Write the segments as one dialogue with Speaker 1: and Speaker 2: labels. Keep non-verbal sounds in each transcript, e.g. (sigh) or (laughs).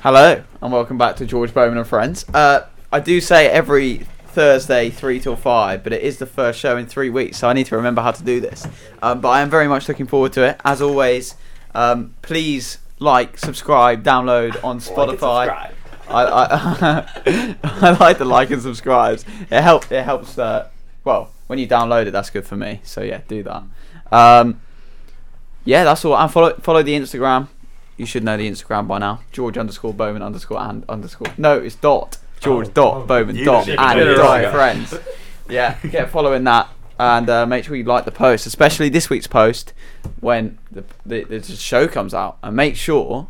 Speaker 1: Hello and welcome back to George Bowman and Friends. Uh, I do say every Thursday three till five, but it is the first show in three weeks, so I need to remember how to do this. Um, but I am very much looking forward to it. As always, um, please like, subscribe, download on Spotify.
Speaker 2: subscribe.
Speaker 1: I, I, (laughs) I like the like and subscribes. It helps. It helps. Uh, well, when you download it, that's good for me. So yeah, do that. Um, yeah, that's all. And follow follow the Instagram. You should know the Instagram by now. George underscore Bowman underscore and underscore. No, it's dot George
Speaker 2: Oh,
Speaker 1: dot
Speaker 2: oh,
Speaker 1: Bowman
Speaker 2: you
Speaker 1: dot
Speaker 2: should
Speaker 1: and
Speaker 2: know.
Speaker 1: dot (laughs) friends. Yeah, get following that and uh, make sure you like the post, especially this week's post when the, the the show comes out. And make sure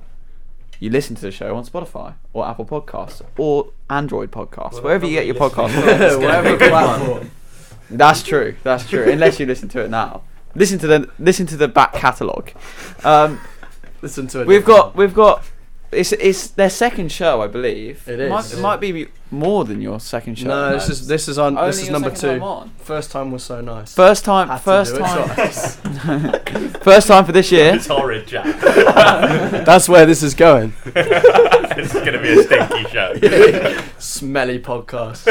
Speaker 1: you listen to the show on Spotify or Apple Podcasts or Android Podcasts, wherever you get your podcasts.
Speaker 2: It's gonna
Speaker 1: (laughs) wherever
Speaker 2: be a good
Speaker 1: platform.
Speaker 2: one.
Speaker 1: That's true. That's true. Unless you listen to it now. Listen to the listen to the back catalogue. Um,
Speaker 3: Listen to it.
Speaker 1: we've got we've got it's it's their second show, I believe.
Speaker 3: It is.
Speaker 1: Might, it
Speaker 3: Yeah.
Speaker 1: might be more than your second show.
Speaker 3: No, this is this is on.
Speaker 1: Only
Speaker 3: This is
Speaker 1: your
Speaker 3: number
Speaker 1: second
Speaker 3: two.
Speaker 1: time on.
Speaker 3: First time was so nice.
Speaker 1: First time,
Speaker 3: Had to
Speaker 1: first
Speaker 3: do it
Speaker 1: time,
Speaker 3: twice.
Speaker 1: (laughs) first time for this year.
Speaker 2: It's horrid,
Speaker 3: (laughs)
Speaker 2: Jack.
Speaker 1: (laughs)
Speaker 3: That's where this is going.
Speaker 2: (laughs) this is going to be a stinky show.
Speaker 3: (laughs) Smelly podcast.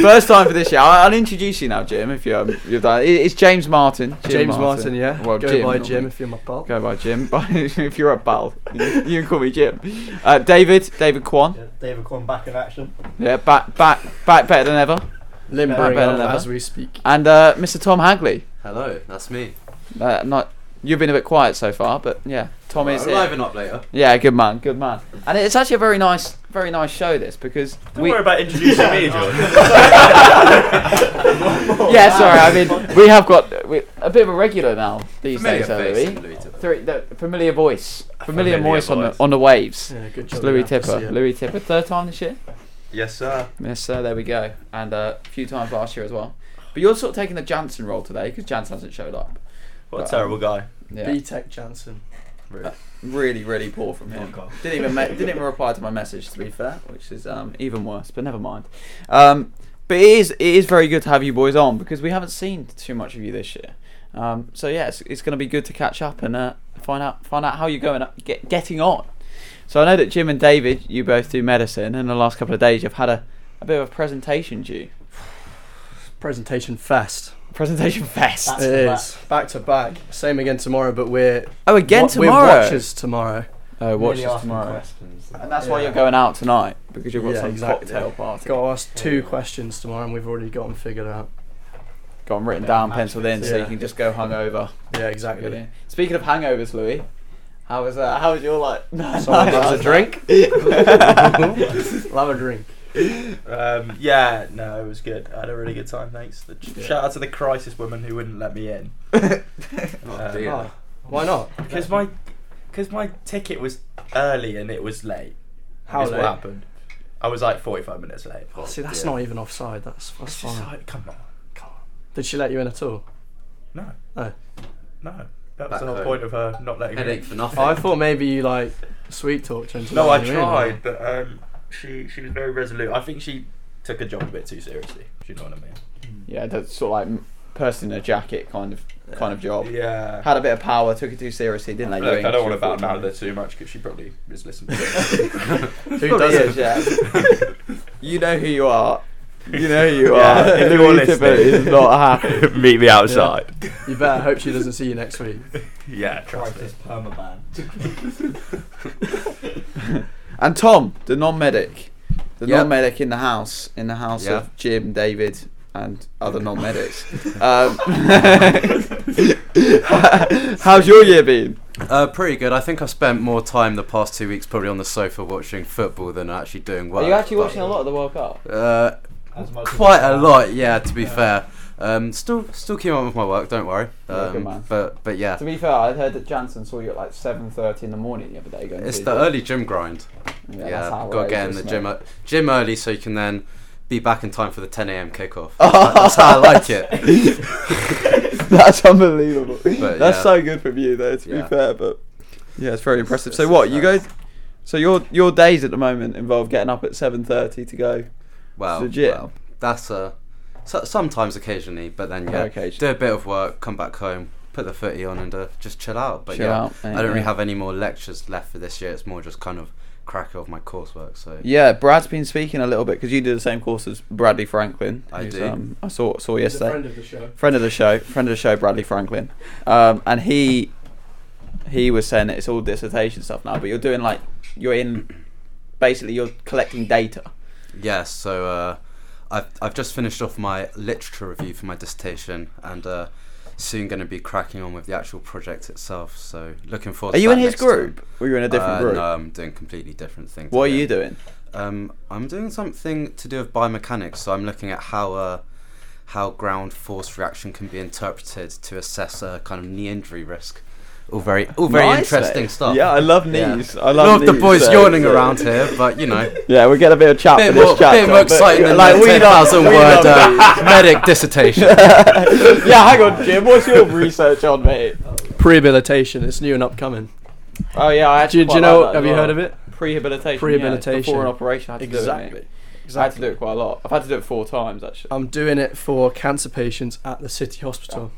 Speaker 1: First time for this year. I- I'll introduce you now, Jim. If you're, um, you're done. It- It's James Martin. Jim
Speaker 3: James Martin, yeah.
Speaker 1: Well,
Speaker 3: Go
Speaker 1: Jim,
Speaker 3: by
Speaker 1: not
Speaker 3: Jim
Speaker 1: me.
Speaker 3: if you're my pal.
Speaker 1: Go by Jim. (laughs) if you're a pal, you you can call me Jim. Uh, David, David Kwan.
Speaker 4: Yeah, David Quan back in action.
Speaker 1: Yeah, back, back, back better than ever.
Speaker 3: Limbering
Speaker 1: Better
Speaker 3: up
Speaker 1: than
Speaker 3: as
Speaker 1: ever.
Speaker 3: we speak.
Speaker 1: And uh, Mr. Tom Hagley.
Speaker 5: Hello, that's me.
Speaker 1: Uh, not you've been a bit quiet so far, but yeah, Tom is.
Speaker 5: I'll
Speaker 1: here.
Speaker 5: liven up later.
Speaker 1: Yeah, good man, good man. And it's actually a very nice, very nice show. This because
Speaker 2: Don't
Speaker 1: we.
Speaker 2: worry about introducing
Speaker 1: (laughs)
Speaker 2: me, George.
Speaker 1: yeah, sorry. I mean, we have got we, a bit of a regular now these
Speaker 5: Familiar
Speaker 1: days, though,
Speaker 5: face
Speaker 1: Louis.
Speaker 5: in Louis Tipper.
Speaker 1: Three, the familiar voice, familiar,
Speaker 2: Familiar
Speaker 1: voice, on the
Speaker 2: voice.
Speaker 1: on the waves.
Speaker 3: Yeah, good
Speaker 1: It's
Speaker 3: job.
Speaker 1: Louis
Speaker 3: you have to
Speaker 1: Tipper.
Speaker 3: see it.
Speaker 1: Louis Tipper, third time this year.
Speaker 5: Yes, sir.
Speaker 1: Yes, sir. There we go, and uh, a few times last year as well. But you're sort of taking the Jansen role today because Jansen hasn't showed up. um,
Speaker 2: What a terrible guy.
Speaker 1: Yeah.
Speaker 3: B-Tech Jansen.
Speaker 1: Uh, really, really poor from
Speaker 3: Oh,
Speaker 1: him.
Speaker 4: God.
Speaker 1: Didn't even ma- didn't even reply to my message to be fair, which is um, even worse. But never mind. Um, but it is it is very good to have you boys on because we haven't seen too much of you this year. Um, so yeah, it's, it's going to be good to catch up and uh, find out find out how you're going uh, get, getting on. So I know that Jim and David, you both do medicine, and the last couple of days you've had a, a bit of a presentation due.
Speaker 3: Presentation fast.
Speaker 1: Presentation fest.
Speaker 4: That's-
Speaker 3: It
Speaker 4: back.
Speaker 3: is. Back to back. Same again tomorrow, but we're
Speaker 1: oh, again
Speaker 3: wa-
Speaker 1: tomorrow.
Speaker 3: We're watchers tomorrow.
Speaker 1: Oh, watch
Speaker 4: Really
Speaker 1: us
Speaker 4: asking
Speaker 1: tomorrow.
Speaker 4: questions.
Speaker 1: And that's why
Speaker 3: Yeah.
Speaker 1: you're going out tonight because you've got
Speaker 3: Yeah,
Speaker 1: some
Speaker 3: exactly.
Speaker 1: cocktail party.
Speaker 3: Got to ask two questions tomorrow, and we've already got them figured out.
Speaker 1: Got 'em written
Speaker 4: Yeah,
Speaker 1: down,
Speaker 4: match
Speaker 1: penciled in, so you
Speaker 3: Yeah.
Speaker 1: can just go hungover.
Speaker 3: Yeah, exactly.
Speaker 1: Speaking of hangovers, Louis, how was uh, how was your like? (laughs)
Speaker 3: Someone loves a drink.
Speaker 6: (laughs)
Speaker 3: Mm-hmm. Love a drink.
Speaker 6: Um, yeah, no, it was good. I had a really good time. Thanks. The ch-
Speaker 3: Yeah.
Speaker 6: Shout out to the crisis woman who wouldn't let me
Speaker 3: (laughs)
Speaker 6: in
Speaker 5: Oh, dear.
Speaker 3: Oh, why not?
Speaker 6: because my because my ticket was early and it was late.
Speaker 3: How
Speaker 6: is
Speaker 3: late?
Speaker 6: what happened? I was like forty five minutes late.
Speaker 3: Oh, see, that's not even offside. That's, that's
Speaker 6: It's just
Speaker 3: fine.
Speaker 6: like, come on, come on.
Speaker 3: Did she let you in at all?
Speaker 6: No,
Speaker 3: Oh.
Speaker 6: no. That was
Speaker 5: Back
Speaker 6: the whole
Speaker 5: home.
Speaker 6: point of her not letting me.
Speaker 5: Headache
Speaker 6: in.
Speaker 5: for nothing.
Speaker 3: I thought maybe you like sweet talked her
Speaker 6: (laughs)
Speaker 3: into (laughs)
Speaker 6: No, I
Speaker 3: letting you in.
Speaker 6: tried, but um, she she was very resolute. I think she took her job a bit too seriously. Do you know what I mean?
Speaker 1: yeah, that's sort of like m- person in a jacket kind of kind of job.
Speaker 6: Yeah.
Speaker 1: Had a bit of power, took it too seriously, didn't they?
Speaker 6: Look, I don't want to badmouth her too much because she probably is listening. To it.
Speaker 1: (laughs) Who does
Speaker 3: does
Speaker 1: Yeah. you know who you are. You know who you
Speaker 6: Yeah,
Speaker 1: (laughs) are.
Speaker 6: if
Speaker 1: Louis
Speaker 6: you are
Speaker 1: Tippett is
Speaker 6: listening. (laughs)
Speaker 1: not happy.
Speaker 6: Meet me outside.
Speaker 3: You better hope she doesn't see you next week.
Speaker 6: (laughs) Yeah, trust me.
Speaker 4: Crisis permaban.
Speaker 6: (laughs)
Speaker 1: And Tom, the non-medic, the
Speaker 5: Yep.
Speaker 1: non-medic in the house, in the house
Speaker 5: Yeah.
Speaker 1: of Jim, David, and other (laughs) non-medics. um, how's your year been?
Speaker 5: Uh, pretty good. I think I've spent more time the past two weeks probably on the sofa watching football than actually doing work. but-
Speaker 1: of the World Cup?
Speaker 5: Uh,
Speaker 4: As much as
Speaker 5: quite a
Speaker 4: possible.
Speaker 5: lot, yeah. To be fair, um, still still keeping up with my work. Don't worry.
Speaker 1: Yeah, good
Speaker 5: Um,
Speaker 1: man.
Speaker 5: but but yeah,
Speaker 1: To be fair, I heard that Jansen saw you at like seven thirty in the morning the other day. Going
Speaker 5: it's
Speaker 1: to
Speaker 5: the
Speaker 1: the
Speaker 5: early gym grind. Yeah, got to get in the gym e- gym early so you can then be back in time for the 10 a.m.
Speaker 1: (laughs)
Speaker 5: kickoff. That's how I like it. (laughs)
Speaker 1: That's unbelievable. (laughs) That's
Speaker 5: yeah.
Speaker 1: so good from you, though. To
Speaker 5: Yeah.
Speaker 1: be fair, but yeah, it's very impressive. So
Speaker 5: it's
Speaker 1: what you
Speaker 5: nice.
Speaker 1: guys? So your your days at the moment involve getting up at seven thirty to go
Speaker 5: Well,
Speaker 1: to the gym.
Speaker 5: Oh, well, that's uh, so, sometimes occasionally, but then
Speaker 1: Oh,
Speaker 5: yeah,
Speaker 1: occasionally.
Speaker 5: do a bit of work, come back home, put the footy on and uh, just chill out. But
Speaker 1: Chill
Speaker 5: yeah,
Speaker 1: out, mate,
Speaker 5: I don't really
Speaker 1: yeah.
Speaker 5: have any more lectures left for this year. It's more just kind of cracking off my coursework. So
Speaker 1: Yeah, Brad's been speaking a little bit because you do the same course as Bradley Franklin.
Speaker 5: I
Speaker 1: who's,
Speaker 5: do.
Speaker 1: Um, I saw saw
Speaker 3: He's a
Speaker 1: yesterday.
Speaker 3: friend of the show.
Speaker 1: friend of the show, friend of the show, Bradley Franklin, um, and he he was saying that it's all dissertation stuff now, but you're doing like you're in basically you're collecting data.
Speaker 5: Yeah, so uh, I've I've just finished off my literature review for my dissertation, and uh, soon going to be cracking on with the actual project itself. So looking forward.
Speaker 1: Are
Speaker 5: to
Speaker 1: you
Speaker 5: that
Speaker 1: in his
Speaker 5: next time.
Speaker 1: group? Or you're in a different
Speaker 5: Uh,
Speaker 1: group?
Speaker 5: No, I'm doing completely different things.
Speaker 1: What are
Speaker 5: to
Speaker 1: you
Speaker 5: him.
Speaker 1: doing?
Speaker 5: Um, I'm doing something to do with biomechanics. So I'm looking at how uh, how ground force reaction can be interpreted to assess uh, kind of knee injury risk. All very all very
Speaker 1: Nice,
Speaker 5: interesting
Speaker 1: mate.
Speaker 5: stuff.
Speaker 1: Yeah, I love
Speaker 5: Yeah.
Speaker 1: knees. I love
Speaker 5: Not the
Speaker 1: knees,
Speaker 5: boys
Speaker 1: so-
Speaker 5: yawning
Speaker 1: so-
Speaker 5: around here, but you know.
Speaker 1: Yeah, we get a bit of chat
Speaker 5: bit
Speaker 1: for this
Speaker 5: more,
Speaker 1: chat.
Speaker 5: bit more exciting than like
Speaker 1: like
Speaker 5: the
Speaker 1: we love-
Speaker 5: 10,000
Speaker 1: we
Speaker 5: word
Speaker 1: love
Speaker 5: uh,
Speaker 1: (laughs)
Speaker 5: medic dissertation.
Speaker 1: knees. yeah, hang on, Jim. What's your research on, mate?
Speaker 3: Prehabilitation. It's new and upcoming.
Speaker 1: Oh yeah, I
Speaker 3: Do
Speaker 1: actually
Speaker 3: you, do
Speaker 1: quite
Speaker 3: you know?
Speaker 1: like that
Speaker 3: have
Speaker 1: as
Speaker 3: you
Speaker 1: well.
Speaker 3: heard of it?
Speaker 1: Prehabilitation. Yeah,
Speaker 3: Prehabilitation.
Speaker 1: before an operation, I had to do it. mate.
Speaker 3: Exactly. Um,
Speaker 1: I had to do it quite a lot. I've had to do it four times actually.
Speaker 3: I'm doing it for cancer patients at the city hospital.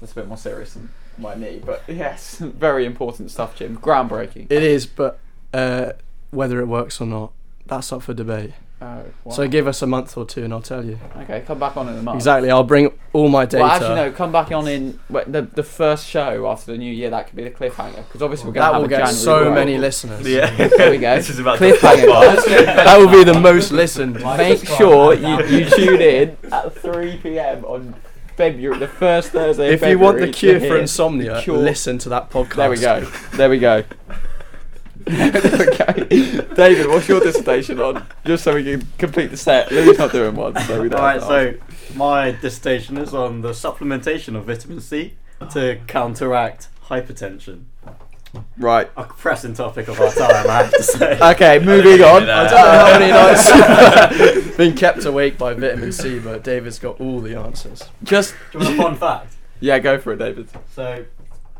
Speaker 1: That's a bit more serious than my knee, but (laughs) yes, very important stuff, Jim. Groundbreaking.
Speaker 3: It is, but uh, whether it works or not, that's up for debate.
Speaker 1: Oh, wow.
Speaker 3: So give us a month or two, and I'll tell you
Speaker 1: okay, come back on in a month.
Speaker 3: exactly. I'll bring all my data.
Speaker 1: Well, actually, no. Come back on in wait, the the first show after the new year. That could be the cliffhanger because obviously we're going to
Speaker 3: that
Speaker 1: have
Speaker 3: will
Speaker 1: a
Speaker 3: get
Speaker 1: January
Speaker 3: so
Speaker 1: break.
Speaker 3: many listeners.
Speaker 2: Yeah.
Speaker 1: (laughs) There we
Speaker 2: (laughs)
Speaker 1: go.
Speaker 2: This is about
Speaker 1: Cliffhanger, guys.
Speaker 3: that will be the most listened.
Speaker 1: Make sure you, you tune
Speaker 3: (laughs)
Speaker 1: in at 3 p.m. on February, the first Thursday. of
Speaker 3: If you want the
Speaker 1: February to (laughs)
Speaker 3: cure for
Speaker 1: hear-
Speaker 3: insomnia,
Speaker 1: cure-
Speaker 3: listen to that podcast.
Speaker 1: There we go. There we
Speaker 3: (laughs)
Speaker 1: go. okay. David, what's your dissertation on? Just so we can complete the set. Louis not doing one, so we don't.
Speaker 4: Alright,
Speaker 1: have to ask.
Speaker 4: so my dissertation is on the supplementation of vitamin C to counteract hypertension.
Speaker 1: right.
Speaker 4: A pressing topic of our time, I have to
Speaker 3: (laughs)
Speaker 4: say.
Speaker 1: Okay, moving on.
Speaker 3: I don't know how many nights (laughs) I've been kept awake by vitamin C, but David's got all the answers.
Speaker 1: Just
Speaker 4: Do you want a fun fact?
Speaker 1: yeah, go for it, David.
Speaker 4: So,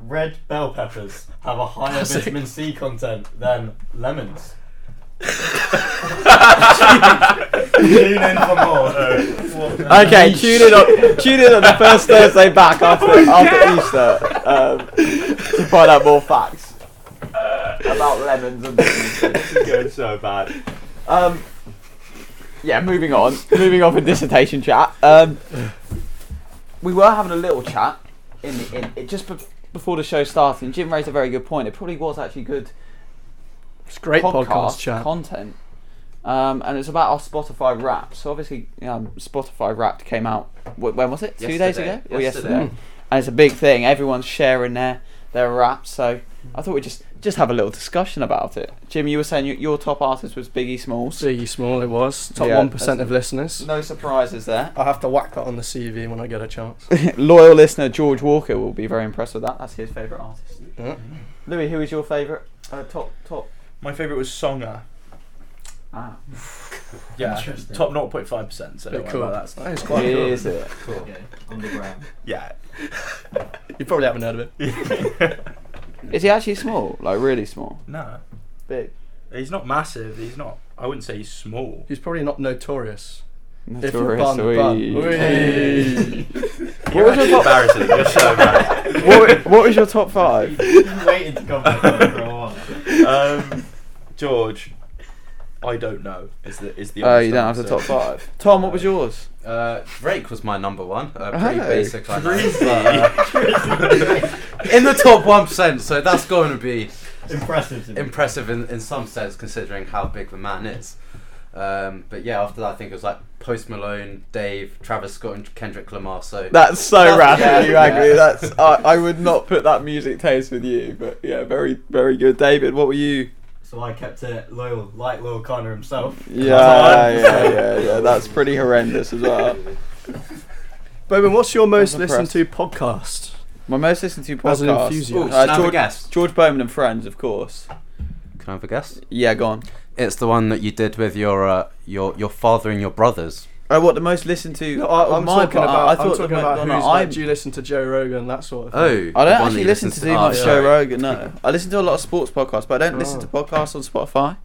Speaker 4: red bell peppers have a higher
Speaker 3: Classic.
Speaker 4: vitamin C content than lemons. (laughs) Tune in for more.
Speaker 1: Okay, tune in on tune in on the first Thursday back after
Speaker 3: Oh
Speaker 1: after Easter um, to find out more facts about lemons
Speaker 6: (laughs)
Speaker 1: and.
Speaker 2: This is going so bad.
Speaker 1: Um, yeah, moving on. moving on from dissertation chat. Um, we were having a little chat in, the, in it just bef before the show started, and Jim raised a very good point. It probably was actually good
Speaker 3: It's great podcast, chat.
Speaker 1: content. Um, and it's about our Spotify Wrapped. So obviously, um, Spotify Wrapped came out. Wh- when was it? Two days
Speaker 5: Yesterday.
Speaker 1: ago or
Speaker 5: Yesterday.
Speaker 1: yesterday? And it's a big thing. Everyone's sharing their their wraps. So I thought we'd just just have a little discussion about it. Jim, you were saying your, your top artist was Biggie Smalls.
Speaker 3: Biggie Small, it was top
Speaker 1: Yeah,
Speaker 3: one percent
Speaker 1: that's-
Speaker 3: of listeners.
Speaker 1: No surprises there.
Speaker 3: I'll have to whack that on the CV when I get a chance.
Speaker 1: (laughs) Loyal listener George Walker will be very impressed with that. That's his favourite artist.
Speaker 3: Yeah.
Speaker 1: Louis, who is your favourite? Uh, top, top.
Speaker 6: My favourite was Songer.
Speaker 1: Ah,
Speaker 6: Yeah.
Speaker 4: Interesting.
Speaker 6: Top 0.5%, so
Speaker 3: Bit
Speaker 6: don't worry
Speaker 3: cool.
Speaker 6: about that stuff.
Speaker 3: That is quite cool.
Speaker 1: is it?
Speaker 4: Cool. Underground.
Speaker 1: (laughs)
Speaker 6: Yeah.
Speaker 3: You probably haven't heard of it.
Speaker 1: Is he actually small? Like really small?
Speaker 6: No.
Speaker 1: Big?
Speaker 6: He's not massive. He's not. I wouldn't say he's small.
Speaker 3: He's probably not notorious. If you
Speaker 1: Notorious
Speaker 3: bun,
Speaker 1: Wee.
Speaker 3: bun. (laughs) Wee.
Speaker 6: You're
Speaker 1: was your
Speaker 6: actually embarrassing. You're so
Speaker 1: (laughs)
Speaker 6: embarrassing.
Speaker 1: what, wa- what was your top five?
Speaker 4: waiting to come back on for a while.
Speaker 6: (laughs) Um, George, I don't know. Is the is the?
Speaker 1: Oh,
Speaker 6: honest
Speaker 1: you don't have the
Speaker 6: answer.
Speaker 1: top five.
Speaker 5: (laughs)
Speaker 1: Tom, what was yours?
Speaker 5: Uh, Drake was my number one. Uh, pretty
Speaker 1: Oh.
Speaker 5: basic, I know. (laughs) but, uh, (laughs) in the top one percent, so that's going to be
Speaker 4: Impressive to me.
Speaker 5: impressive in, in some sense, considering how big the man is. Um, but yeah, after that, I think it was like Post Malone, Dave, Travis Scott, and Kendrick Lamar. So
Speaker 1: That's so
Speaker 5: That's-
Speaker 1: rash that
Speaker 5: yeah,
Speaker 1: you angry.
Speaker 5: yeah.
Speaker 1: That's I, I would not put that music taste with you, but yeah, very very good. David, what were you?
Speaker 4: So I kept it loyal, like Lil Connor himself.
Speaker 1: Yeah, (laughs) yeah, yeah, yeah. That's pretty horrendous as well.
Speaker 3: Bowman, what's your most
Speaker 1: I'm
Speaker 3: listened
Speaker 1: impressed.
Speaker 3: to podcast?
Speaker 1: My most listened to podcast.
Speaker 3: As an enthusiast.
Speaker 5: Ooh,
Speaker 3: Uh,
Speaker 5: can I have a
Speaker 1: George,
Speaker 5: guess?
Speaker 1: George Bowman and Friends, of course.
Speaker 5: Can I have a guess?
Speaker 1: Yeah, go on.
Speaker 5: It's the one that you did with your uh, your your father and your brothers.
Speaker 1: Oh, what the most listened to?
Speaker 3: No,
Speaker 1: on
Speaker 3: I, am
Speaker 1: my
Speaker 3: talking
Speaker 1: part,
Speaker 3: about.
Speaker 1: I
Speaker 3: I
Speaker 1: thought
Speaker 3: am
Speaker 1: the
Speaker 3: talking
Speaker 1: mo-
Speaker 3: about
Speaker 1: no,
Speaker 3: who's
Speaker 1: no,
Speaker 3: like,
Speaker 1: I-
Speaker 3: do you listen to Joe Rogan that sort of
Speaker 5: Oh,
Speaker 1: I
Speaker 3: thing?
Speaker 5: the
Speaker 1: don't
Speaker 5: one
Speaker 1: actually
Speaker 5: that you
Speaker 1: listen to
Speaker 5: listened
Speaker 1: too
Speaker 4: Ah,
Speaker 5: Oh,
Speaker 1: much Joe
Speaker 5: sorry.
Speaker 1: Rogan.
Speaker 4: (laughs)
Speaker 1: No, I listen to a lot of sports podcasts, but I don't listen to
Speaker 5: Oh.
Speaker 1: podcasts on Spotify.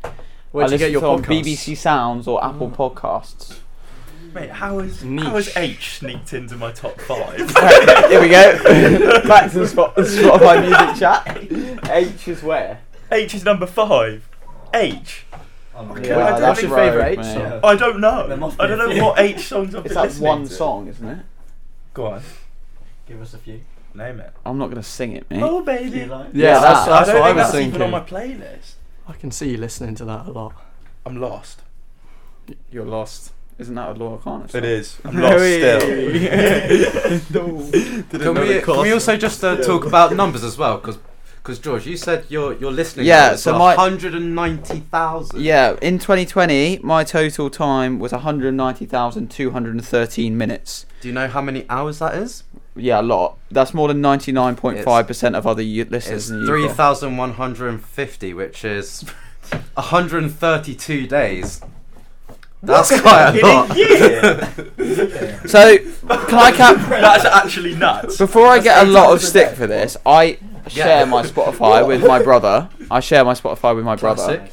Speaker 3: Where
Speaker 1: I
Speaker 3: do you get
Speaker 1: listen
Speaker 3: your Mm.
Speaker 1: to on
Speaker 3: podcast?
Speaker 1: BBC Sounds or Apple Podcasts.
Speaker 6: Mate, how is
Speaker 4: Niche.
Speaker 6: how is H sneaked into my top five?
Speaker 1: Right, (laughs) here we
Speaker 6: (laughs)
Speaker 1: go. Back to the spot, the Spotify music chat. H is where?
Speaker 6: H is number five. H.
Speaker 4: Yeah,
Speaker 6: Well, I
Speaker 3: that's
Speaker 6: don't
Speaker 3: your
Speaker 6: think-
Speaker 3: favourite H
Speaker 1: mate.
Speaker 3: song?
Speaker 6: I don't
Speaker 4: Oh There
Speaker 6: know.
Speaker 4: must be
Speaker 6: I don't
Speaker 4: a few.
Speaker 6: know what H songs I've
Speaker 1: It's
Speaker 6: been
Speaker 1: that
Speaker 6: listening
Speaker 1: one
Speaker 6: to.
Speaker 1: song, isn't it?
Speaker 6: Go on,
Speaker 4: (laughs) Give us a few.
Speaker 6: name it.
Speaker 1: I'm not gonna sing it, mate.
Speaker 6: Oh
Speaker 4: Do you
Speaker 6: baby.
Speaker 4: like?
Speaker 3: Yeah,
Speaker 1: Yeah,
Speaker 3: that's,
Speaker 1: that-
Speaker 3: that's
Speaker 6: I
Speaker 3: what
Speaker 6: don't
Speaker 3: I
Speaker 6: think
Speaker 3: was
Speaker 6: that's even on
Speaker 3: thinking.
Speaker 6: my playlist.
Speaker 3: I can see you listening to that a lot.
Speaker 6: I'm lost.
Speaker 1: You're lost. Isn't that a Laura Connor? song?
Speaker 6: It is.
Speaker 1: (laughs)
Speaker 6: I'm lost still. (laughs)
Speaker 5: Can we, can we also just uh, talk about numbers as well? Because George, you said you're you're listening.
Speaker 1: Yeah,
Speaker 5: numbers
Speaker 1: so
Speaker 5: were
Speaker 1: my-
Speaker 5: 190,000.
Speaker 1: Yeah, in 2020, my total time was 190,213 minutes.
Speaker 5: Do you know how many hours that is?
Speaker 1: Yeah, a lot. That's more than 99.5% of other u-
Speaker 5: It's
Speaker 1: listeners in the UK.
Speaker 5: 3,150, which
Speaker 1: (laughs)
Speaker 5: is 132 days. That's quite a
Speaker 1: (laughs)
Speaker 5: lot. (laughs)
Speaker 6: Yeah.
Speaker 1: So, can
Speaker 6: (laughs)
Speaker 1: I cap?
Speaker 6: That's actually nuts.
Speaker 1: Before I get a lot of stick for this, I share my Spotify with my brother. I share my Spotify with my brother.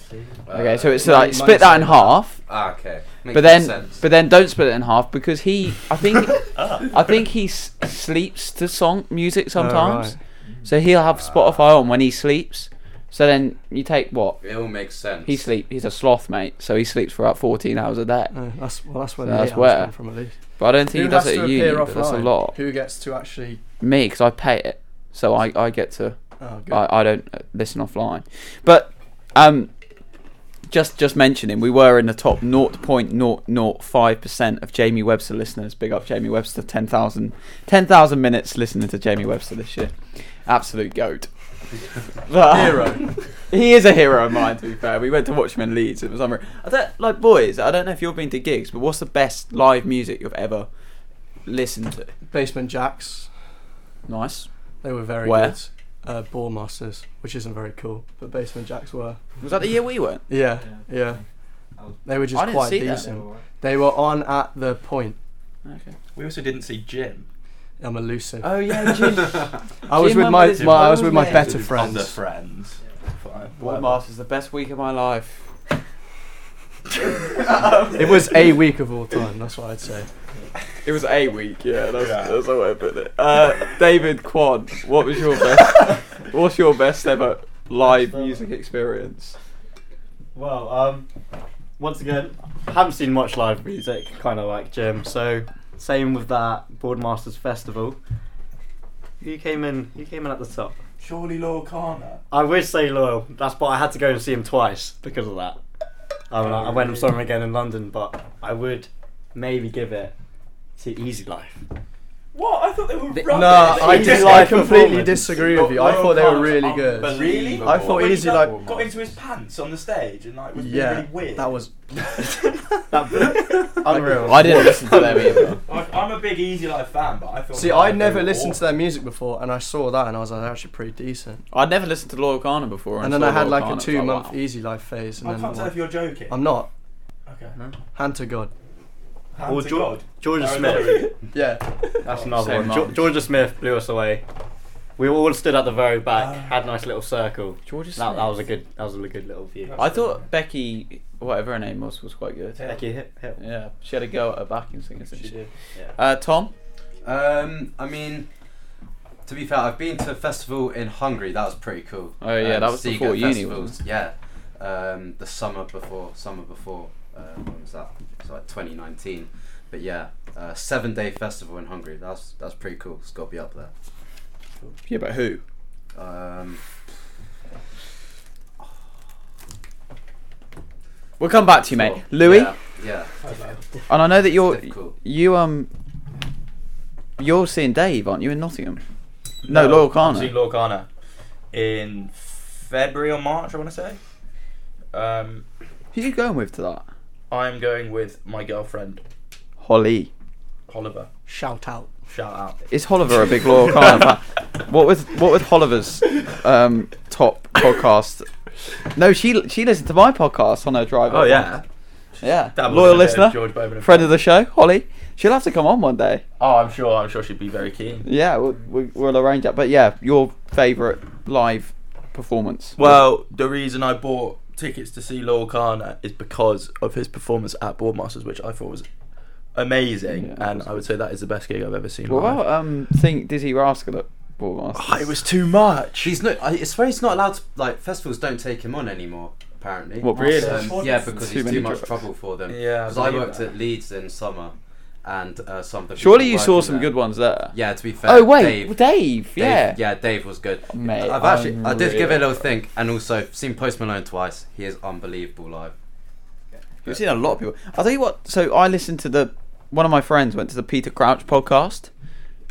Speaker 1: Okay, so it's
Speaker 5: Uh,
Speaker 1: like
Speaker 5: mine-
Speaker 1: split
Speaker 5: mine's
Speaker 1: that in
Speaker 5: like that.
Speaker 1: half.
Speaker 5: Ah, okay. Makes
Speaker 1: But then,
Speaker 5: sense. Ah.
Speaker 1: but then don't split it in half because he,
Speaker 5: (laughs)
Speaker 1: I think, I think he s- sleeps to song music
Speaker 5: Oh,
Speaker 1: sometimes.
Speaker 3: right.
Speaker 1: So he'll have
Speaker 5: Ah.
Speaker 1: Spotify on when he sleeps. So then you take what
Speaker 5: it all makes sense.
Speaker 1: he sleep. He's a sloth, mate. So he sleeps for about fourteen hours a day.
Speaker 3: Uh, that's well, that's where
Speaker 1: So
Speaker 3: the
Speaker 1: that's
Speaker 3: that's
Speaker 1: where.
Speaker 3: come from at least.
Speaker 1: But I don't think he does it at uni.
Speaker 3: appear
Speaker 1: But that's a
Speaker 3: offline?
Speaker 1: lot.
Speaker 3: Who gets to actually?
Speaker 1: Me, because I pay it, so I, I get to.
Speaker 3: Oh, good.
Speaker 1: I, I don't uh, listen offline. But um, just just mentioning, we were in the top 0.005% of Jamie Webster listeners. Big up Jamie Webster, 10,000 10,000 minutes listening to Jamie Webster this year. Absolute
Speaker 3: (laughs)
Speaker 1: goat. But- um,
Speaker 3: Hero.
Speaker 1: he is a hero of mine, to be fair. We went to watch him in Leeds. It was unreal. I don't, like, boys, I don't know if you've been to gigs, but what's the best live music you've ever listened to?
Speaker 3: Basement Jacks.
Speaker 1: Nice.
Speaker 3: They were very
Speaker 1: Where?
Speaker 3: good. Uh, Ball Masters, which isn't very cool, but Basement Jacks were.
Speaker 1: Was that the year we went?
Speaker 3: Yeah, yeah. They were just
Speaker 1: I didn't
Speaker 3: quite
Speaker 1: see that.
Speaker 3: decent. They were on at the point.
Speaker 1: Okay.
Speaker 6: We also didn't see Jim.
Speaker 3: I'm elusive.
Speaker 1: Oh, yeah,
Speaker 6: (laughs)
Speaker 3: (laughs)
Speaker 1: Jim.
Speaker 3: I was
Speaker 1: Jim
Speaker 3: with
Speaker 1: went
Speaker 3: my,
Speaker 1: with his
Speaker 3: my I was with my
Speaker 1: old
Speaker 3: better
Speaker 6: Other
Speaker 3: friends.
Speaker 6: friends. Fine.
Speaker 1: What Masters, the best week of my life.
Speaker 3: (laughs) It was a week of all time. That's what I'd say.
Speaker 1: It was a week, yeah. That's,
Speaker 6: Yeah.
Speaker 1: that's how I put it. Uh, David Quad, what was your best? (laughs) what's your best ever live music experience?
Speaker 4: Well, um, once again, haven't seen much live music, kind of like Jim. So, same with that Boardmasters Festival. You came in. You came in at the top.
Speaker 6: Surely Law Connor.
Speaker 4: I would say loyal. That's but I had to go and see him twice because of that. I, mean, I went and saw him again in London, but I would maybe give it to Easy Life.
Speaker 6: What? I thought they were rubbish.
Speaker 3: No,
Speaker 6: They
Speaker 3: I,
Speaker 6: were (laughs)
Speaker 3: dis-
Speaker 6: just
Speaker 3: I
Speaker 4: live
Speaker 3: completely
Speaker 4: performance.
Speaker 3: disagree with you. I thought they were really good.
Speaker 6: Really?
Speaker 3: I thought
Speaker 6: When he
Speaker 3: Easy
Speaker 6: got-
Speaker 3: Life-
Speaker 6: got into his pants on the stage and like was being
Speaker 3: Yeah,
Speaker 6: really weird. (laughs)
Speaker 3: that was
Speaker 4: That unreal.
Speaker 1: I didn't
Speaker 3: (laughs)
Speaker 1: listen to them either.
Speaker 6: I, I'm a big Easy Life fan, but I thought.
Speaker 3: See,
Speaker 6: that
Speaker 3: I'd
Speaker 6: they
Speaker 3: never
Speaker 6: were
Speaker 3: listened to
Speaker 6: awful.
Speaker 3: their music before, and I saw that, and I was like, "They're actually pretty decent.
Speaker 1: I'd never listened to Loyal Kana before.
Speaker 3: And then I
Speaker 1: saw
Speaker 3: had
Speaker 1: Loyal
Speaker 3: like
Speaker 1: Kana,
Speaker 3: a
Speaker 1: it was
Speaker 3: two month
Speaker 1: wow.
Speaker 3: easy life phase, and
Speaker 6: I
Speaker 3: then
Speaker 6: can't tell if you're joking.
Speaker 3: I'm not.
Speaker 6: okay.
Speaker 3: Hand to God.
Speaker 6: Hand
Speaker 4: Or
Speaker 6: to
Speaker 4: Jo-
Speaker 6: God.
Speaker 4: Georgia
Speaker 6: Arizona.
Speaker 4: Smith.
Speaker 6: (laughs)
Speaker 3: Yeah.
Speaker 4: That's another
Speaker 1: Same
Speaker 4: one. Jo-
Speaker 1: month.
Speaker 4: Georgia Smith blew us away. We all stood at the very back, had a nice little circle.
Speaker 1: Ah. Georgia
Speaker 4: That, that
Speaker 1: Smith.
Speaker 4: was a good. That was a good little view.
Speaker 1: I thought Becky, whatever her name was, was quite good.
Speaker 4: Becky Hill. Hill.
Speaker 1: Yeah, she had a go at her backing singer. didn't
Speaker 4: She
Speaker 1: she?
Speaker 4: did. Yeah.
Speaker 1: Uh, Tom,
Speaker 5: Um, I mean, to be fair, I've been to a festival in Hungary. That was pretty cool.
Speaker 1: Oh, yeah,
Speaker 5: Um,
Speaker 1: that was
Speaker 5: Sega
Speaker 1: before uni,
Speaker 5: festivals,
Speaker 1: wasn't
Speaker 5: Yeah, um, the summer before, summer before. Uh, when was that? It was like 2019. But yeah, uh, seven day festival in Hungary. That's that's pretty cool. It's got to be up there.
Speaker 1: yeah, but who?
Speaker 5: Um,
Speaker 1: We'll come back to you, mate. Louis,
Speaker 5: Yeah. yeah.
Speaker 1: and I know that you're
Speaker 5: difficult.
Speaker 1: you um you're seeing Dave, aren't you, in Nottingham? No, Loyal Kana.
Speaker 6: See Loyal Kana in February or March, I want to say. Um,
Speaker 1: Who you going with to that?
Speaker 6: I'm going with my girlfriend
Speaker 1: Holly.
Speaker 6: Oliver.
Speaker 3: Shout out.
Speaker 6: Shout out.
Speaker 1: Is Holliver a big Laura Connor
Speaker 6: (laughs)
Speaker 1: fan? What was what was Holliver's um, top podcast? No, she she listened to my podcast on her drive.
Speaker 6: Oh
Speaker 1: up.
Speaker 6: yeah,
Speaker 1: yeah.
Speaker 6: Dabbled
Speaker 1: Loyal
Speaker 6: in a bit of
Speaker 1: listener,
Speaker 6: George Bowman and
Speaker 1: friend of the show, Holly. She'll have to come on one day.
Speaker 6: Oh, I'm sure. I'm sure she'd be very keen.
Speaker 1: Yeah, we'll, we'll, we'll arrange that. But yeah, your favourite live performance?
Speaker 6: Well, the reason I bought tickets to see Lil Kana is because of his performance at Boardmasters, which I thought was amazing,
Speaker 1: Yeah,
Speaker 6: and
Speaker 1: that's
Speaker 6: I would say that is the best gig I've ever seen.
Speaker 1: What
Speaker 6: live.
Speaker 1: about um, think Dizzy Rascal at Boardmasters?
Speaker 6: Oh, it was too much.
Speaker 5: He's no. I I swear he's not allowed to. Like festivals don't take him on anymore. Apparently.
Speaker 1: What, Really?
Speaker 5: Um, yeah, because
Speaker 1: Too
Speaker 5: he's
Speaker 1: many
Speaker 5: too much
Speaker 1: drugs.
Speaker 5: trouble for them.
Speaker 6: Yeah, I
Speaker 5: Because I
Speaker 6: believe
Speaker 5: worked
Speaker 6: that.
Speaker 5: at Leeds in summer, and uh, some of the people
Speaker 1: Surely you saw
Speaker 5: working
Speaker 1: some
Speaker 5: there-
Speaker 1: good ones there.
Speaker 5: Yeah, to be fair.
Speaker 1: Oh wait,
Speaker 5: Dave,
Speaker 1: Dave, yeah.
Speaker 5: Dave, yeah, Dave was good.
Speaker 1: Mate,
Speaker 5: I've actually,
Speaker 1: I'm
Speaker 5: I did give it a
Speaker 1: really-
Speaker 5: little think, and also seen Post Malone twice. He is unbelievable live.
Speaker 1: You've seen a lot of people. I'll tell you what. So I listened to the one of my friends went to the Peter Crouch podcast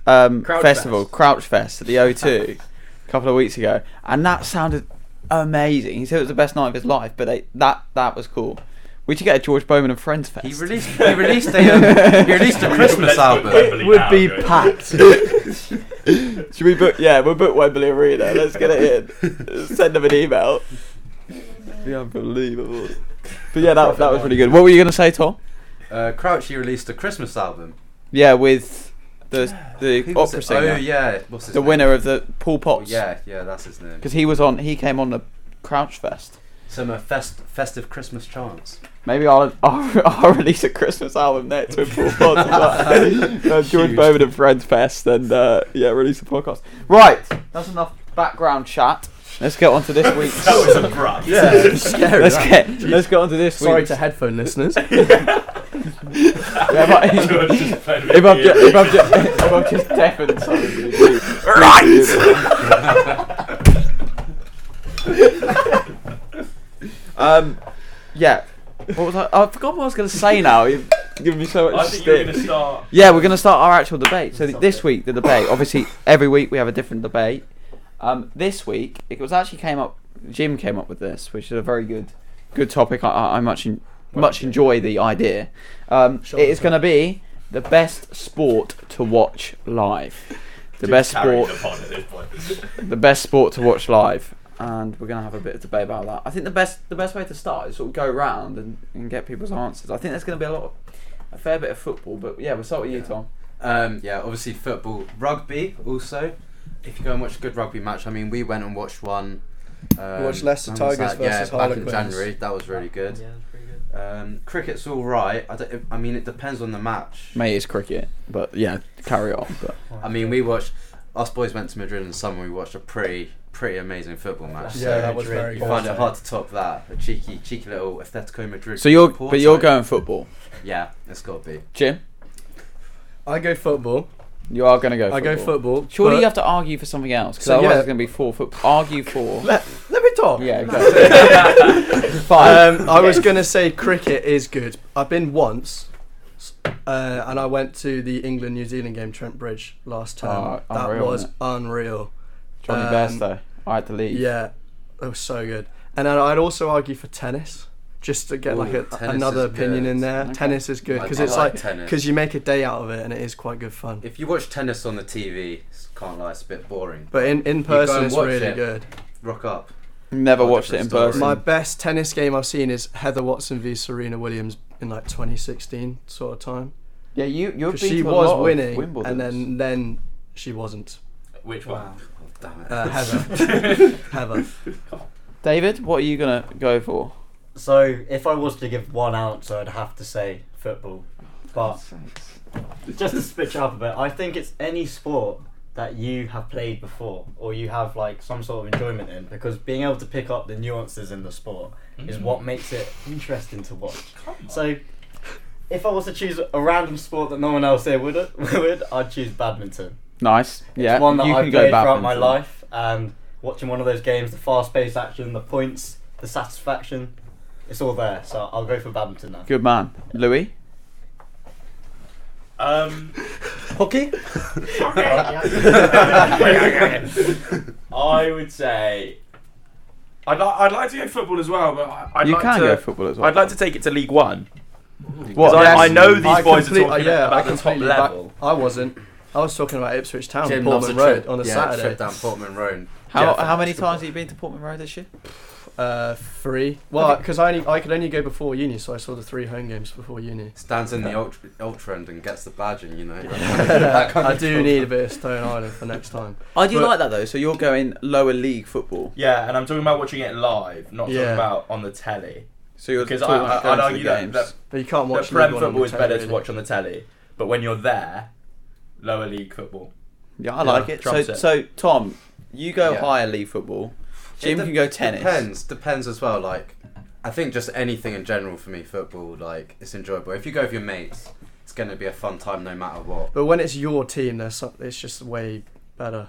Speaker 1: um,
Speaker 4: Crouch
Speaker 1: festival,
Speaker 4: Fest.
Speaker 1: Crouch Fest at
Speaker 5: (laughs)
Speaker 1: the O2 a couple of weeks ago, and that sounded amazing. He said it was the best night of his life, but they, that that was cool. We should get a George Bowman and Friends Fest.
Speaker 5: He
Speaker 1: (laughs)
Speaker 5: released, he released a, um, he released a Christmas
Speaker 6: Let's
Speaker 5: album.
Speaker 6: put Wembley.
Speaker 1: it would
Speaker 6: now,
Speaker 1: be
Speaker 6: don't you?
Speaker 1: packed. (laughs) Should we book? Yeah, we'll book Wembley Arena. Let's get it (laughs) in. Send them an email. It'd be unbelievable. But yeah, that, that was really (laughs) good. What were you gonna say, Tom?
Speaker 5: Uh, Crouch, he released a Christmas album.
Speaker 1: Yeah, with the the
Speaker 5: Who was
Speaker 1: opera
Speaker 5: it?
Speaker 1: singer,
Speaker 5: Oh yeah, what's his
Speaker 1: the
Speaker 5: name? Oh,
Speaker 1: winner of the Paul Potts.
Speaker 5: Yeah, yeah, that's his name.
Speaker 1: because he was on. He came on the Crouch Fest.
Speaker 5: Some uh, fest, festive Christmas chants.
Speaker 1: Maybe I'll, (laughs) I'll, I'll release a Christmas album next with Paul (laughs) Potts. as well. Uh, George
Speaker 5: Huge.
Speaker 1: Bowman and Friends Fest, and uh, yeah, release the podcast. Right, that's enough background chat. Let's get on to this
Speaker 5: (laughs)
Speaker 1: week's.
Speaker 6: That was
Speaker 1: (laughs)
Speaker 6: abrupt.
Speaker 3: Yeah, scary.
Speaker 1: let's
Speaker 3: that.
Speaker 1: get let's get on to this
Speaker 3: Sorry
Speaker 1: week's.
Speaker 3: to headphone
Speaker 1: (laughs)
Speaker 3: listeners.
Speaker 1: Yeah, (laughs) but-
Speaker 6: George
Speaker 3: (laughs)
Speaker 6: just played with
Speaker 1: if I'm
Speaker 6: the
Speaker 1: just,
Speaker 6: ear.
Speaker 1: if I'm just,
Speaker 6: (laughs)
Speaker 1: if I'm just deafened, right. um, yeah. What was I? I forgot what I was going to say now. You've given me so much.
Speaker 6: I think you're
Speaker 1: stick.
Speaker 6: gonna start.
Speaker 1: Yeah, we're going to start our actual debate. So th- this week, the debate. Obviously, every week we have a different debate. Um, this week, it was actually came up. Jim came up with this, which is a very good, good topic. I, I, I much, en- much enjoy the idea. Um,
Speaker 3: Sure.
Speaker 1: it is going to be the best sport to watch live. The best
Speaker 6: Carried
Speaker 1: sport,
Speaker 6: upon at this point.
Speaker 1: the best sport to watch live, and we're going to have a bit of debate about that. I think the best, the best way to start is sort of go round and, and get people's answers. I think there's going to be a lot, of, a fair bit of football, but yeah, we'll start with you, Tom.
Speaker 5: Um, yeah, obviously football, rugby also. If you go and watch a good rugby match, I mean, we went and watched one. Um,
Speaker 3: watched Leicester
Speaker 5: when was
Speaker 3: Tigers
Speaker 5: that? yeah,
Speaker 3: versus Harlequins.
Speaker 5: back in January. That was really good. Um, cricket's all right. I, don't, I mean, it depends on the match.
Speaker 1: Mate, it's cricket, but yeah, carry on. But
Speaker 5: I mean, we watched. Us boys went to Madrid in the summer. We watched a pretty, pretty amazing football match.
Speaker 3: Yeah, that
Speaker 5: so
Speaker 3: was very
Speaker 5: you
Speaker 3: good.
Speaker 5: find it hard to top that. A cheeky, cheeky little Atletico Madrid.
Speaker 1: so you're,
Speaker 5: Porto.
Speaker 1: but you're going football,
Speaker 5: Yeah, it's got to be.
Speaker 1: Jim.
Speaker 3: I go football.
Speaker 1: You are going to go. Football.
Speaker 3: I go football.
Speaker 1: Surely
Speaker 3: but-
Speaker 1: you have to argue for something else, because
Speaker 3: So,
Speaker 1: otherwise
Speaker 3: yeah.
Speaker 1: it's going to be four football. Argue for.
Speaker 3: (laughs) Let, let me talk.
Speaker 1: yeah, exactly.
Speaker 3: (laughs)
Speaker 1: Fine.
Speaker 3: Um, I was going to say cricket is good. I've been once, s- uh, and I went to the England New Zealand game, Trent Bridge, last
Speaker 1: Oh,
Speaker 3: term. that
Speaker 1: unreal,
Speaker 3: was
Speaker 1: innit?
Speaker 3: unreal.
Speaker 1: Johnny
Speaker 3: um,
Speaker 1: Bairstow. I had to leave.
Speaker 3: Yeah, it was so good. And then I'd also argue for tennis, just to get
Speaker 5: Ooh,
Speaker 3: like a,
Speaker 5: tennis
Speaker 3: another
Speaker 5: is
Speaker 3: opinion
Speaker 5: good.
Speaker 3: in there.
Speaker 1: Okay.
Speaker 3: Tennis is good
Speaker 5: I-
Speaker 3: because
Speaker 5: I
Speaker 3: it's
Speaker 5: like
Speaker 3: like
Speaker 5: tennis.
Speaker 3: because you make a day out of it, and it is quite good fun.
Speaker 5: If you watch tennis on the TV, s- can't lie, it's a bit boring.
Speaker 3: But in, in
Speaker 5: go
Speaker 3: person,
Speaker 5: and
Speaker 3: it's
Speaker 5: watch
Speaker 3: really
Speaker 5: it.
Speaker 3: good.
Speaker 5: Rock up.
Speaker 1: Never
Speaker 5: Oh,
Speaker 1: watched it in
Speaker 5: different story.
Speaker 1: person.
Speaker 3: My best tennis game I've seen is Heather Watson v Serena Williams in like 2016 sort of time.
Speaker 1: yeah, you you've
Speaker 3: 'Cause
Speaker 1: been
Speaker 3: she
Speaker 1: to a
Speaker 3: was
Speaker 1: lot of
Speaker 3: winning,
Speaker 1: Wimbledons.
Speaker 3: and then then she wasn't.
Speaker 6: Which one?
Speaker 5: Oh, damn it.
Speaker 3: Uh, Heather, (laughs) Heather.
Speaker 1: David, what are you gonna go for?
Speaker 4: So, if I was to give one answer, I'd have to say football. But just to switch it up a bit, I think it's any sport that you have played before or you have like some sort of enjoyment in because being able to pick up the nuances in the sport is what makes it interesting to watch. So, if I was to choose a random sport that no one else here would, (laughs) would I'd choose badminton.
Speaker 1: Nice. Yeah,
Speaker 4: it's one that
Speaker 1: you
Speaker 4: I've
Speaker 1: can
Speaker 4: played
Speaker 1: go
Speaker 4: throughout my
Speaker 1: badminton.
Speaker 4: life, and watching one of those games, the fast-paced action, the points, the satisfaction, it's all there. So I'll go for badminton now.
Speaker 1: Good man, Louis.
Speaker 6: Um,
Speaker 3: Hockey?
Speaker 6: (laughs) (laughs) I would say I'd, li- I'd like to go football as well, but I- I'd
Speaker 1: you
Speaker 6: like
Speaker 1: can
Speaker 6: to,
Speaker 1: go football as well.
Speaker 6: I'd like to take it to League One.
Speaker 1: What?
Speaker 6: 'Cause I,
Speaker 1: Yes.
Speaker 6: I know these
Speaker 3: I
Speaker 6: boys are
Speaker 3: complete-
Speaker 6: talking
Speaker 3: uh, yeah, I
Speaker 6: about the top
Speaker 3: completely back-
Speaker 6: level.
Speaker 3: I wasn't. I was talking about Ipswich Town,
Speaker 5: Jim loves
Speaker 3: Portman
Speaker 5: a
Speaker 3: Road
Speaker 5: trip-
Speaker 3: on a
Speaker 5: yeah, Trip
Speaker 3: Saturday.
Speaker 5: down Portman Road.
Speaker 1: How
Speaker 5: Yeah,
Speaker 1: how many
Speaker 5: football.
Speaker 1: times have you been to Portman Road this year?
Speaker 3: Uh, three. Well, because I only I could only go before uni, so I saw the three home games before uni.
Speaker 5: Stands in the ultra, ultra end and gets the badge, and
Speaker 3: (laughs)
Speaker 5: you know. That kind
Speaker 3: I
Speaker 5: of
Speaker 3: do
Speaker 5: stuff.
Speaker 3: need a bit of Stone Island for next time.
Speaker 1: I do
Speaker 3: But-
Speaker 1: like that though. So you're going lower league football.
Speaker 6: Yeah, and I'm talking about watching it live, not
Speaker 3: Yeah.
Speaker 6: talking about on the telly.
Speaker 1: So you're
Speaker 6: Because
Speaker 1: talking
Speaker 6: I-
Speaker 1: about
Speaker 6: I- I'd
Speaker 1: going to the
Speaker 6: argue that-
Speaker 1: games.
Speaker 6: that-
Speaker 3: But you can't
Speaker 6: The
Speaker 3: watch
Speaker 6: Prem
Speaker 3: League One on
Speaker 6: football
Speaker 3: the
Speaker 6: is
Speaker 3: telly,
Speaker 6: better to
Speaker 3: really.
Speaker 6: watch on the telly, but when you're there, lower league football.
Speaker 1: yeah, I
Speaker 6: Yeah,
Speaker 1: like it. So,
Speaker 6: trumps it.
Speaker 1: so Tom, you go
Speaker 5: Yeah.
Speaker 1: higher league football. Jim
Speaker 5: It de-
Speaker 1: can go tennis.
Speaker 5: Depends. Depends as well. Like, I think just anything in general for me, football, like, it's enjoyable. If you go with your mates, it's going to be a fun time no matter what.
Speaker 3: But when it's your team, there's some, it's just way better.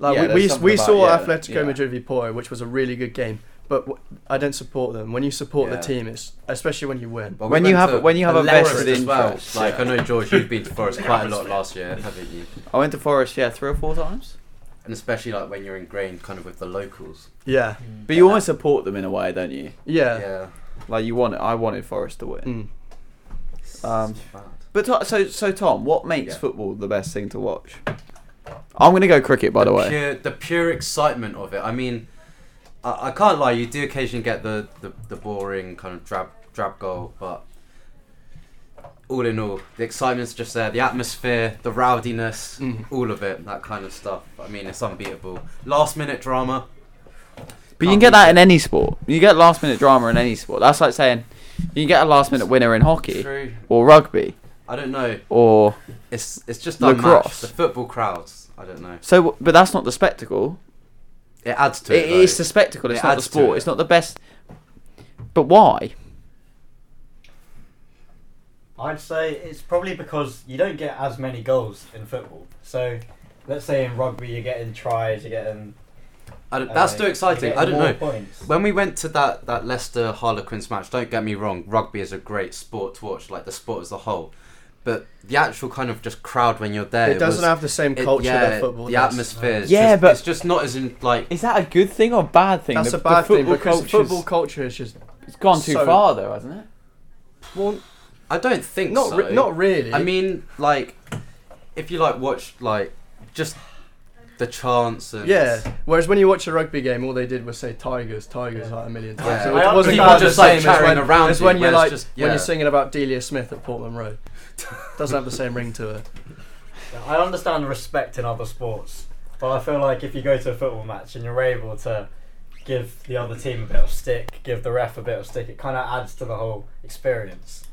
Speaker 3: Like
Speaker 1: Yeah,
Speaker 3: we, we,
Speaker 1: there's
Speaker 3: we
Speaker 1: something
Speaker 3: saw
Speaker 1: about- yeah,
Speaker 3: Atletico
Speaker 1: yeah.
Speaker 3: Madrid v Porto, which was a really good game. But w- I don't support them. When you support
Speaker 5: Yeah.
Speaker 3: the team, it's especially when you win.
Speaker 5: But we
Speaker 1: When you
Speaker 5: went
Speaker 1: have-
Speaker 5: to
Speaker 1: when you have a
Speaker 5: Forest
Speaker 1: vested
Speaker 5: as well.
Speaker 1: interest,
Speaker 5: Like,
Speaker 1: yeah.
Speaker 5: I know George, you've
Speaker 1: (laughs)
Speaker 5: been to Forest quite a lot last year, haven't you?
Speaker 1: I went to Forest, yeah, three or four times.
Speaker 5: And especially like when you're ingrained kind of with the locals.
Speaker 3: Yeah,
Speaker 1: But you always support them in a way, don't you?
Speaker 3: yeah.
Speaker 5: Yeah.
Speaker 1: Like you want, I wanted Forest to win.
Speaker 3: Mm.
Speaker 1: Um,
Speaker 5: It's bad.
Speaker 1: But to- so so Tom, what makes
Speaker 5: Yeah.
Speaker 1: football the best thing to watch? I'm gonna go cricket, by the, way.
Speaker 5: Pure, the pure excitement of it. I mean, I, I can't lie. You do occasionally get the, the, the boring kind of drab drab goal, but all in all, the excitement's just there. The atmosphere, the rowdiness,
Speaker 1: Mm-hmm.
Speaker 3: Mm.
Speaker 5: all of it, that kind of stuff. I mean, it's unbeatable. Last minute drama.
Speaker 1: But you can
Speaker 5: Can't
Speaker 1: get
Speaker 5: beat
Speaker 1: that in any sport. You get last minute drama in any sport. That's like saying you can get a last minute winner in hockey
Speaker 5: True.
Speaker 1: or rugby
Speaker 5: I don't know.
Speaker 1: or
Speaker 5: It's it's just
Speaker 1: Lacrosse.
Speaker 5: unmatched. The football crowds. I don't know.
Speaker 1: so. But that's not the spectacle.
Speaker 5: It adds to
Speaker 1: It
Speaker 5: it.
Speaker 1: is
Speaker 5: though.
Speaker 1: the spectacle. It's
Speaker 5: It
Speaker 1: not the
Speaker 5: adds to
Speaker 1: sport.
Speaker 5: it.
Speaker 1: It's not the best. But why?
Speaker 4: I'd say it's probably because you don't get as many goals in football. So, let's say in rugby you're getting tries, you're getting
Speaker 5: I don't- that's
Speaker 4: uh,
Speaker 5: too
Speaker 4: you're
Speaker 5: exciting.
Speaker 4: getting
Speaker 5: I don't
Speaker 4: more
Speaker 5: know.
Speaker 4: Points.
Speaker 5: When we went to that, that Leicester Harlequins match, don't get me wrong, rugby is a great sport to watch, like the sport as a whole. But the actual kind of just crowd when you're there,
Speaker 3: It doesn't
Speaker 5: was-
Speaker 3: have the same
Speaker 5: it-
Speaker 3: culture
Speaker 5: yeah,
Speaker 3: that football
Speaker 5: The
Speaker 3: does.
Speaker 5: atmosphere, is
Speaker 1: Yeah,
Speaker 5: just,
Speaker 1: but-
Speaker 5: it's just not as in like
Speaker 1: Is that a good thing or a bad thing?
Speaker 3: That's
Speaker 1: The-
Speaker 3: a
Speaker 1: the
Speaker 3: bad thing
Speaker 1: football
Speaker 3: because
Speaker 1: culture's-
Speaker 3: football culture is just
Speaker 1: It's gone too
Speaker 3: so-
Speaker 1: far though, hasn't it?
Speaker 3: well,
Speaker 5: I don't think
Speaker 3: not
Speaker 5: so.
Speaker 3: re- not really.
Speaker 5: I mean, like if you like watch like just the chance and
Speaker 3: yeah. Whereas when you watch a rugby game, all they did was say "Tigers, Tigers" like a million times.
Speaker 5: Yeah.
Speaker 3: So
Speaker 4: I
Speaker 3: it wasn't
Speaker 4: understand
Speaker 3: quite
Speaker 4: just,
Speaker 3: the
Speaker 5: like,
Speaker 3: same as
Speaker 5: chattering
Speaker 3: when,
Speaker 5: around
Speaker 3: as
Speaker 5: you,
Speaker 3: when
Speaker 5: where
Speaker 3: you're
Speaker 5: it's
Speaker 3: like
Speaker 5: just-
Speaker 3: when
Speaker 5: yeah.
Speaker 3: you're singing about Delia Smith at Portland Road. (laughs) Doesn't have the same ring to it.
Speaker 4: I understand respect in other sports, but I feel like if you go to a football match and you're able to give the other team a bit of stick, give the ref a bit of stick, it kind of adds to the whole experience.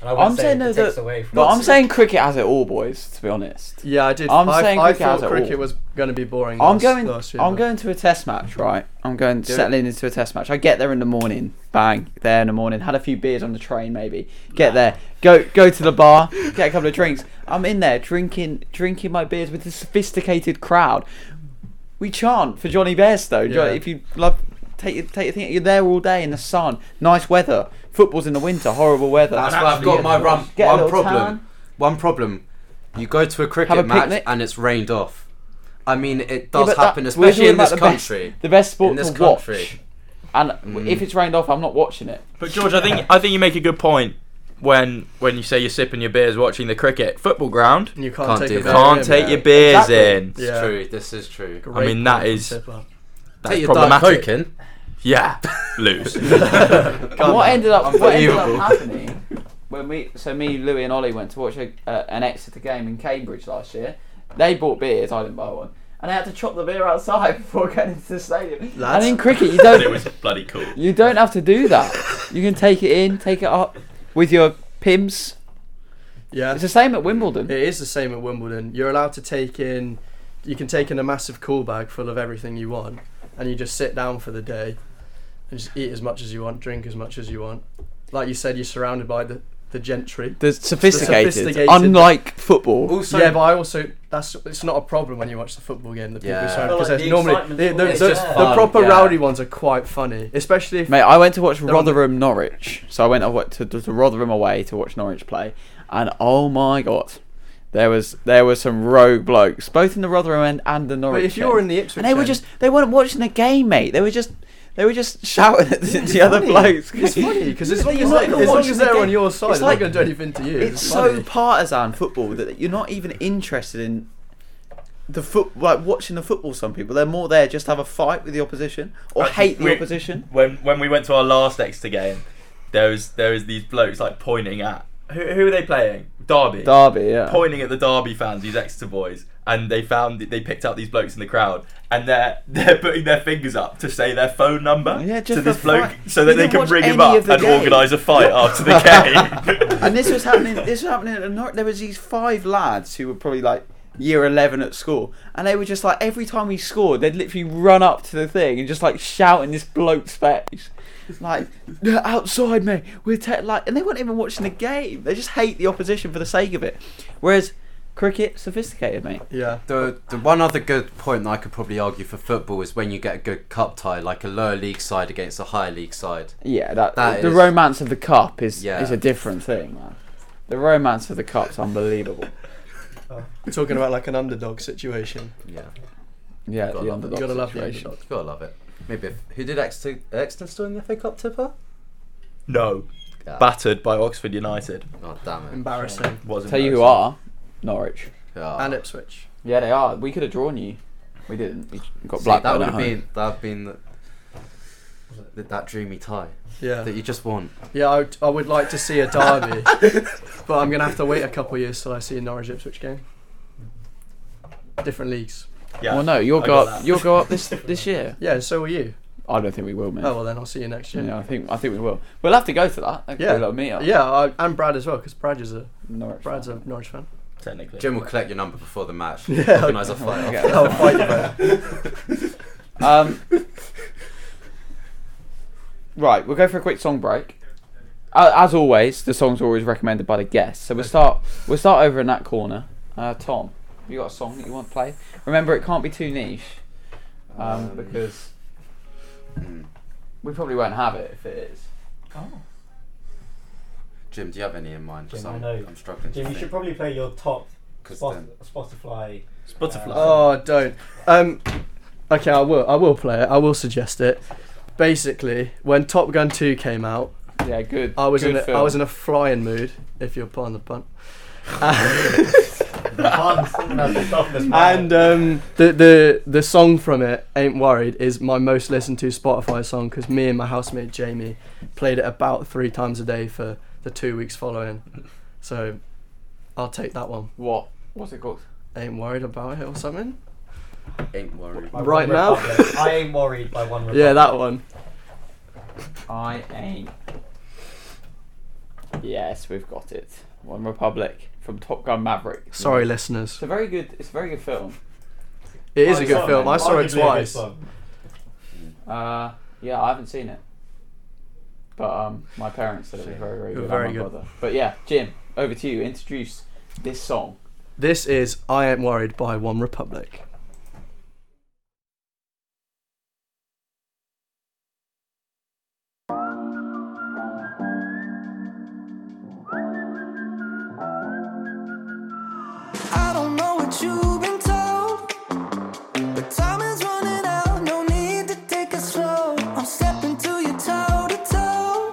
Speaker 4: And I wouldn't
Speaker 1: I'm
Speaker 4: say
Speaker 1: saying
Speaker 4: it
Speaker 1: though
Speaker 4: takes
Speaker 1: that-
Speaker 4: away from
Speaker 1: But
Speaker 4: it.
Speaker 1: I'm saying cricket has it all, boys. To be honest.
Speaker 3: Yeah, I did.
Speaker 1: I'm
Speaker 3: I,
Speaker 1: saying
Speaker 3: I
Speaker 1: cricket has
Speaker 3: thought
Speaker 1: it
Speaker 3: cricket
Speaker 1: all.
Speaker 3: was going to be boring.
Speaker 1: I'm
Speaker 3: last-
Speaker 1: going.
Speaker 3: Last year,
Speaker 1: I'm
Speaker 3: but-
Speaker 1: going to a test match, right? I'm going
Speaker 3: Do it.
Speaker 1: settling into a test match. I get there in the morning, bang, there in the morning. Had a few beers on the train, maybe. Get there, go go to the bar, get a couple of drinks. I'm in there drinking drinking my beers with a sophisticated crowd. We chant for Johnny Bairstow. Jo-
Speaker 3: Yeah.
Speaker 1: If you love, take your take your thing. You're there all day in the sun, nice weather. Football's in the winter, horrible weather.
Speaker 5: That's why I've got my rum,
Speaker 1: Get a
Speaker 5: one
Speaker 1: little
Speaker 5: problem.
Speaker 1: tan.
Speaker 5: One problem. You go to a cricket
Speaker 1: Have a
Speaker 5: match
Speaker 1: picnic.
Speaker 5: and it's rained off. I mean, it
Speaker 1: Yeah,
Speaker 5: does
Speaker 1: but that-
Speaker 5: happen,
Speaker 1: we're
Speaker 5: especially
Speaker 1: talking
Speaker 5: in
Speaker 1: about
Speaker 5: this
Speaker 1: the best-
Speaker 5: country.
Speaker 1: the best sport
Speaker 5: In this
Speaker 1: to watch.
Speaker 5: country.
Speaker 1: And
Speaker 6: Mm.
Speaker 1: if it's rained off, I'm not watching it.
Speaker 6: But George, I think I think you make a good point when when you say you're sipping your beers watching the cricket football ground.
Speaker 3: And you can't,
Speaker 5: Can't
Speaker 3: take
Speaker 5: do
Speaker 3: a
Speaker 5: that.
Speaker 3: beer
Speaker 6: Can't
Speaker 3: in,
Speaker 6: take
Speaker 3: yeah.
Speaker 6: your beers
Speaker 1: Exactly.
Speaker 6: in.
Speaker 5: It's
Speaker 3: Yeah.
Speaker 5: true. This is true.
Speaker 3: Great
Speaker 6: I mean, that
Speaker 3: point,
Speaker 6: is-
Speaker 3: Tipper.
Speaker 6: That's
Speaker 5: Take your dark
Speaker 6: problematic.
Speaker 5: coke in. (laughs)
Speaker 6: Yeah, (laughs) lose.
Speaker 1: And what ended up what ended up
Speaker 5: Unbelievable.
Speaker 1: happening when we so me Louis and Ollie went to watch a, uh, an Exeter game in Cambridge last year. They bought beers. I didn't buy one, and they had to chop the beer outside (laughs) before going into the stadium.
Speaker 3: Lads.
Speaker 1: And in cricket, you
Speaker 6: but (laughs) it
Speaker 1: don't
Speaker 6: was bloody cool.
Speaker 1: you don't have to do that. You can take it in, take it up with your pims.
Speaker 3: Yeah,
Speaker 1: It's the same at Wimbledon.
Speaker 3: it is the same at Wimbledon. You're allowed to take in. You can take in a massive cool bag full of everything you want, and you just sit down for the day, and just eat as much as you want, drink as much as you want. Like you said, you're surrounded by the the gentry.
Speaker 1: The sophisticated,
Speaker 3: sophisticated-
Speaker 1: unlike football.
Speaker 5: Also,
Speaker 3: yeah, but I also that's it's not a problem when you watch the football game. The people
Speaker 5: Yeah.
Speaker 3: surrounded
Speaker 4: Well,
Speaker 3: because
Speaker 4: like,
Speaker 3: there's
Speaker 4: the
Speaker 3: normally
Speaker 4: excitement's
Speaker 3: the, the,
Speaker 4: always
Speaker 3: the-
Speaker 4: there.
Speaker 3: the
Speaker 5: Fun,
Speaker 3: proper
Speaker 5: yeah.
Speaker 3: rowdy ones are quite funny, especially if
Speaker 1: Mate, I went to watch
Speaker 3: They're on the-
Speaker 1: Rotherham Norwich. So I went away to, to, to Rotherham away to watch Norwich play, and oh my god, there was there were some rogue blokes, both in the Rotherham end and the Norwich.
Speaker 3: But if you're
Speaker 1: end.
Speaker 3: in the Ipswich,
Speaker 1: and they were
Speaker 3: end-
Speaker 1: just they weren't watching the game, mate. They were just they were just shouting at the, the other
Speaker 3: funny.
Speaker 1: blokes.
Speaker 3: It's
Speaker 1: (laughs)
Speaker 3: funny because
Speaker 1: It's
Speaker 3: as long
Speaker 1: like you're
Speaker 3: as they're,
Speaker 1: not
Speaker 3: as long
Speaker 1: watching
Speaker 3: as
Speaker 1: the
Speaker 3: they're
Speaker 1: game.
Speaker 3: on your side,
Speaker 1: It's
Speaker 3: they're not
Speaker 1: like-
Speaker 3: going to do anything to you.
Speaker 1: It's so
Speaker 3: funny.
Speaker 1: partisan football that you're not even interested in the foot like watching the football. Some people they're more there just to have a fight with the opposition or
Speaker 6: Right,
Speaker 1: hate the
Speaker 6: we-
Speaker 1: opposition.
Speaker 6: when when we went to our last Exeter game, there was there was these blokes like pointing at who who are they playing? Derby.
Speaker 1: Derby, yeah.
Speaker 6: Pointing at the Derby fans, these Exeter boys, and they found they picked out these blokes in the crowd, and they're (laughs) they're putting their fingers up to say their phone number
Speaker 1: Yeah, just
Speaker 6: to this
Speaker 1: for
Speaker 6: bloke,
Speaker 1: fun.
Speaker 6: so that
Speaker 1: You
Speaker 6: they
Speaker 1: didn't
Speaker 6: can
Speaker 1: watch
Speaker 6: ring him
Speaker 1: any
Speaker 6: up
Speaker 1: of the
Speaker 6: and
Speaker 1: game.
Speaker 6: organise a fight
Speaker 1: (laughs)
Speaker 6: after the game.
Speaker 1: and this was happening. This was happening at Norwich. There was these five lads who were probably like year eleven at school, and they were just like every time we scored, they'd literally run up to the thing and just like shout in this bloke's face, like "They're outside me. We're te-, like, and they weren't even watching the game. They just hate the opposition for the sake of it. Whereas cricket, sophisticated, mate.
Speaker 3: Yeah.
Speaker 5: The, the one other good point that I could probably argue for football is when you get a good cup tie, like a lower league side against a higher league side.
Speaker 1: Yeah, that,
Speaker 5: That
Speaker 1: the
Speaker 5: is-
Speaker 1: romance of the cup is
Speaker 5: Yeah.
Speaker 1: is a different thing, man. The romance of the cup's unbelievable.
Speaker 3: We're talking about like an underdog situation.
Speaker 5: Yeah,
Speaker 1: Yeah,
Speaker 5: Gotta
Speaker 1: the
Speaker 5: love it.
Speaker 1: underdog
Speaker 3: You gotta love the
Speaker 1: situation.
Speaker 3: underdog.
Speaker 5: gotta love it. Maybe if, who did Exeter, Exeter still in the FA Cup tipper?
Speaker 6: no,
Speaker 5: Yeah.
Speaker 6: battered by Oxford United.
Speaker 5: Oh damn it!
Speaker 3: Embarrassing.
Speaker 6: Was
Speaker 1: Tell you who are Norwich.
Speaker 5: Yeah.
Speaker 3: And Ipswich.
Speaker 1: Yeah, they are. We could have drawn you. We didn't. We got
Speaker 5: See,
Speaker 1: blacked
Speaker 5: that
Speaker 1: out
Speaker 5: would
Speaker 1: at
Speaker 5: have
Speaker 1: home.
Speaker 5: been that have been the, that, that dreamy tie
Speaker 3: Yeah.
Speaker 5: that you just want.
Speaker 3: Yeah, I would, I would like to see a
Speaker 1: (laughs)
Speaker 3: derby, but I'm gonna have to wait a couple of years till I see a Norwich Ipswich game. Different leagues.
Speaker 6: Yeah.
Speaker 1: Well, no, you'll go
Speaker 6: I got
Speaker 1: up.
Speaker 6: that.
Speaker 1: You'll
Speaker 3: (laughs)
Speaker 1: go up this this year.
Speaker 3: Yeah, so will you.
Speaker 1: I don't think we will, mate.
Speaker 3: Oh well, then I'll see you next year.
Speaker 1: yeah, I think I think we will. We'll have to go to that. That could be
Speaker 3: Yeah.
Speaker 1: a little meetup.
Speaker 3: Yeah, I, and Brad as well, because Brad is a
Speaker 1: Norwich.
Speaker 3: Brad's a Norwich fan.
Speaker 6: technically.
Speaker 5: Jim will collect your number before the
Speaker 1: (laughs)
Speaker 5: match.
Speaker 3: Yeah.
Speaker 5: Organise a fight.
Speaker 1: Okay.
Speaker 5: after.
Speaker 3: I'll fight you, Brad.
Speaker 5: (laughs)
Speaker 1: Um. right, we'll go for a quick song break. Uh, as always, the songs are always recommended by the guests. So we'll start. We'll start over in that corner. Uh, Tom, have you got a song that you want to play? Remember, it can't be too niche, um,
Speaker 5: Um,
Speaker 1: because
Speaker 5: Mm.
Speaker 1: we probably won't have it if it is.
Speaker 5: Jim, do you have any in mind? 'Cause
Speaker 4: Jim, I
Speaker 5: I'm,
Speaker 4: know.
Speaker 5: I'm struggling.
Speaker 4: Jim,
Speaker 5: to
Speaker 4: you should
Speaker 5: think.
Speaker 4: probably play your top
Speaker 5: 'Cause
Speaker 4: Spot-
Speaker 5: then-
Speaker 4: Spotify. uh,
Speaker 6: Spotify.
Speaker 3: Oh, don't. Um, okay, I will. I will play it. I will suggest it. Basically, when Top Gun 2 came out,
Speaker 1: Yeah, good.
Speaker 3: I was
Speaker 1: good
Speaker 3: in a, I
Speaker 1: film.
Speaker 3: was in a flying mood. If you're pardon the pun.
Speaker 4: The fun,
Speaker 2: (laughs)
Speaker 4: someone has to stop this man.
Speaker 3: And um, the the the song from it, "Ain't Worried," is my most listened to Spotify song because me and my housemate Jamie played it about three times a day for the two weeks following. So, I'll take that one.
Speaker 1: What? What's it called?
Speaker 3: Ain't worried about it or something.
Speaker 5: Ain't worried.
Speaker 4: By One
Speaker 3: right now?
Speaker 4: Republic. I ain't worried by one. Republic.
Speaker 3: Yeah, that one.
Speaker 1: I ain't. Yes, we've got it. One Republic from Top Gun Maverick.
Speaker 3: Sorry, listeners.
Speaker 1: It's a very good. It's a very good film.
Speaker 3: It is a
Speaker 4: Arguably
Speaker 3: good film. I saw it
Speaker 4: arguably a good
Speaker 3: twice.
Speaker 4: film.
Speaker 1: Uh, yeah, I haven't seen it, but um, my parents said it was very, very
Speaker 3: It was
Speaker 1: good.
Speaker 3: very
Speaker 1: and my
Speaker 3: good.
Speaker 1: Brother. But yeah, Jim, over to you. Introduce this song.
Speaker 3: (laughs) This is "I Ain't Worried" by One Republic.
Speaker 7: I don't know what you've been told, but time is running out. No need to take it slow. I'm stepping to you toe to toe.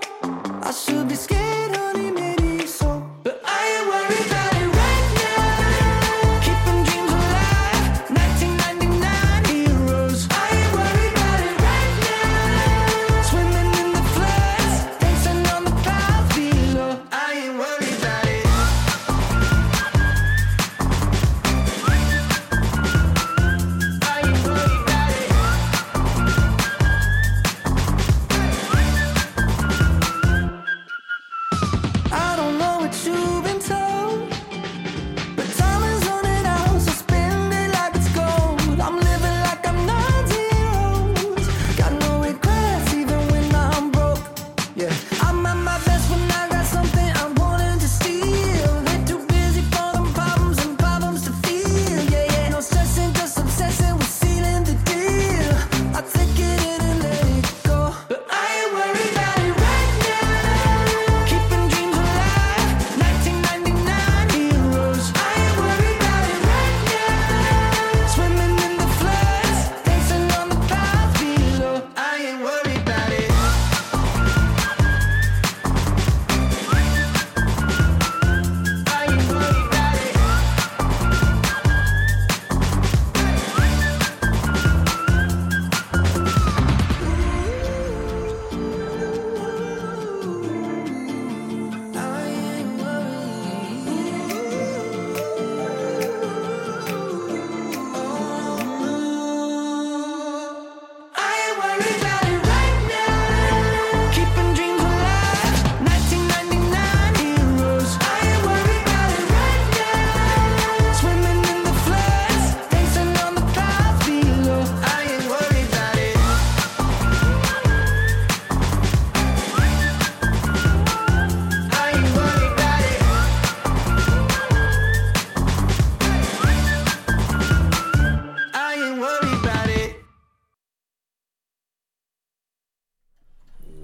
Speaker 7: I should be scared, honey, maybe so, but I ain't worried about it right now. Keeping dreams alive, 1999 heroes. I ain't worried about it right now. Swimming in the floods, dancing on the path below. I ain't worried about it. I ain't worried about it.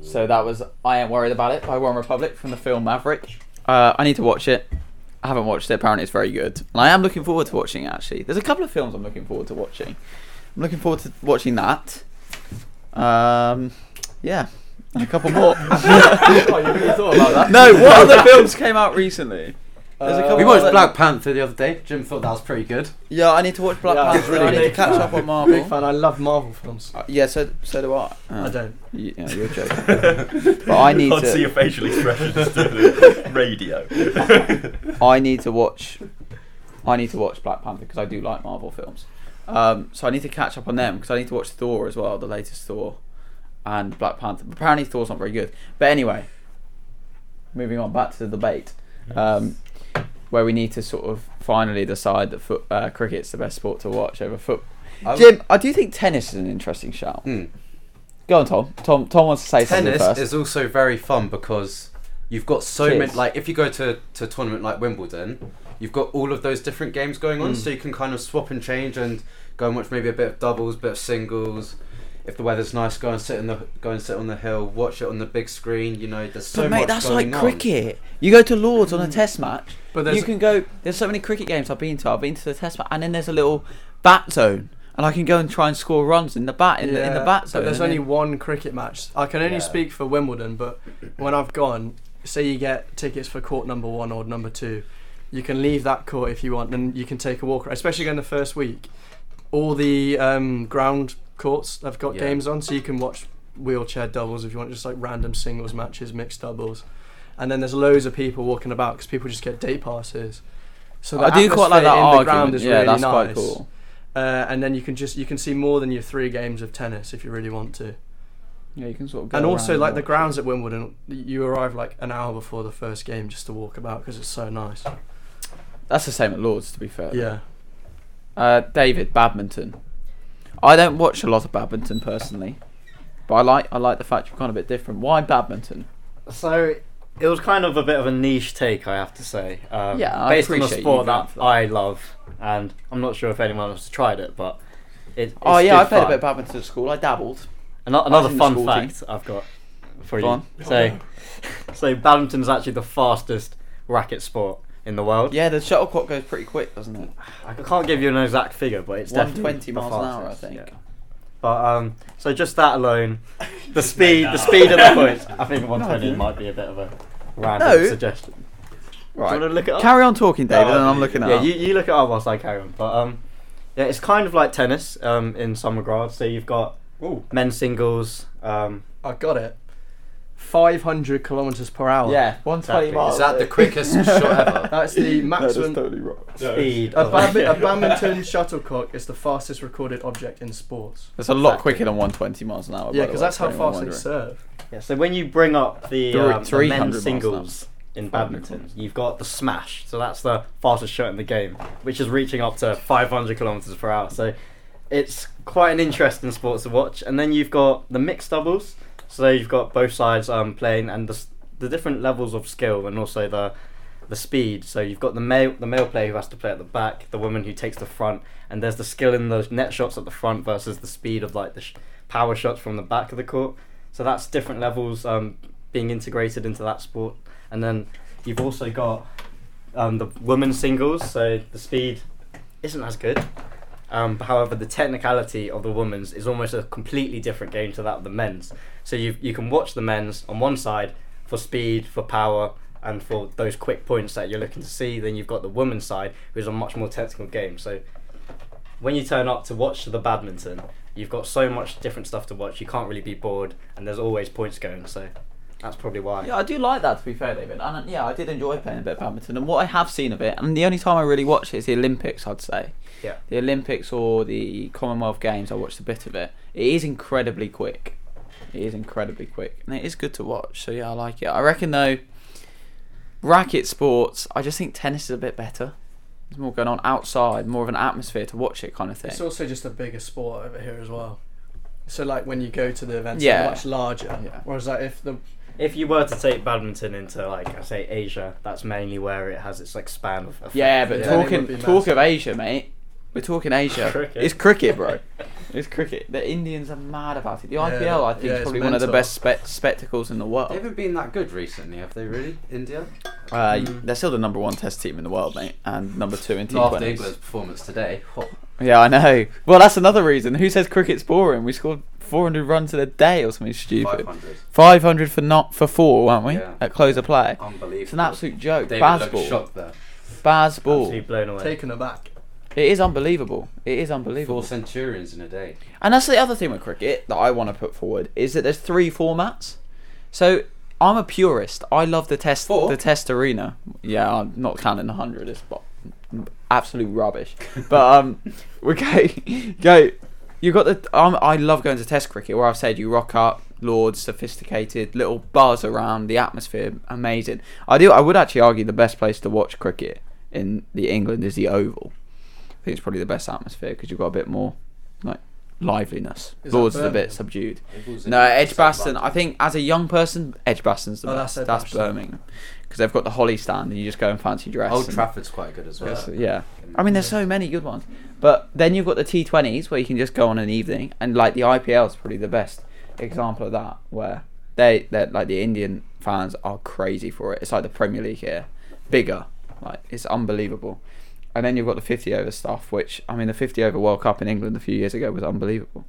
Speaker 1: So that was I Ain't Worried About It by One Republic from the film Maverick. Uh, I need to watch it. I haven't watched it. Apparently, it's very good. And I am looking forward to watching it, actually. There's a couple of films I'm looking forward to watching. I'm looking forward to watching that. Um, yeah. And a couple more.
Speaker 3: (laughs) Oh, you really thought about that? Uh,
Speaker 1: no, what
Speaker 3: (laughs)
Speaker 1: other films came out recently? There's a couple
Speaker 5: We watched
Speaker 1: other-
Speaker 5: Black Panther the other day. Jim thought that was pretty good.
Speaker 1: Uh, Yeah, I need to watch Black
Speaker 3: Yeah,
Speaker 1: Panther.
Speaker 3: really
Speaker 1: I need to
Speaker 3: big
Speaker 1: catch up
Speaker 4: (laughs)
Speaker 1: on
Speaker 3: Big
Speaker 1: Marvel.
Speaker 3: fan. I love Marvel films.
Speaker 1: Uh, yeah, so so do I. Uh,
Speaker 3: I don't.
Speaker 1: Yeah, you're
Speaker 6: (laughs)
Speaker 1: joking. but I need
Speaker 6: Can't
Speaker 1: to.
Speaker 6: see your
Speaker 1: (laughs)
Speaker 6: facial expressions through the radio.
Speaker 1: I need to watch. I need to watch Black Panther because I do like Marvel films. Um, so I need to catch up on them because I need to watch Thor as well, the latest Thor, and Black Panther. Apparently Thor's not very good, but anyway. Moving on back to the debate, um, where we need to sort of finally decide that foot, uh, cricket's the best sport to watch over foot.
Speaker 5: I w-
Speaker 1: Jim, I do think tennis is an interesting shout.
Speaker 5: Hmm.
Speaker 1: Go on, Tom. Tom. Tom wants to say something
Speaker 5: tennis
Speaker 1: first.
Speaker 5: is also very fun because you've got so
Speaker 1: Cheers.
Speaker 5: many like if you go to to a tournament like wimbledon you've got all of those different games going
Speaker 1: Mm.
Speaker 5: on so you can kind of swap and change and go and watch maybe a bit of doubles bit of singles if the weather's nice go and sit in the go and sit on the hill watch it on the big screen you know there's so
Speaker 1: but mate,
Speaker 5: much
Speaker 1: that's
Speaker 5: going
Speaker 1: like
Speaker 5: on.
Speaker 1: cricket. You go to Lords on a Test match,
Speaker 3: Hmm. But
Speaker 1: but
Speaker 3: there's-
Speaker 1: you can go. There's so many cricket games I've been to. I've been to the Test match, and then there's a little bat zone, and I can go and try and score runs in the bat in, the, in the bat zone.
Speaker 3: But there's
Speaker 1: and
Speaker 3: only
Speaker 1: then-
Speaker 3: one cricket match. I can only
Speaker 1: Yeah.
Speaker 3: speak for Wimbledon, but when I've gone, say you get tickets for court number one or number two, you can leave that court if you want, and you can take a walk. Especially going the first week, all the um, ground courts have got
Speaker 5: Yeah.
Speaker 3: games on, so you can watch wheelchair doubles if you want, just like random singles matches, mixed doubles, and then there's loads of people walking about because people just get day passes. So the
Speaker 1: I do quite like
Speaker 3: atmosphere
Speaker 1: that
Speaker 3: in
Speaker 1: argument.
Speaker 3: The ground is
Speaker 1: yeah,
Speaker 3: really
Speaker 1: that's
Speaker 3: nice
Speaker 1: quite cool.
Speaker 3: uh, and then you can just you can see more than your three games of tennis if you really want to.
Speaker 1: Yeah, you can sort of. Go
Speaker 3: And also
Speaker 1: around
Speaker 3: like the
Speaker 1: watch it.
Speaker 3: grounds at Wimbledon, you arrive like an hour before the first game just to walk about because it's so nice.
Speaker 1: That's the same at Lords, to be fair.
Speaker 3: Yeah,
Speaker 1: Uh, David, badminton. I don't watch a lot of badminton personally, but I like I like the fact you've gone a bit different. Why badminton?
Speaker 4: So it was kind of a bit of a niche take, I have to say. Um,
Speaker 1: Yeah, I
Speaker 4: based on a
Speaker 1: appreciate you
Speaker 4: sport
Speaker 1: going
Speaker 4: that,
Speaker 1: for that.
Speaker 4: I love, and I'm not sure if anyone else has tried it, but it, it's
Speaker 1: Oh yeah,
Speaker 4: good
Speaker 1: I played
Speaker 4: fun.
Speaker 1: a bit of badminton at school. I dabbled.
Speaker 4: Ano-
Speaker 1: I was
Speaker 4: Another
Speaker 1: in the
Speaker 4: fun
Speaker 1: school team.
Speaker 4: fact I've got for
Speaker 1: Go
Speaker 4: you.
Speaker 1: on.
Speaker 4: So, (laughs) so badminton is actually the fastest racket sport in the world.
Speaker 1: Yeah, the shuttlecock goes pretty quick, doesn't it?
Speaker 4: I can't give you an exact figure, but it's
Speaker 1: One
Speaker 4: definitely
Speaker 1: twenty
Speaker 4: the
Speaker 1: miles an hour, I
Speaker 4: fastest,
Speaker 1: think.
Speaker 4: yeah. But um, so just that alone, the speed, the speed of the points. I think 120 might be a bit of a random
Speaker 1: No.
Speaker 4: suggestion. Do you
Speaker 1: Right.
Speaker 4: want to look it up?
Speaker 1: Carry on talking, David, and I'm looking at
Speaker 4: yeah, you, you look it up whilst I carry on. But um, yeah, it's kind of like tennis um, in some regards. So you've got men's singles. Um,
Speaker 3: I got it. Five hundred kilometers per hour.
Speaker 1: yeah, 120
Speaker 4: Exactly.
Speaker 1: miles.
Speaker 5: is that the
Speaker 3: (laughs)
Speaker 5: quickest shot
Speaker 1: (laughs)
Speaker 5: ever (laughs)
Speaker 4: (laughs)
Speaker 3: that's the maximum.
Speaker 1: wrong.
Speaker 4: speed.
Speaker 3: a,
Speaker 4: of-
Speaker 1: (laughs)
Speaker 3: badmi- a badminton shuttlecock is the fastest recorded object in sports.
Speaker 1: That's a lot quicker than 120 miles an hour. by the
Speaker 3: Yeah, because
Speaker 1: way,
Speaker 3: that's how
Speaker 1: for anyone
Speaker 3: fast they
Speaker 1: wondering.
Speaker 3: serve.
Speaker 4: Yeah, so when you bring up the,
Speaker 1: Three-
Speaker 4: um, the
Speaker 1: 300
Speaker 4: men's
Speaker 1: miles
Speaker 4: singles in
Speaker 1: 400
Speaker 4: badminton,
Speaker 1: miles.
Speaker 4: you've got the smash. So that's the fastest shot in the game, which is reaching up to 500 kilometers per hour. So it's quite an interesting sport to watch. And then you've got the mixed doubles. So you've got both sides um, playing and the, s- the different levels of skill and also the the speed. So you've got the male the male player who has to play at the back, the woman who takes the front, and there's the skill in the net shots at the front versus the speed of like the sh- power shots from the back of the court. So that's different levels um, being integrated into that sport. And then you've also got um, the women's singles. So the speed isn't as good. Um, but however, the technicality of the women's is almost a completely different game to that of the men's. So you you can watch the men's on one side for speed, for power, and for those quick points that you're looking to see. Then you've got the women's side, which is a much more technical game. So when you turn up to watch the badminton, you've got so much different stuff to watch. You can't really be bored, and there's always points going. So that's probably why.
Speaker 1: Yeah, I do like that to be fair, David. And uh, yeah, I did enjoy playing a bit of badminton. And what I have seen of it, and the only time I really watch it is the Olympics, I'd say.
Speaker 4: Yeah.
Speaker 1: The Olympics or the Commonwealth Games, I watched a bit of it. It is incredibly quick. It is incredibly quick. And it is good to watch. So yeah, I like it. I reckon though, racket sports, I just think tennis is a bit better. There's more going on outside, more of an atmosphere to watch it kind of thing.
Speaker 3: It's also just a bigger sport over here as well. So like when you go to the events,
Speaker 1: Yeah.
Speaker 3: they're much larger.
Speaker 1: Yeah.
Speaker 3: Whereas like if the
Speaker 4: If you were to take badminton into like I say Asia, that's mainly where it has its like span of. of
Speaker 1: Yeah, but
Speaker 3: Yeah, they
Speaker 1: talking
Speaker 3: would be
Speaker 1: talk of Asia, mate. We're talking Asia.
Speaker 4: Cricket.
Speaker 1: It's cricket, bro. it's cricket. The Indians are mad about it. The
Speaker 3: Yeah,
Speaker 1: IPL, I think,
Speaker 3: yeah,
Speaker 1: is
Speaker 3: it's
Speaker 1: probably one of the
Speaker 3: mental.
Speaker 1: best spe- spectacles in the world.
Speaker 5: They haven't been that good recently, have they? Really, India? Mm.
Speaker 1: Uh, They're still the number one test team in the world, mate, and number two in
Speaker 5: Not after England's
Speaker 1: T20s.
Speaker 5: performance today. Oh,
Speaker 1: Yeah, I know. Well, that's another reason. Who says cricket's boring? We scored 400 runs in a day or something stupid.
Speaker 5: 500.
Speaker 1: 500 for not for four, weren't we?
Speaker 5: Yeah.
Speaker 1: At close of play.
Speaker 5: Unbelievable.
Speaker 1: It's an absolute joke.
Speaker 5: David
Speaker 1: Baz
Speaker 5: looked
Speaker 1: ball.
Speaker 5: shocked there.
Speaker 1: Baz ball.
Speaker 4: Absolutely blown away.
Speaker 3: Taken aback.
Speaker 1: It is unbelievable. It is unbelievable.
Speaker 5: Four centurions in a day.
Speaker 1: And that's the other thing with cricket that I want to put forward is that there's three formats. So I'm a purist. I love the test
Speaker 5: Four?
Speaker 1: the test arena. Yeah, I'm not counting the hundred. It's bo- absolute rubbish. But um, (laughs) we go go. You got the um, I love going to test cricket where I've said you rock up, lords, sophisticated, little buzz around the atmosphere, amazing. I do. I would actually argue the best place to watch cricket in the England is the Oval. I think it's probably the best atmosphere because you've got a bit more like liveliness.
Speaker 3: Is that
Speaker 1: Lords is a bit
Speaker 3: Birmingham?
Speaker 1: subdued.
Speaker 5: Eagles in
Speaker 1: No,
Speaker 5: the
Speaker 1: Edgbaston.
Speaker 5: second
Speaker 1: I think as a young person, Edgbaston's the
Speaker 3: Oh,
Speaker 1: best.
Speaker 3: that's
Speaker 1: That's,
Speaker 3: Edgbaston.
Speaker 1: Birmingham because they've got the Holly stand, and you just go in fancy dress.
Speaker 5: round. Old
Speaker 1: and-
Speaker 5: Trafford's quite good as well.
Speaker 1: Yes, yeah. I mean, there's so many good ones, but then you've got the T20s where you can just go on an evening, and like the IPL is probably the best example of that, where they they like the Indian fans are crazy for it. It's like the Premier League here, bigger, like it's unbelievable. And then you've got the 50 over stuff, which I mean, the 50 over World Cup in England a few years ago was unbelievable,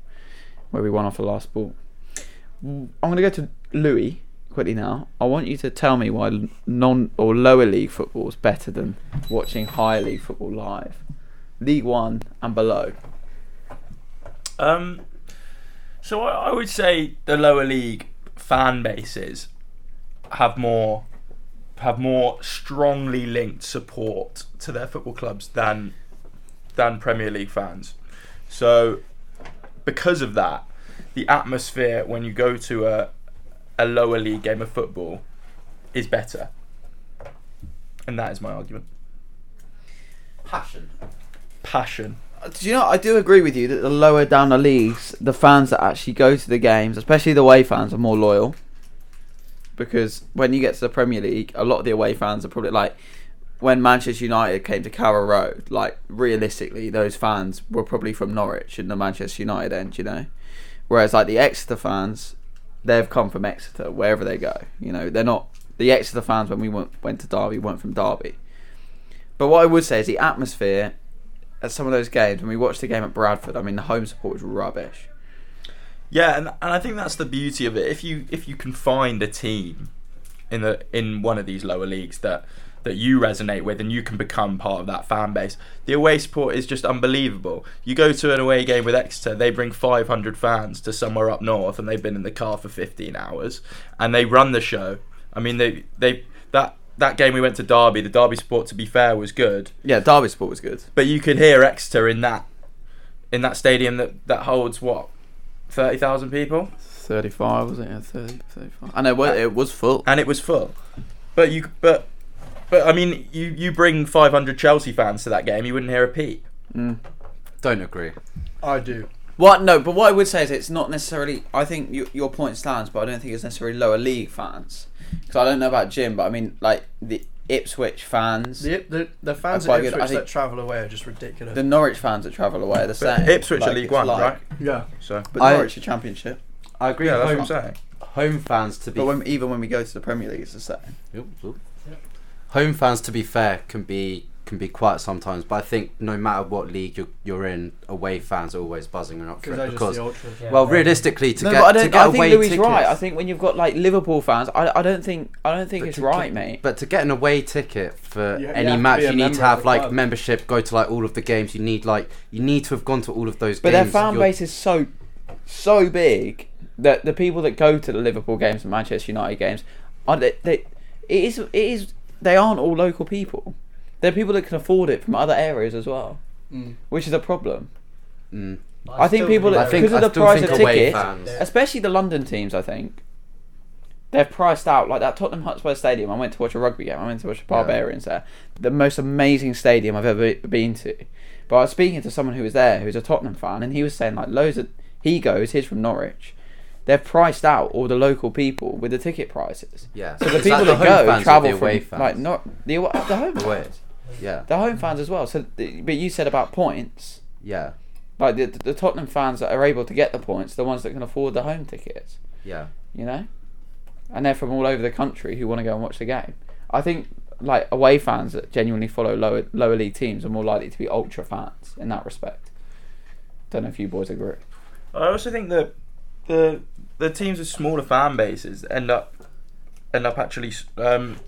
Speaker 1: where we won off the last ball. I'm gonna go to Louis quickly now. I want you to tell me why l- non or lower league football is better than watching higher league football live, League One and below.
Speaker 6: Um, so I, I would say the lower league fan bases have more have more strongly linked support to their football clubs than than Premier League fans. So because of that, the atmosphere when you go to a a lower league game of football is better. And that is my argument.
Speaker 5: passion.
Speaker 6: Passion.
Speaker 1: Do you know? I do agree with you that the lower down the leagues, the fans that actually go to the games, especially the away fans, are more loyal. Because when you get to the Premier League, a lot of the away fans are probably like, when Manchester United came to Carrow Road, like realistically, those fans were probably from Norwich and the Manchester United end, you know. Whereas like the Exeter fans, they've come from Exeter wherever they go. You know, they're not the Exeter fans when we went went to Derby weren't from Derby. But what I would say is the atmosphere at some of those games when we watched the game at Bradford. I mean, the home support was rubbish.
Speaker 6: Yeah, and, and I think that's the beauty of it. If you if you can find a team in the in one of these lower leagues that that you resonate with and you can become part of that fan base, the away support is just unbelievable. You go to an away game with Exeter, they bring 500 fans to somewhere up north, and they've been in the car for 15 hours, and they run the show. I mean, they they that that game we went to Derby, the Derby support, to be fair, was good,
Speaker 1: Yeah, Derby support was good.
Speaker 6: but you could hear Exeter in that in that stadium that that holds what. 30,000 people?
Speaker 1: 35, was it? Yeah, 30, 35. I know, well, it was full.
Speaker 6: and it was full. But you, but, but I mean, you you bring 500 Chelsea fans to that game, you wouldn't hear a peep.
Speaker 5: Don't agree.
Speaker 3: I do.
Speaker 1: Mm. What? No, but what I would say is it's not necessarily. I think you, your point stands, but I don't think it's necessarily lower league fans. Because I don't know about Jim, but I mean, like, the Ipswich fans,
Speaker 3: The, the, the fans
Speaker 1: Quite
Speaker 3: at
Speaker 1: good. I
Speaker 3: Ipswich
Speaker 1: think-
Speaker 3: that travel away are just ridiculous.
Speaker 1: the Norwich fans that travel away are the
Speaker 6: But
Speaker 1: same.
Speaker 6: Ipswich are
Speaker 1: Like,
Speaker 6: League
Speaker 1: it's
Speaker 6: One,
Speaker 1: like-
Speaker 6: right?
Speaker 3: yeah.
Speaker 6: So
Speaker 1: But
Speaker 5: I-
Speaker 1: Norwich are Championship.
Speaker 5: I agree.
Speaker 6: yeah, that's what I'm
Speaker 5: home,
Speaker 6: saying.
Speaker 5: home fans to be
Speaker 1: But when, even when we go to the Premier League, it's the same.
Speaker 5: Oops, oops. Home fans, to be fair, can be can be quiet sometimes, but I think no matter what league you're, you're in, away fans are always buzzing and up for
Speaker 3: Because they're
Speaker 5: it.
Speaker 3: just
Speaker 5: Because
Speaker 3: the ultras.
Speaker 5: well, realistically, to
Speaker 1: no,
Speaker 5: get
Speaker 1: but I don't.
Speaker 5: to get
Speaker 1: I think
Speaker 5: away
Speaker 1: Louis
Speaker 5: tickets,
Speaker 1: right. I think when you've got like Liverpool fans, I, I don't think I don't think
Speaker 5: But
Speaker 1: it's
Speaker 5: to get-
Speaker 1: right, mate.
Speaker 5: But to get an away ticket for
Speaker 3: You- you have
Speaker 5: any
Speaker 3: to
Speaker 5: match,
Speaker 3: be a
Speaker 5: you need
Speaker 3: member
Speaker 5: to
Speaker 3: of
Speaker 5: have
Speaker 3: the
Speaker 5: like
Speaker 3: club.
Speaker 5: membership. Go to like all of the games. You need like you need to have gone to all of those.
Speaker 1: But their
Speaker 5: games.
Speaker 1: fan
Speaker 5: You're-
Speaker 1: base is so so big that the people that go to the Liverpool games and Manchester United games are they, they it is it is they aren't all local people. They're people that can afford it from other areas as well,
Speaker 3: Mm.
Speaker 1: which is a problem.
Speaker 5: Mm.
Speaker 1: I, think
Speaker 4: still
Speaker 1: people
Speaker 4: think
Speaker 1: that
Speaker 5: I think
Speaker 1: because of
Speaker 5: I
Speaker 1: the
Speaker 5: still
Speaker 1: price
Speaker 5: think
Speaker 1: of
Speaker 5: away
Speaker 1: tickets,
Speaker 5: fans.
Speaker 1: especially the London teams, I think they've priced out like that Tottenham Hotspur Stadium. I went to watch a rugby game. I went to watch the Barbarians there. The most amazing stadium I've ever be- been to. But I was speaking to someone who was there, who's a Tottenham fan, and he was saying like loads of he goes, he's from Norwich. They've priced out all the local people with the ticket prices.
Speaker 5: Yeah.
Speaker 1: So the
Speaker 5: Is that
Speaker 1: people
Speaker 5: the
Speaker 1: that
Speaker 5: home
Speaker 1: go
Speaker 5: fans or
Speaker 1: travel
Speaker 5: the away
Speaker 1: from
Speaker 5: fans?
Speaker 1: like not the, aw- the home
Speaker 5: Away.
Speaker 1: fans.
Speaker 5: Yeah,
Speaker 1: The home fans as well. So, th- but you said about points,
Speaker 5: yeah,
Speaker 1: like the, the Tottenham fans that are able to get the points, the ones that can afford the home tickets,
Speaker 5: yeah.
Speaker 1: you know, and they're from all over the country who want to go and watch the game. I think like away fans that genuinely follow lower lower league teams are more likely to be ultra fans in that respect. Don't know if you boys agree.
Speaker 6: I also think that the the teams with smaller fan bases end up end up actually um,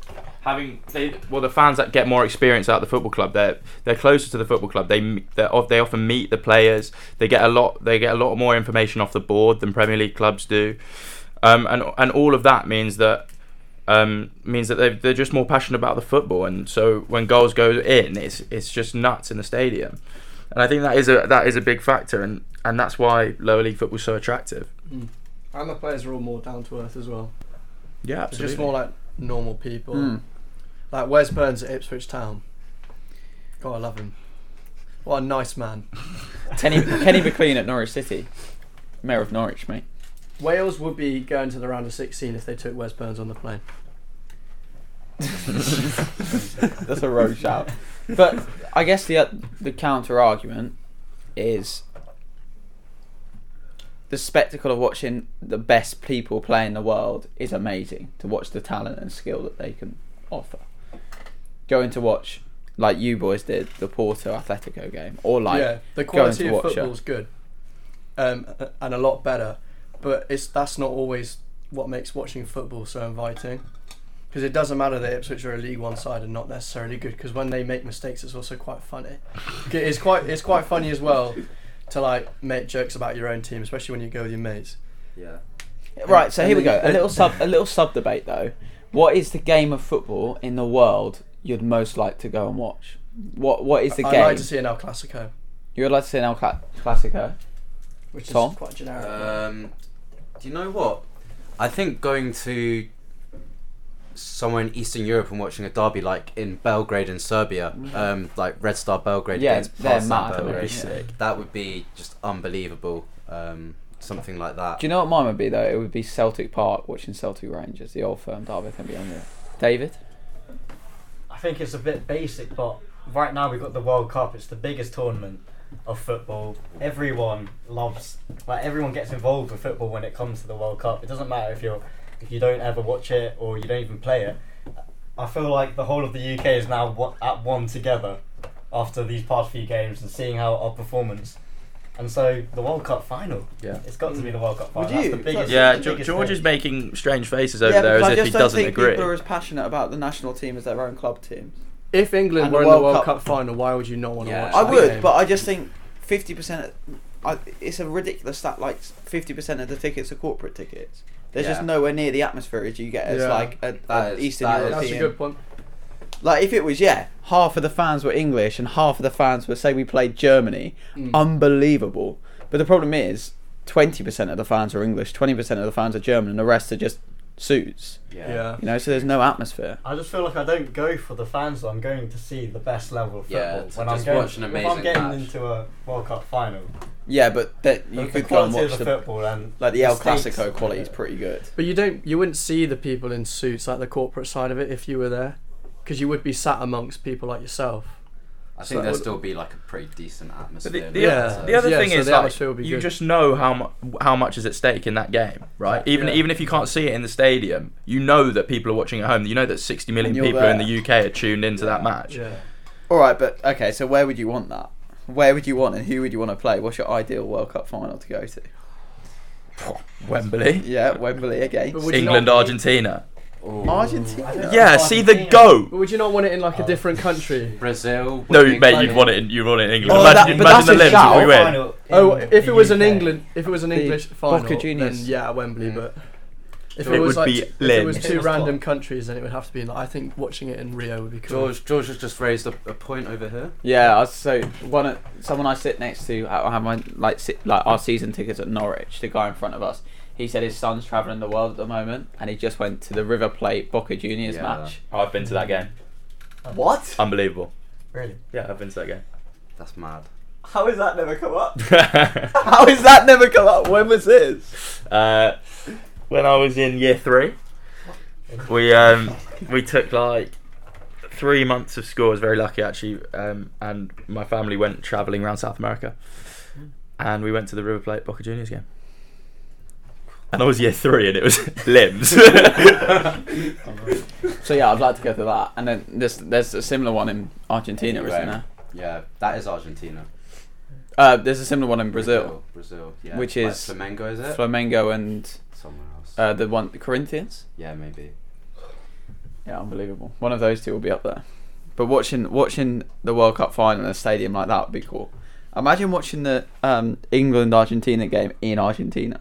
Speaker 6: having they well the fans that get more experience out of the football club they're they're closer to the football club they m- they're, of- they often meet the players they get a lot they get a lot more information off the board than Premier League clubs do um, and and all of that means that. Um, means that they're, they're just more passionate about the football, and so when goals go in, it's it's just nuts in the stadium and I think that is a that is a big factor, and and that's why lower league football's so attractive.
Speaker 3: And the players are all more down to earth as well.
Speaker 6: Yeah,
Speaker 3: It's just more like normal people.
Speaker 1: Mm.
Speaker 3: Like Wes Burns at Ipswich Town. God, I love him. What a nice man.
Speaker 1: Kenny
Speaker 3: (laughs)
Speaker 1: Kenny McLean at Norwich City, mayor of Norwich, mate.
Speaker 3: Wales would be going to the round of 16 if they took Wes Burns on the plane.
Speaker 1: That's a road shout. But I guess the uh, the counter argument is the spectacle of watching the best people play in the world is amazing. To watch the talent and skill that they can
Speaker 3: Oh,
Speaker 1: offer. Going to watch like you boys did the Porto Atletico game, or like
Speaker 3: yeah, the
Speaker 1: going
Speaker 3: quality
Speaker 1: to
Speaker 3: of
Speaker 1: watch it.
Speaker 3: football's good, um, a- and a lot better. But it's that's not always what makes watching football so inviting, because it doesn't matter that Ipswich are a League One side and not necessarily good. Because when they make mistakes, it's also quite funny. It's quite it's quite funny as well to like make jokes about your own team, especially when you go with your mates.
Speaker 5: Yeah.
Speaker 1: Right, so
Speaker 3: And
Speaker 1: here we
Speaker 3: then
Speaker 1: go.
Speaker 3: you-
Speaker 1: A little sub, a little sub debate though. What is the game of football in the world you'd most like to go and watch? What What is the
Speaker 3: I'd
Speaker 1: game
Speaker 3: like to see an El Clasico,
Speaker 1: you'd like to see an El Cla- Clasico?
Speaker 3: which is
Speaker 1: Tom?
Speaker 3: quite generic.
Speaker 5: Um, do you know what? I think going to somewhere in Eastern Europe and watching a derby like in Belgrade in Serbia, um, like Red Star Belgrade
Speaker 1: Yeah,
Speaker 5: against
Speaker 1: they're
Speaker 5: Partizan
Speaker 1: mad,
Speaker 5: Belgrade,
Speaker 1: they're sick.
Speaker 5: that would be just unbelievable. Um, something like that.
Speaker 1: Do you know what mine would be though? It would be Celtic Park watching Celtic Rangers, the old firm derby. I think beyond it. David,
Speaker 4: I think it's a bit basic, but right now we've got the World Cup. It's the biggest tournament of football. Everyone loves, like everyone gets involved with football when it comes to the World Cup. It doesn't matter if you're, if you don't ever watch it or you don't even play it. I feel like the whole of the UK is now wa- at one together after these past few games and seeing how our performance. And so the World Cup final.
Speaker 6: Yeah.
Speaker 4: It's got to be the World Cup
Speaker 3: Would
Speaker 4: final. That's
Speaker 3: you?
Speaker 4: the biggest.
Speaker 6: yeah,
Speaker 4: the
Speaker 6: Ge-
Speaker 4: biggest
Speaker 6: George
Speaker 4: thing.
Speaker 6: is making strange faces over there as if he doesn't agree.
Speaker 1: as passionate about the national team as their own club teams.
Speaker 3: If England
Speaker 1: and
Speaker 3: were
Speaker 1: the
Speaker 3: in the
Speaker 1: World
Speaker 3: World Cup,
Speaker 1: Cup-
Speaker 3: final, why would you not want to
Speaker 5: Yeah.
Speaker 3: watch?
Speaker 5: I
Speaker 3: that game?
Speaker 1: I just think fifty percent. It's a ridiculous stat. Like fifty percent of the tickets are corporate tickets.
Speaker 5: There's just Yeah.
Speaker 1: nowhere near the atmosphere as you get
Speaker 3: as, Yeah. like,
Speaker 1: a,
Speaker 5: That is- Eastern that is-
Speaker 3: that's a good point.
Speaker 1: Like if it was yeah, half of the fans were English and half of the fans were say we played Germany, unbelievable. But the problem is, twenty percent of the fans are English, twenty percent of the fans are German, and the rest are just suits.
Speaker 3: Yeah.
Speaker 1: You know, so there's no atmosphere.
Speaker 4: I just feel like I don't go for the fans. I'm going to see the best level of football.
Speaker 5: Yeah, to
Speaker 4: when I'm
Speaker 5: just
Speaker 4: going,
Speaker 5: watch an
Speaker 4: if I'm
Speaker 5: amazing
Speaker 4: getting
Speaker 5: match.
Speaker 4: into a World Cup final,
Speaker 1: Yeah, but that
Speaker 4: the,
Speaker 1: you
Speaker 4: the
Speaker 1: could go and
Speaker 4: quality
Speaker 1: watch
Speaker 4: of the,
Speaker 1: the
Speaker 4: football and
Speaker 1: like the El
Speaker 4: stakes of
Speaker 1: Clasico quality
Speaker 4: it.
Speaker 1: is pretty good.
Speaker 3: But you don't, you wouldn't see the people in suits like the corporate side of it if you were there, because you would be sat amongst people like yourself.
Speaker 5: I
Speaker 3: So-
Speaker 5: think there'd still be like a pretty decent atmosphere.
Speaker 6: But the,
Speaker 5: in
Speaker 6: the,
Speaker 5: it,
Speaker 3: Yeah.
Speaker 5: so-
Speaker 6: the other
Speaker 3: Yeah,
Speaker 6: thing
Speaker 3: so
Speaker 6: is
Speaker 3: the
Speaker 6: like,
Speaker 3: atmosphere will be
Speaker 6: you
Speaker 3: good.
Speaker 6: just know how mu- how much is at stake in that game, right? Even
Speaker 3: Yeah.
Speaker 6: even if you can't see it in the stadium, you know that people are watching at home. You know that 60 million
Speaker 1: And you're
Speaker 6: people
Speaker 1: there.
Speaker 6: in the UK are tuned into that match.
Speaker 3: Yeah.
Speaker 1: All right, but okay, so where would you want that? Where would you want and who would you want to play? What's your ideal World Cup final to go to?
Speaker 6: Wembley,
Speaker 1: Yeah, Wembley against
Speaker 3: would you
Speaker 6: England,
Speaker 3: not-
Speaker 6: Argentina.
Speaker 1: Argentina.
Speaker 4: I don't
Speaker 6: Yeah,
Speaker 4: know,
Speaker 6: see the
Speaker 4: Argentina-
Speaker 6: goat.
Speaker 3: But would you not want it in like a different country?
Speaker 5: Oh. (laughs) Brazil.
Speaker 6: No,
Speaker 5: would be
Speaker 6: mate,
Speaker 5: incredible.
Speaker 6: you'd want it. In, you'd want it in England.
Speaker 1: Oh,
Speaker 6: imagine
Speaker 1: that- but that's
Speaker 6: imagine the
Speaker 1: a
Speaker 6: limbs
Speaker 1: shout.
Speaker 6: we win.
Speaker 4: Final in
Speaker 3: Oh, if it was an
Speaker 4: the UK.
Speaker 3: England, if it was an
Speaker 1: The
Speaker 3: English final,
Speaker 1: Boca Juniors.
Speaker 3: then yeah, Wembley. But if
Speaker 6: It
Speaker 3: it,
Speaker 6: would
Speaker 3: was like,
Speaker 6: be
Speaker 3: if it was
Speaker 6: Lynn.
Speaker 4: It
Speaker 3: two
Speaker 4: was
Speaker 3: random
Speaker 4: top.
Speaker 3: countries, then it would have to be. Like, I think watching it in Rio would be cool.
Speaker 5: George, George has just raised a, a point over here.
Speaker 1: Yeah, I was, so one of, someone I sit next to, I have my like sit, like our season tickets at Norwich. The guy in front of us, he said his son's traveling the world at the moment, and he just went to the River Plate Boca Juniors
Speaker 5: Yeah.
Speaker 1: match.
Speaker 6: Oh, I've been to that game.
Speaker 4: What?
Speaker 6: Unbelievable.
Speaker 4: Really?
Speaker 6: Yeah, I've been to that game.
Speaker 5: That's mad.
Speaker 4: How has that never come
Speaker 1: (laughs)
Speaker 4: up?
Speaker 1: How (laughs) is that never come up? When was
Speaker 6: (laughs)
Speaker 1: this?
Speaker 6: uh, when I was in year three, we um, we took like three months of school. I was very lucky actually, um, and my family went travelling around South America, and we went to the River Plate Boca Juniors game. And I was year three, and it was (laughs) limbs.
Speaker 1: So yeah, I'd like to go to that. And then there's there's a similar one in Argentina, isn't
Speaker 5: Right.
Speaker 1: there?
Speaker 5: Um, Yeah, that is Argentina.
Speaker 1: Uh, there's a similar one in Brazil,
Speaker 5: Brazil, yeah.
Speaker 1: Which
Speaker 5: Like
Speaker 1: is-
Speaker 5: Flamengo, is it?
Speaker 1: Flamengo, and
Speaker 5: Somewhere else.
Speaker 1: uh, the one Corinthians.
Speaker 5: yeah, maybe.
Speaker 1: Yeah, unbelievable. One of those two will be up there. But watching watching the World Cup final in a stadium like that would be cool. Imagine watching the um, England Argentina game in Argentina.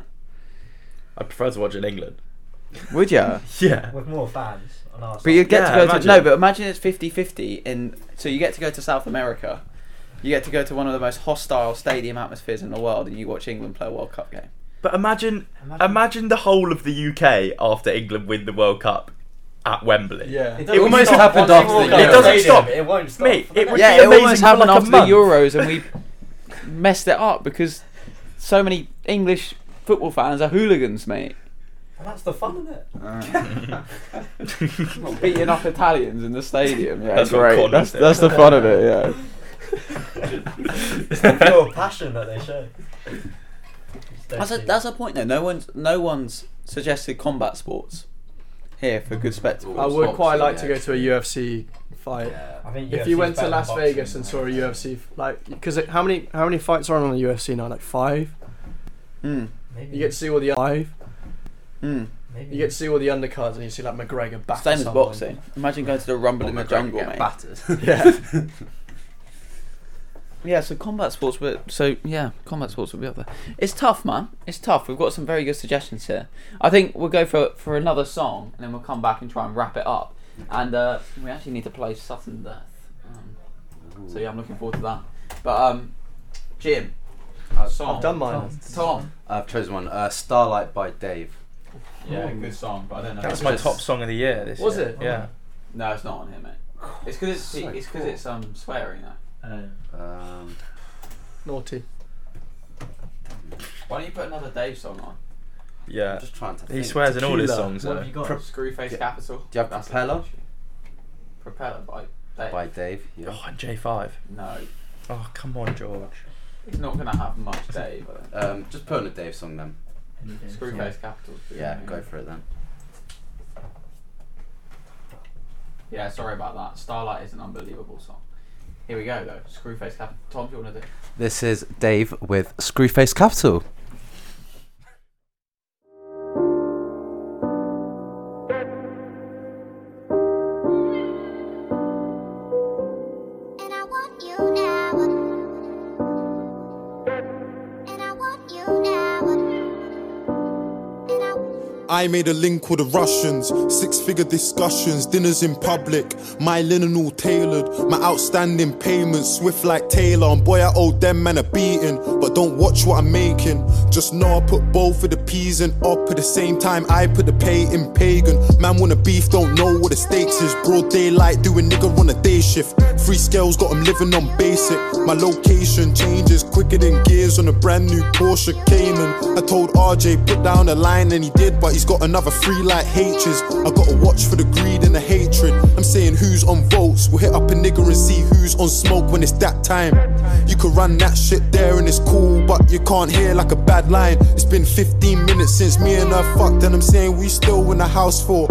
Speaker 6: I prefer to watch in England.
Speaker 1: Would you?
Speaker 6: (laughs) Yeah.
Speaker 2: With more fans on our
Speaker 1: But you get
Speaker 6: Yeah,
Speaker 1: to go to
Speaker 6: imagine.
Speaker 1: no, but imagine it's 50-50 in so you get to go to South America. You get to go to one of the most hostile stadium atmospheres in the world and you watch England play a World Cup game.
Speaker 6: But imagine,
Speaker 2: Imagine-
Speaker 6: imagine the whole of the UK after England win the World Cup at Wembley.
Speaker 3: Yeah.
Speaker 5: It almost
Speaker 4: stop.
Speaker 5: happened
Speaker 4: Once
Speaker 5: after
Speaker 4: you walk
Speaker 5: the
Speaker 4: out
Speaker 6: Euro.
Speaker 4: of
Speaker 6: It doesn't
Speaker 4: stadium,
Speaker 6: stop.
Speaker 4: It won't stop.
Speaker 6: Mate, it would
Speaker 1: yeah,
Speaker 6: be
Speaker 1: it
Speaker 6: amazing
Speaker 1: almost
Speaker 6: for
Speaker 1: happened
Speaker 6: like
Speaker 1: after
Speaker 6: a
Speaker 1: the
Speaker 6: month.
Speaker 1: Euros and we messed it up because so many English football fans are hooligans, mate.
Speaker 4: That's the fun of it.
Speaker 1: Ah. (laughs) Beating up Italians in the stadium. Yeah,
Speaker 6: That's what
Speaker 1: great.
Speaker 6: Conte
Speaker 1: that's
Speaker 6: did.
Speaker 1: that's the fun of it. Yeah. (laughs)
Speaker 4: Pure passion that they show.
Speaker 1: That's a, that's a point though. No one's no one's suggested combat sports here for good spectacle.
Speaker 3: I
Speaker 5: It's
Speaker 3: would
Speaker 5: boxing,
Speaker 3: quite like to
Speaker 5: yeah.
Speaker 3: go to a UFC fight.
Speaker 4: I think
Speaker 3: If
Speaker 4: UFC
Speaker 3: you
Speaker 4: 's
Speaker 3: went to
Speaker 4: better than
Speaker 3: Las
Speaker 4: boxing,
Speaker 3: Vegas and
Speaker 4: though.
Speaker 3: saw a UFC, f- like, because how many how many fights are on the UFC now? Like five. Hmm.
Speaker 1: Mm,
Speaker 4: Maybe,
Speaker 3: You get to see all the five. Hmm.
Speaker 1: mm.
Speaker 4: maybe
Speaker 3: You get to see all the undercards, and you see like McGregor back.
Speaker 1: Same as boxing. Imagine going to the Rumble in the jungle, mate.
Speaker 3: (laughs)
Speaker 5: battered.
Speaker 3: Yeah.
Speaker 1: Yeah, so combat sports, but so yeah, combat sports will be up there. It's tough, man. It's tough. We've got some very good suggestions here. I think we'll go for for another song, and then we'll come back and try and wrap it up. And uh, we actually need to play Sudden Death. Um, so yeah, I'm looking forward to that. But um, Jim, song.
Speaker 3: I've done mine.
Speaker 1: Tom.
Speaker 5: I've chosen one. Uh, Starlight by Dave.
Speaker 1: Yeah, good song, but I don't know.
Speaker 6: That's my top song of the year. This
Speaker 3: Was
Speaker 6: year.
Speaker 3: it?
Speaker 6: Yeah.
Speaker 1: No, it's not on here, mate. It's because it's
Speaker 5: So
Speaker 1: it's because
Speaker 5: cool.
Speaker 1: it's um swearing though.
Speaker 5: Um,
Speaker 3: Naughty.
Speaker 1: Why don't you put another Dave song on?
Speaker 5: I'm
Speaker 6: Yeah.
Speaker 5: just trying to.
Speaker 6: He
Speaker 5: think.
Speaker 6: swears in all his
Speaker 3: Tequila.
Speaker 6: songs.
Speaker 4: What
Speaker 6: Though.
Speaker 4: have you got?
Speaker 1: Screwface Capital.
Speaker 5: Do you have
Speaker 1: That's the
Speaker 5: Propeller?
Speaker 1: issue. Propeller by Dave.
Speaker 5: by Dave. Yeah.
Speaker 6: Oh, and J5.
Speaker 1: No,
Speaker 6: Oh, come on, George.
Speaker 1: he's not gonna have much Dave. I don't-
Speaker 5: Um, just put on a Dave song then.
Speaker 1: Screwface Capital's doing
Speaker 5: Yeah,
Speaker 1: it.
Speaker 5: go for it then.
Speaker 1: Yeah, sorry about that. Starlight is an unbelievable song. Here we go though. Screwface Capital. Tom, do you wanna do? it?
Speaker 5: This is Dave with Screwface Capital.
Speaker 8: And I want you now. And I want you now. And I
Speaker 9: I made a link with the Russians, six figure discussions, dinners in public, my linen all tailored, my outstanding payments, swift like Taylor, and boy, I owe them man a beating. But don't watch what I'm making, just know I put both of the peas in up at the same time. I put the pay in pagan. Man, wanna beef, don't know what the stakes is. Broad daylight, doing nigga on a day shift. Free scales got 'em living on basic. My location changes quicker than gears on a brand new Porsche Cayman. I told RJ, put down the line, and he did, but he's got another free like H's. I gotta watch for the greed and the hatred. I'm saying who's on votes. We'll hit up a nigga and see who's on smoke when it's that time. You can run that shit there and it's cool, but you can't hear like a bad line. It's been 15 minutes since me and her fucked, and I'm saying we still in the house for.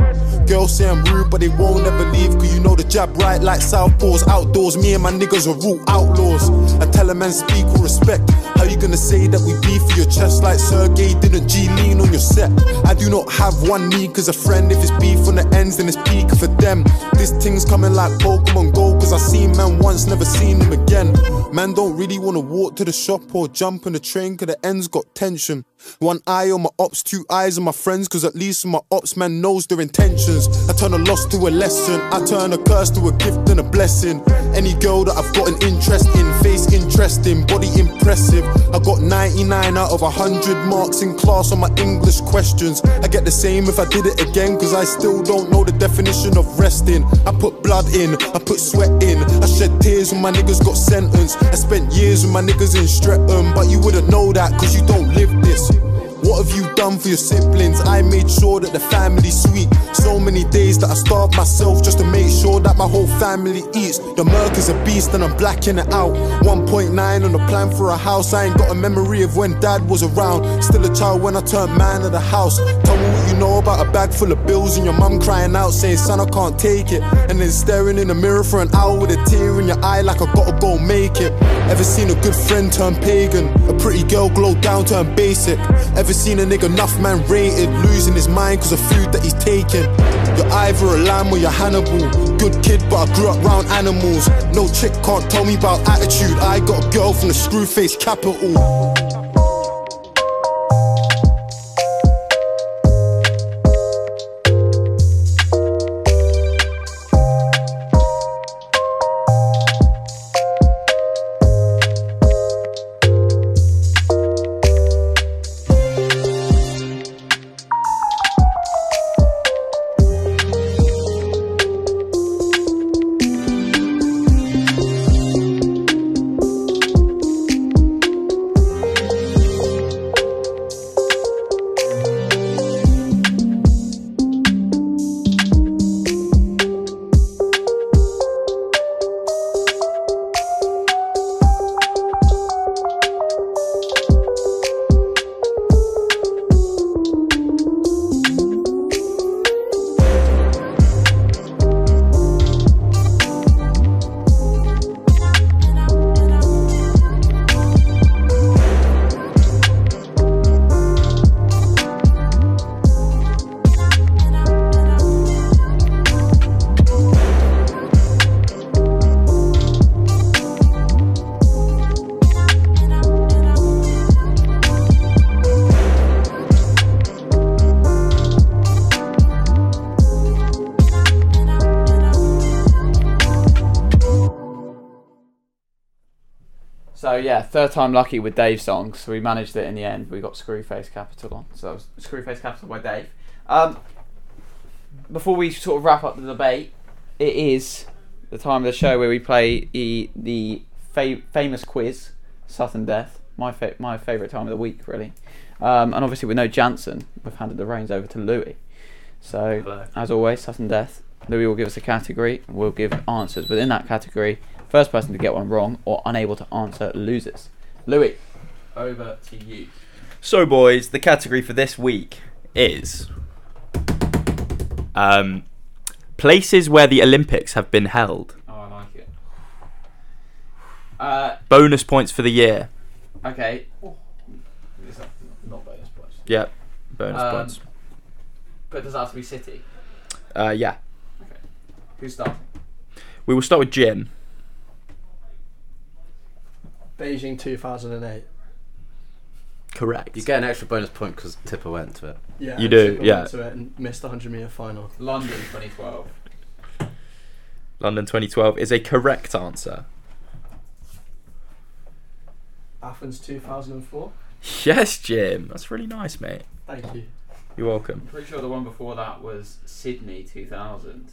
Speaker 9: Girls say I'm rude, but they won't ever leave, cause you know the jab right like Southpaws. Outdoors, me and my niggas are root outlaws. I tell a man speak with respect. How you gonna say that we beef for your chest like Sergey didn't G lean on your set? I do not have one need, cause a friend, if it's beef on the ends, then it's peak for them. This thing's coming like Pokemon Go, cause I seen man once, never seen him again. Man don't really wanna walk to the shop or jump on the train, cause the end's got tension. One eye on my ops, two eyes on my friends, cause at least my ops man knows their intentions. I turn a loss to a lesson, I turn a curse to a gift and a blessing. Any girl that I've got an interest in, face interesting, body impressive. I got 99 out of 100 marks in class on my English questions. I get the same if I did it again, cause I still don't know the definition of resting. I put blood in, I put sweat in, I shed tears when my niggas got sentenced. I spent years with my niggas in Streatham, but you wouldn't know that cause you don't live this. What have you done for your siblings? I made sure that the family's sweet. So many days that I starved myself just to make sure that my whole family eats. The Merc is a beast and I'm blacking it out. 1.9 on the plan for a house. I ain't got a memory of when dad was around. Still a child when I turned man of the house. Tell me what you know about a bag full of bills and your mum crying out saying, son, I can't take it. And then staring in the mirror for an hour with a tear in your eye like I gotta go make it. Ever seen a good friend turn pagan? A pretty girl glow down turn basic. Ever seen a nigga nuff man rated? Losing his mind cause of food that he's taking. You're either a lamb or you're Hannibal. Good kid, but I grew up round animals. No chick can't tell me about attitude. I got a girl from the Screwface capital.
Speaker 1: So yeah, third time lucky with Dave's songs. So we managed it in the end. We got Screwface Capital on. So that was Screwface Capital by Dave. Um, before we sort of wrap up the debate, it is the time of the show where we play the the fa- famous quiz, Sudden Death. My fa- my favorite time of the week, really. Um, and obviously with no Jansen, we've handed the reins over to Louis. So
Speaker 4: Hello.
Speaker 1: as always, Sudden Death. Louis will give us a category. We'll give answers within that category. First person to get one wrong or unable to answer loses. Louis, over to you.
Speaker 6: So, boys, the category for this week is um, places where the Olympics have been held.
Speaker 1: Oh, I like it. Uh,
Speaker 6: Bonus points for the year.
Speaker 1: okay. Is that Oh. not bonus points?
Speaker 6: Yep. Bonus
Speaker 1: Um,
Speaker 6: points.
Speaker 1: But does that have to be City?
Speaker 6: Uh, yeah.
Speaker 1: Who's starting?
Speaker 6: We will start with Jim.
Speaker 3: Beijing 2008.
Speaker 6: Correct.
Speaker 5: You get an extra bonus point because Tipper went to it.
Speaker 3: Yeah,
Speaker 6: You
Speaker 3: and
Speaker 6: do,
Speaker 3: Tipper went
Speaker 6: yeah.
Speaker 3: To it and missed the 100 meter final.
Speaker 1: London 2012.
Speaker 6: London 2012 is a correct answer. (laughs)
Speaker 3: Athens 2004.
Speaker 6: Yes, Jim. That's really nice, mate.
Speaker 3: Thank you.
Speaker 6: You're welcome.
Speaker 1: I'm pretty sure the one before that was Sydney 2000.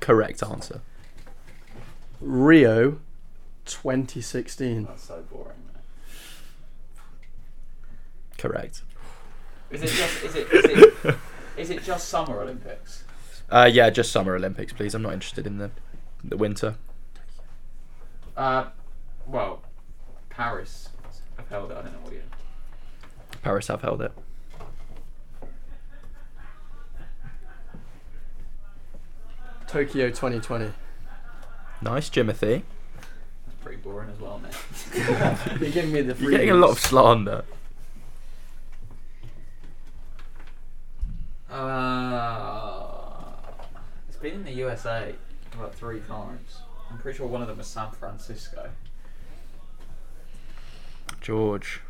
Speaker 6: Correct answer.
Speaker 3: Rio 2016.
Speaker 1: That's so boring.
Speaker 6: Correct.
Speaker 1: Is it just? Is it? Is
Speaker 6: (laughs)
Speaker 1: it, is it just Summer Olympics?
Speaker 6: Uh, yeah, just Summer Olympics, please. I'm not interested in the the winter.
Speaker 1: Uh, well, Paris. I've held it. I don't know what year.
Speaker 6: Paris have held it.
Speaker 3: Tokyo 2020.
Speaker 6: Nice, Jimothy.
Speaker 1: That's pretty boring as well, mate. (laughs)
Speaker 3: You're giving me the
Speaker 6: You're getting a lot of slander.
Speaker 1: Uh, it's been in the USA about three times. I'm pretty sure one of them was San Francisco.
Speaker 6: George.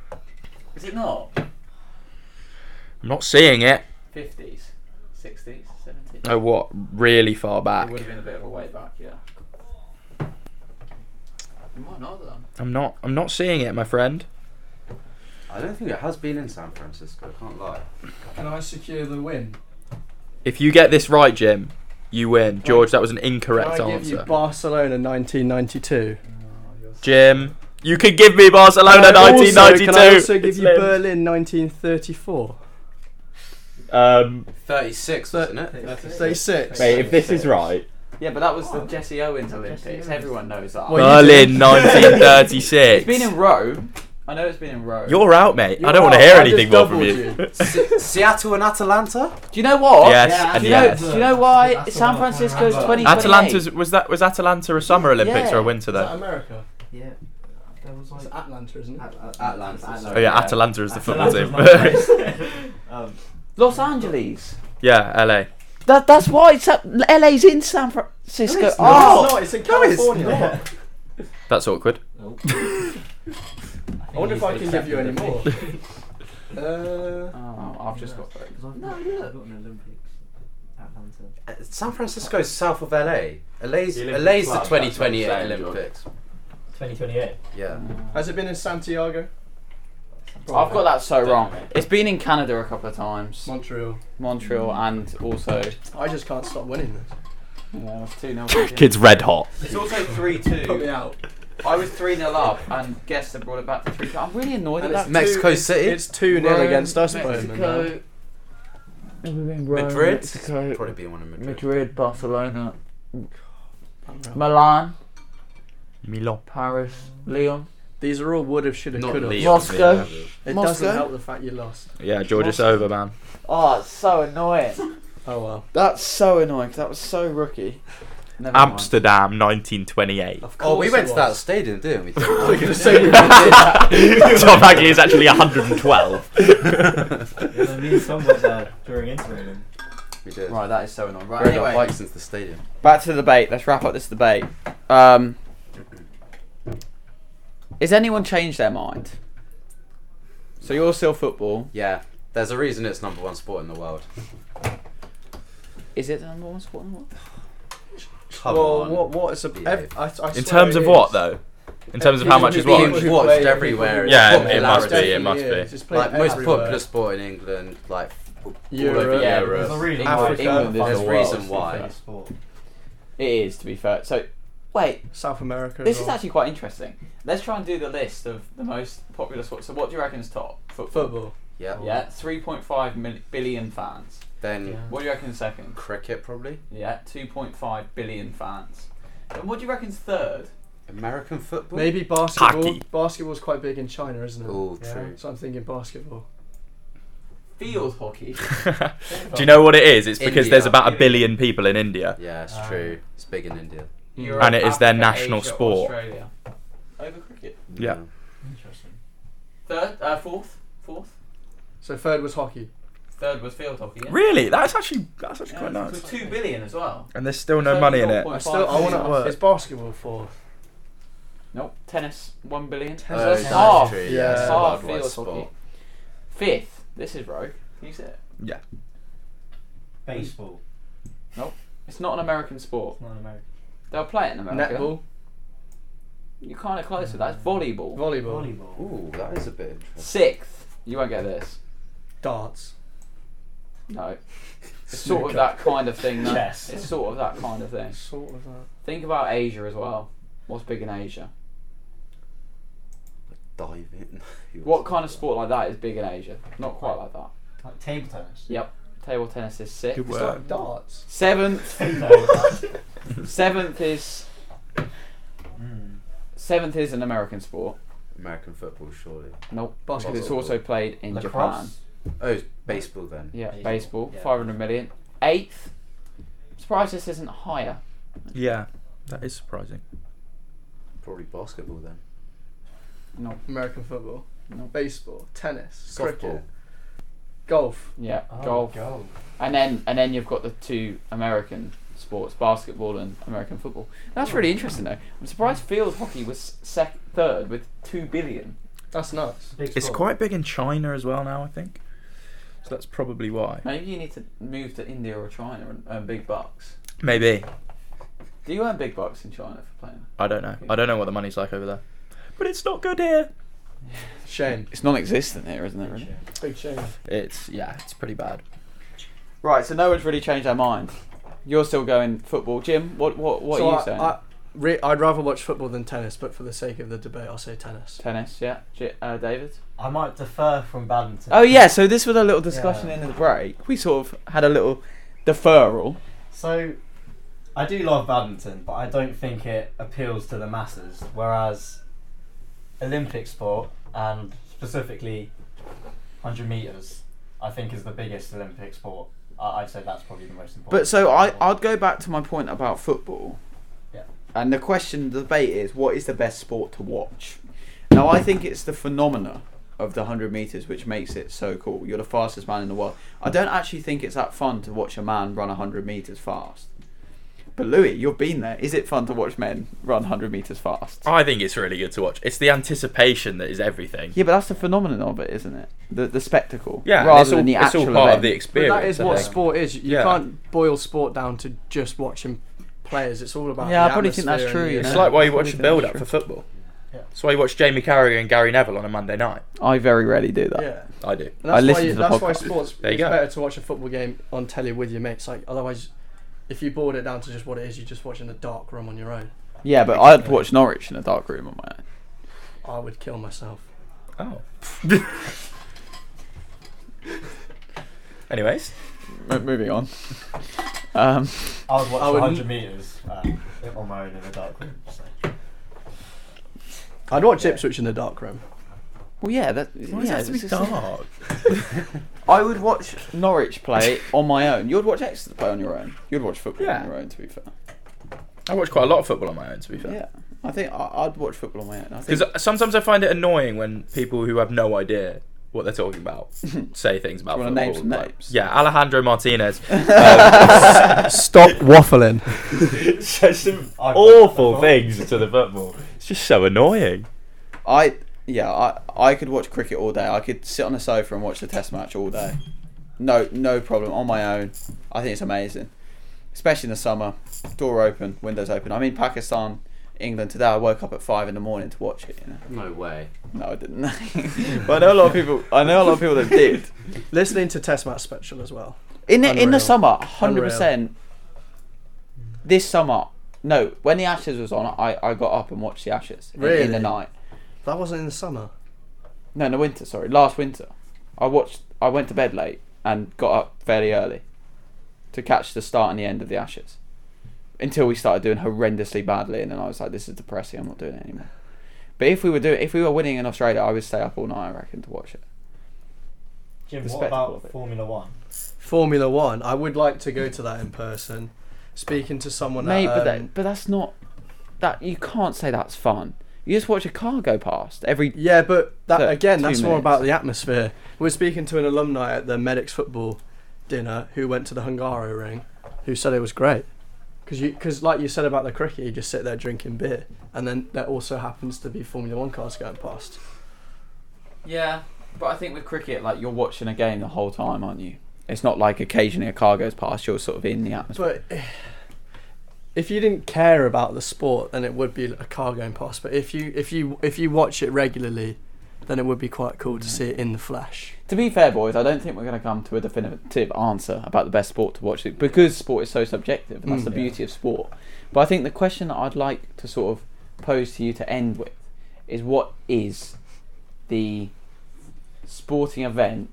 Speaker 1: Is it not?
Speaker 6: I'm not seeing it.
Speaker 1: 50s, 60s, 70s.
Speaker 6: Oh, what? Really far
Speaker 1: It
Speaker 6: back.
Speaker 1: would have been a bit of a way back, yeah. You might not have done.
Speaker 6: I'm not. I'm not seeing it, my friend.
Speaker 5: I don't think it has been in San Francisco. I can't lie.
Speaker 3: Can I secure the win?
Speaker 6: If you get this right, Jim, you win. George, that was an
Speaker 3: Can I
Speaker 6: incorrect
Speaker 3: give you
Speaker 6: answer.
Speaker 3: Barcelona 1992?
Speaker 6: Jim, you could give me Barcelona
Speaker 3: Can I also-
Speaker 6: 1992.
Speaker 3: Can I also give
Speaker 6: It's
Speaker 3: you
Speaker 6: Lynn.
Speaker 3: Berlin 1934?
Speaker 2: Um,
Speaker 5: 36, wasn't it?
Speaker 3: Say six.
Speaker 2: mate, if this is right,
Speaker 1: Yeah, but that was the Oh. Jesse Owens Olympics. Everyone knows that.
Speaker 3: Well, you
Speaker 6: Berlin,
Speaker 3: did.
Speaker 6: 1936.
Speaker 1: it's been in Rome. I know it's been in Rome.
Speaker 6: You're out, mate. I
Speaker 3: You're
Speaker 6: don't want to
Speaker 3: out.
Speaker 6: hear
Speaker 3: I just
Speaker 6: anything more from
Speaker 3: doubled
Speaker 5: (laughs) Se-
Speaker 6: you.
Speaker 5: Seattle and Atalanta?
Speaker 1: do you know what?
Speaker 6: Yes, Yeah,
Speaker 1: do,
Speaker 6: and
Speaker 1: you know,
Speaker 6: yes.
Speaker 1: do you know why
Speaker 10: That's the
Speaker 1: San
Speaker 10: one I can't
Speaker 1: Francisco's
Speaker 10: remember.
Speaker 1: 20
Speaker 6: Atalanta's was that was Atalanta a summer Olympics
Speaker 1: Yeah.
Speaker 6: or a winter
Speaker 3: Is that
Speaker 6: though?
Speaker 3: America?
Speaker 10: Yeah. There was like.
Speaker 3: Atlanta, isn't it?
Speaker 5: Atlanta.
Speaker 6: Oh yeah, Atalanta is the football
Speaker 10: Atlanta's
Speaker 6: team.
Speaker 10: my place.
Speaker 6: (laughs)
Speaker 10: um,
Speaker 1: Los Angeles.
Speaker 6: yeah, LA.
Speaker 1: That, that's why it's at, LA's in San Francisco.
Speaker 3: Oh,
Speaker 1: oh,
Speaker 3: no, it's in California.
Speaker 6: That's awkward. (laughs)
Speaker 10: nope.
Speaker 3: I wonder if I can give you any more. (laughs) Uh,
Speaker 1: Oh, I've just got that.
Speaker 10: No, look. I've got an Olympics. Atlanta.
Speaker 5: Uh, San Francisco's south of LA. LA's,
Speaker 2: The
Speaker 5: the
Speaker 2: Olympic
Speaker 5: LA's the
Speaker 2: club, that's
Speaker 5: 2028
Speaker 2: what I'm saying,
Speaker 5: Olympics.
Speaker 10: 2028.
Speaker 5: Yeah.
Speaker 3: Has it been in Santiago?
Speaker 1: I've got that so wrong. It's been in Canada a couple of times,
Speaker 3: Montreal.
Speaker 1: Montreal, and also
Speaker 3: (laughs) I just can't stop winning this.
Speaker 1: yeah, two
Speaker 6: (laughs) Kid's red hot.
Speaker 1: It's also three
Speaker 3: Put me
Speaker 1: two.
Speaker 3: out.
Speaker 1: I was three 0 up, and guess they brought it back to three. I'm really annoyed at
Speaker 3: And it's
Speaker 1: that.
Speaker 3: two-
Speaker 5: Mexico
Speaker 3: it's-
Speaker 5: City?
Speaker 3: It's 2 0
Speaker 1: Rome,
Speaker 3: against us at the moment, man.
Speaker 1: Mexico. Rome,
Speaker 5: Madrid?
Speaker 1: Mexico,
Speaker 5: Probably be one in Madrid.
Speaker 1: Madrid, Barcelona, Milan,
Speaker 6: Milan.
Speaker 1: Paris, Lyon.
Speaker 3: These are all would have, should have,
Speaker 5: Not
Speaker 3: could have.
Speaker 5: Leon,
Speaker 3: It
Speaker 1: Moscow.
Speaker 5: Villarreal.
Speaker 1: Moscow?
Speaker 3: doesn't help the fact you lost.
Speaker 6: Yeah, George, it's over, man.
Speaker 1: Oh, it's so annoying.
Speaker 3: Oh well.
Speaker 1: That's so annoying. 'cause that was so rookie. Never mind.
Speaker 6: Amsterdam, 1928.
Speaker 3: Of course
Speaker 5: Oh, we went to that stadium, didn't we? (laughs)
Speaker 6: (laughs)
Speaker 5: Tom
Speaker 6: Hagley is actually 112.
Speaker 5: (laughs)
Speaker 10: And then me and Tom went there during interrailing.
Speaker 5: we did.
Speaker 1: Right, that is so annoying. Right,
Speaker 5: Rode our
Speaker 1: anyway,
Speaker 5: bikes into the stadium.
Speaker 1: back to the debate. Let's wrap up this debate. Um, has anyone changed their mind? So you're still football.
Speaker 5: Yeah. There's a reason it's number one sport in the world.
Speaker 1: Is it the number one sport in the world?
Speaker 5: Come
Speaker 3: Well,
Speaker 5: on.
Speaker 3: what, what is a.
Speaker 5: Yeah.
Speaker 3: ev- I, I
Speaker 6: In
Speaker 3: swear
Speaker 6: terms
Speaker 3: it
Speaker 6: of what
Speaker 3: is.
Speaker 6: though? In terms of how much is
Speaker 3: People
Speaker 5: being
Speaker 3: who
Speaker 6: watched?
Speaker 3: play,
Speaker 5: watched
Speaker 3: people who
Speaker 5: everywhere.
Speaker 6: Yeah,
Speaker 5: It's
Speaker 6: it must be,
Speaker 5: popularity.
Speaker 6: it must be.
Speaker 3: It's played
Speaker 5: Like most
Speaker 3: everywhere.
Speaker 5: popular sport in England, like all
Speaker 3: Europe.
Speaker 5: over
Speaker 1: Yeah,
Speaker 5: Europe.
Speaker 10: There's a reason
Speaker 5: England-
Speaker 10: why
Speaker 1: Africa,
Speaker 5: England,
Speaker 1: fuck
Speaker 5: there's
Speaker 1: the world.
Speaker 5: reason why.
Speaker 10: Sport.
Speaker 1: It is, to be fair. So, wait,
Speaker 3: South America. as
Speaker 1: this is
Speaker 3: well.
Speaker 1: actually quite interesting. Let's try and do the list of the most popular sports. So, what do you reckon is top? Football.
Speaker 3: football.
Speaker 5: Yeah.
Speaker 1: Yeah, 3.5 mil- billion fans.
Speaker 5: Then
Speaker 1: What do you reckon is second?
Speaker 5: cricket, probably.
Speaker 1: Yeah, 2.5 billion fans. And what do you reckon's third?
Speaker 5: American football.
Speaker 3: Maybe basketball.
Speaker 6: Hockey.
Speaker 3: Basketball's quite big in China, isn't it?
Speaker 5: Oh, true.
Speaker 3: So I'm thinking basketball.
Speaker 1: Field
Speaker 6: (laughs)
Speaker 1: hockey.
Speaker 6: Do you know what it is? It's because
Speaker 5: India.
Speaker 6: there's about a billion people in India.
Speaker 5: Yeah, it's
Speaker 3: Ah.
Speaker 5: true. It's big in India.
Speaker 1: Europe,
Speaker 6: And it is their
Speaker 1: Africa,
Speaker 6: national
Speaker 1: Asia,
Speaker 6: sport.
Speaker 1: Australia. Over cricket.
Speaker 6: Yeah.
Speaker 10: Interesting.
Speaker 1: Third, uh, fourth, fourth.
Speaker 3: So third was hockey.
Speaker 1: Third was field hockey. Yeah.
Speaker 6: Really? That's actually that's actually
Speaker 1: Yeah,
Speaker 6: quite
Speaker 1: With
Speaker 6: nice.
Speaker 1: two billion as well.
Speaker 6: And there's still no money in it.
Speaker 1: 34.5
Speaker 3: I still. I
Speaker 1: billion.
Speaker 3: want
Speaker 6: Work.
Speaker 3: to. It's basketball for.
Speaker 1: Nope. Tennis, one billion.
Speaker 3: Tennis.
Speaker 1: So that's
Speaker 5: yeah,
Speaker 1: half.
Speaker 5: true.
Speaker 3: yeah.
Speaker 5: it's a
Speaker 1: Half
Speaker 5: worldwide
Speaker 1: field hockey.
Speaker 5: sport.
Speaker 1: Fifth. This is rogue. Can you see it?
Speaker 10: Baseball.
Speaker 1: It's not an American sport.
Speaker 10: It's not American.
Speaker 1: They'll play it in America.
Speaker 3: Netball.
Speaker 1: You're kind of close to that. It's volleyball.
Speaker 3: Volleyball.
Speaker 10: Volleyball.
Speaker 5: Ooh, that is a bit interesting.
Speaker 1: Sixth. You won't get this.
Speaker 3: Darts. (laughs)
Speaker 1: No. It's sort of that kind of thing. Though.
Speaker 10: Chess.
Speaker 1: It's sort of that kind of thing.
Speaker 3: Sort of uh, that.
Speaker 1: Think about Asia as well. What's big in Asia?
Speaker 5: Diving.
Speaker 1: What kind of sport like that is big in Asia? Not quite like that.
Speaker 10: Like table tennis.
Speaker 1: Table tennis is six.
Speaker 6: Good work.
Speaker 3: Darts. (laughs)
Speaker 1: Seventh,
Speaker 10: No.
Speaker 1: seventh is
Speaker 10: Mm.
Speaker 1: Hmm. seventh is an American sport.
Speaker 5: American football, surely.
Speaker 1: Nope. Because
Speaker 3: Basketball.
Speaker 1: it's also played in Japan.
Speaker 10: Lacrosse.
Speaker 5: Oh, it's baseball then.
Speaker 1: Yeah,
Speaker 10: Baseball.
Speaker 1: baseball.
Speaker 10: Yeah.
Speaker 1: Five hundred million. Eighth. I'm surprised this isn't higher.
Speaker 6: Yeah. That is surprising.
Speaker 5: Probably basketball then.
Speaker 1: No.
Speaker 3: American football.
Speaker 1: No.
Speaker 3: Baseball. Tennis.
Speaker 5: Softball.
Speaker 3: Cricket. Golf.
Speaker 1: Yeah.
Speaker 10: Oh,
Speaker 1: golf.
Speaker 10: Golf.
Speaker 1: And then and then you've got the two American sports, basketball and American football. That's
Speaker 10: Oh.
Speaker 1: really interesting though. I'm surprised field hockey was sec- third with two billion.
Speaker 3: That's nuts.
Speaker 10: Big
Speaker 6: It's
Speaker 10: sport.
Speaker 6: quite big in China as well now, I think. So that's probably why.
Speaker 1: Maybe you need to move to India or China and earn big bucks.
Speaker 6: Maybe.
Speaker 1: Do you earn big bucks in China for playing?
Speaker 6: I don't know. I don't know what the money's like over there. But it's not good here.
Speaker 3: Shame.
Speaker 1: It's non-existent here, isn't it? Really?
Speaker 3: Big shame.
Speaker 6: It's yeah, it's pretty bad.
Speaker 1: Right. So no one's really changed their mind. You're still going football, Jim. What what what
Speaker 3: So
Speaker 1: are you
Speaker 3: I,
Speaker 1: saying?
Speaker 3: I, re- I'd rather watch football than tennis, but for the sake of the debate, I'll say tennis.
Speaker 1: Tennis, yeah. J- uh, David?
Speaker 10: I might defer from badminton.
Speaker 1: Oh, yeah, so this was a little discussion
Speaker 10: Yeah.
Speaker 1: in the break. We sort of had a little deferral.
Speaker 10: So, I do love badminton, but I don't think it appeals to the masses. Whereas, Olympic sport and specifically 100 meters, I think is the biggest Olympic sport. I- I'd say that's probably the most important.
Speaker 1: But so I, I'd go back to my point about football.
Speaker 10: Yeah.
Speaker 1: And the question, the debate is what is the best sport to watch? Now, I think it's the phenomena of the 100 metres which makes it so cool. You're the fastest man in the world. I don't actually think it's that fun to watch a man run 100 metres fast. But Louis, you've been there. Is it fun to watch men run 100 metres fast?
Speaker 6: I think it's really good to watch. It's the anticipation that is everything.
Speaker 1: Yeah, but that's the phenomenon of it, isn't it? The the spectacle.
Speaker 6: Yeah, and
Speaker 1: rather
Speaker 6: it's all,
Speaker 1: than the
Speaker 6: it's
Speaker 1: actual
Speaker 6: all part of the
Speaker 1: event.
Speaker 3: But
Speaker 6: experience.
Speaker 3: that is
Speaker 6: I
Speaker 3: what
Speaker 6: think.
Speaker 3: sport is. You
Speaker 6: Yeah.
Speaker 3: can't boil sport down to just watching players. It's all about.
Speaker 1: Yeah,
Speaker 3: the
Speaker 1: I probably think that's
Speaker 3: atmosphere and
Speaker 1: true,
Speaker 3: the-
Speaker 1: you
Speaker 6: It's
Speaker 1: know.
Speaker 6: like why you
Speaker 1: Probably
Speaker 6: watch the
Speaker 1: think
Speaker 6: build
Speaker 1: that's
Speaker 6: up
Speaker 1: true.
Speaker 6: for football.
Speaker 10: Yeah.
Speaker 6: It's why you watch Jamie Carragher and Gary Neville on a Monday night.
Speaker 1: I very rarely do that.
Speaker 3: Yeah.
Speaker 6: I do.
Speaker 3: And that's
Speaker 1: I
Speaker 3: why,
Speaker 1: listen
Speaker 3: you,
Speaker 1: to the
Speaker 3: that's why
Speaker 1: podcast.
Speaker 3: sports.
Speaker 6: There you
Speaker 3: it's
Speaker 6: go.
Speaker 3: better to watch a football game on telly with your mates. Like otherwise, if you boiled it down to just what it is, you're just watching a dark room on your own.
Speaker 1: Yeah, but I'd watch Norwich in a dark room on my own.
Speaker 3: I would kill myself.
Speaker 6: Oh.
Speaker 1: (laughs)
Speaker 6: Anyways,
Speaker 1: Mo- moving on. Um,
Speaker 10: I was
Speaker 3: I
Speaker 10: watching
Speaker 3: would-
Speaker 10: 100 meters um, on my own in a dark room. So.
Speaker 3: I'd watch
Speaker 10: Yeah.
Speaker 3: Ipswich in the dark room.
Speaker 1: well, yeah, that.
Speaker 6: why
Speaker 1: yeah,
Speaker 6: does it have to
Speaker 3: (laughs)
Speaker 1: it's
Speaker 6: be
Speaker 1: just-
Speaker 6: dark?
Speaker 1: (laughs) I would watch Norwich play on my own. You'd watch Exeter play on your own. You'd watch football
Speaker 6: Yeah.
Speaker 1: on your own. To be fair.
Speaker 6: I watch quite a lot of football on my own, to be fair.
Speaker 1: Yeah, I think I, I'd watch football on my own. I think
Speaker 6: Because sometimes I find it annoying when people who have no idea what they're talking about say things about
Speaker 1: Do you wanna
Speaker 6: football.
Speaker 1: name some
Speaker 6: like-
Speaker 1: names?
Speaker 6: yeah, Alejandro Martinez. Um,
Speaker 3: (laughs)
Speaker 6: s-
Speaker 3: Stop waffling.
Speaker 2: Says some
Speaker 10: I've
Speaker 2: awful things to the football.
Speaker 6: it's just so annoying.
Speaker 1: I yeah I I could watch cricket all day. I could sit on a sofa and watch the Test match all day. No no problem on my own. I think it's amazing, especially in the summer. Door open, windows open. I'm in Pakistan, England today. I woke up at five in the morning to watch it. You know?
Speaker 5: No way.
Speaker 1: No, I didn't. (laughs) but I know a lot of people. I know a lot of people that did.
Speaker 3: Listening to Test Match Special as well.
Speaker 1: In the, in the
Speaker 3: Unreal.
Speaker 1: summer, hundred percent. This summer, no, when the Ashes was on, I, I got up and watched the Ashes in- in the
Speaker 3: Really?
Speaker 1: night.
Speaker 3: That wasn't in the summer.
Speaker 1: No, no winter. Sorry, last winter. I watched. I went to bed late and got up fairly early to catch the start and the end of the Ashes. Until we started doing horrendously badly, and then I was like, "This is depressing. I'm not doing it anymore." But if we were doing, if we were winning in Australia, I would stay up all night. I reckon to watch it.
Speaker 10: Jim,
Speaker 1: The
Speaker 10: what
Speaker 1: spectacle of
Speaker 10: about
Speaker 1: it.
Speaker 10: Formula One?
Speaker 3: Formula One. I would like to go to that in person. Speaking to someone
Speaker 1: Mate,
Speaker 3: at,
Speaker 1: but,
Speaker 3: um,
Speaker 1: that, but that's not that. You can't say that's fun. You just watch a car go past every.
Speaker 3: Yeah, but that
Speaker 1: Look,
Speaker 3: again,
Speaker 1: two
Speaker 3: that's more
Speaker 1: minutes.
Speaker 3: about the atmosphere. We We're speaking to an alumni at the Medics football dinner who went to the Hungaro ring, who said it was great. Because you, cause like you said about the cricket, you just sit there drinking beer, and then there also happens to be Formula One cars going past.
Speaker 1: Yeah, but I think with cricket, like you're watching a game the whole time, aren't you? It's not like occasionally a car goes past. You're sort of in the atmosphere.
Speaker 3: But if you didn't care about the sport, then it would be a car going past. But if you if you if you watch it regularly, then it would be quite cool to see it in the flesh.
Speaker 1: To be fair, boys, I don't think we're going to come to a definitive answer about the best sport to watch it because sport is so subjective, and that's
Speaker 3: Mm.
Speaker 1: the
Speaker 3: Yeah.
Speaker 1: beauty of sport. But I think the question that I'd like to sort of pose to you to end with is what is the sporting event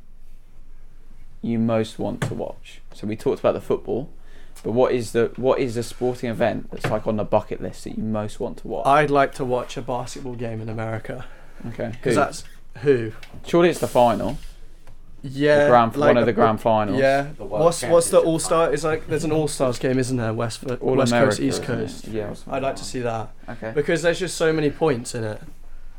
Speaker 1: you most want to watch? So we talked about the football, but what is the what is the sporting event that's like on the bucket list that you most want to watch?
Speaker 3: I'd like to watch a basketball game in America
Speaker 1: Okay,
Speaker 3: because
Speaker 1: who?
Speaker 3: that's who
Speaker 1: surely it's the final,
Speaker 3: Yeah,
Speaker 1: the grand,
Speaker 3: like
Speaker 1: one of the
Speaker 3: a-
Speaker 1: grand finals.
Speaker 3: Yeah,
Speaker 5: The World
Speaker 3: what's what's the
Speaker 5: Championship
Speaker 3: All Star? It's like there's an All Stars game, isn't there? West
Speaker 1: All
Speaker 3: West
Speaker 1: America,
Speaker 3: Coast, East
Speaker 1: isn't it?
Speaker 3: Coast.
Speaker 1: Yeah, or
Speaker 3: I'd
Speaker 1: something
Speaker 3: like to see that
Speaker 1: Okay.
Speaker 3: because there's just so many points in it.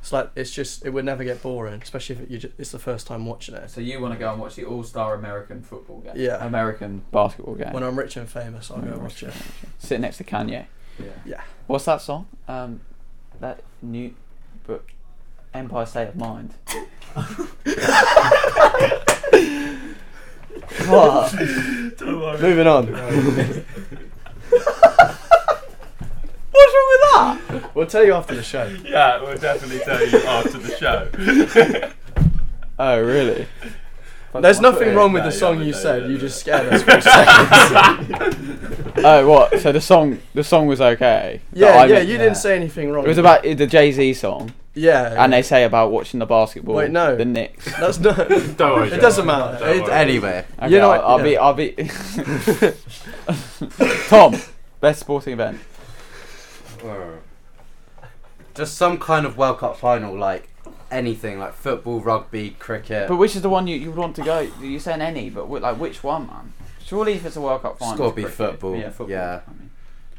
Speaker 3: It's like it's just it would never get boring, especially if it, you ju- it's the first time watching it.
Speaker 1: So you want to go and watch the All Star American football game?
Speaker 3: Yeah.
Speaker 1: American
Speaker 3: (laughs)
Speaker 1: basketball game.
Speaker 3: When I'm rich and famous, I'll go watch it.
Speaker 1: Sit next to Kanye.
Speaker 10: Yeah.
Speaker 3: Yeah.
Speaker 1: What's that song? Um, that new book, Empire State of
Speaker 3: (laughs)
Speaker 1: Mind. (laughs) what?
Speaker 3: Moving on, (laughs)
Speaker 1: What's wrong with that?
Speaker 3: we'll tell you after the show.
Speaker 2: Yeah, we'll definitely tell you after the show. (laughs)
Speaker 1: Oh really?
Speaker 3: There's nothing wrong with
Speaker 2: No,
Speaker 3: the
Speaker 2: you
Speaker 3: song
Speaker 2: haven't
Speaker 3: you
Speaker 2: done
Speaker 3: said.
Speaker 2: that,
Speaker 3: You
Speaker 2: no.
Speaker 1: (laughs)
Speaker 3: just scared us for a second.
Speaker 1: oh, what? So the song, the song was okay. that
Speaker 3: Yeah,
Speaker 1: I
Speaker 3: yeah,
Speaker 1: meant-
Speaker 3: you didn't say anything wrong.
Speaker 1: It was about the Jay Z song,
Speaker 3: Yeah.
Speaker 1: and they say about watching the basketball.
Speaker 3: Wait, no.
Speaker 1: the Knicks.
Speaker 3: That's (laughs) no.
Speaker 2: Don't worry,
Speaker 3: It
Speaker 2: Joe.
Speaker 3: doesn't matter.
Speaker 2: Don't
Speaker 3: It-
Speaker 2: worry.
Speaker 5: anyway,
Speaker 1: Okay,
Speaker 3: You know
Speaker 1: I'll,
Speaker 3: what-
Speaker 1: I'll
Speaker 3: (laughs)
Speaker 1: be, (laughs) I'll be. Tom, best sporting event.
Speaker 5: just some kind of World Cup final, like anything, like football, rugby, cricket.
Speaker 1: But which is the one you, you would want to go? You're saying any, but wh- like which one, man? Surely if it's a World Cup final,
Speaker 5: It's gotta
Speaker 1: it's
Speaker 5: be
Speaker 1: cricket.
Speaker 5: football,
Speaker 1: Yeah, football.
Speaker 5: yeah.
Speaker 1: I mean.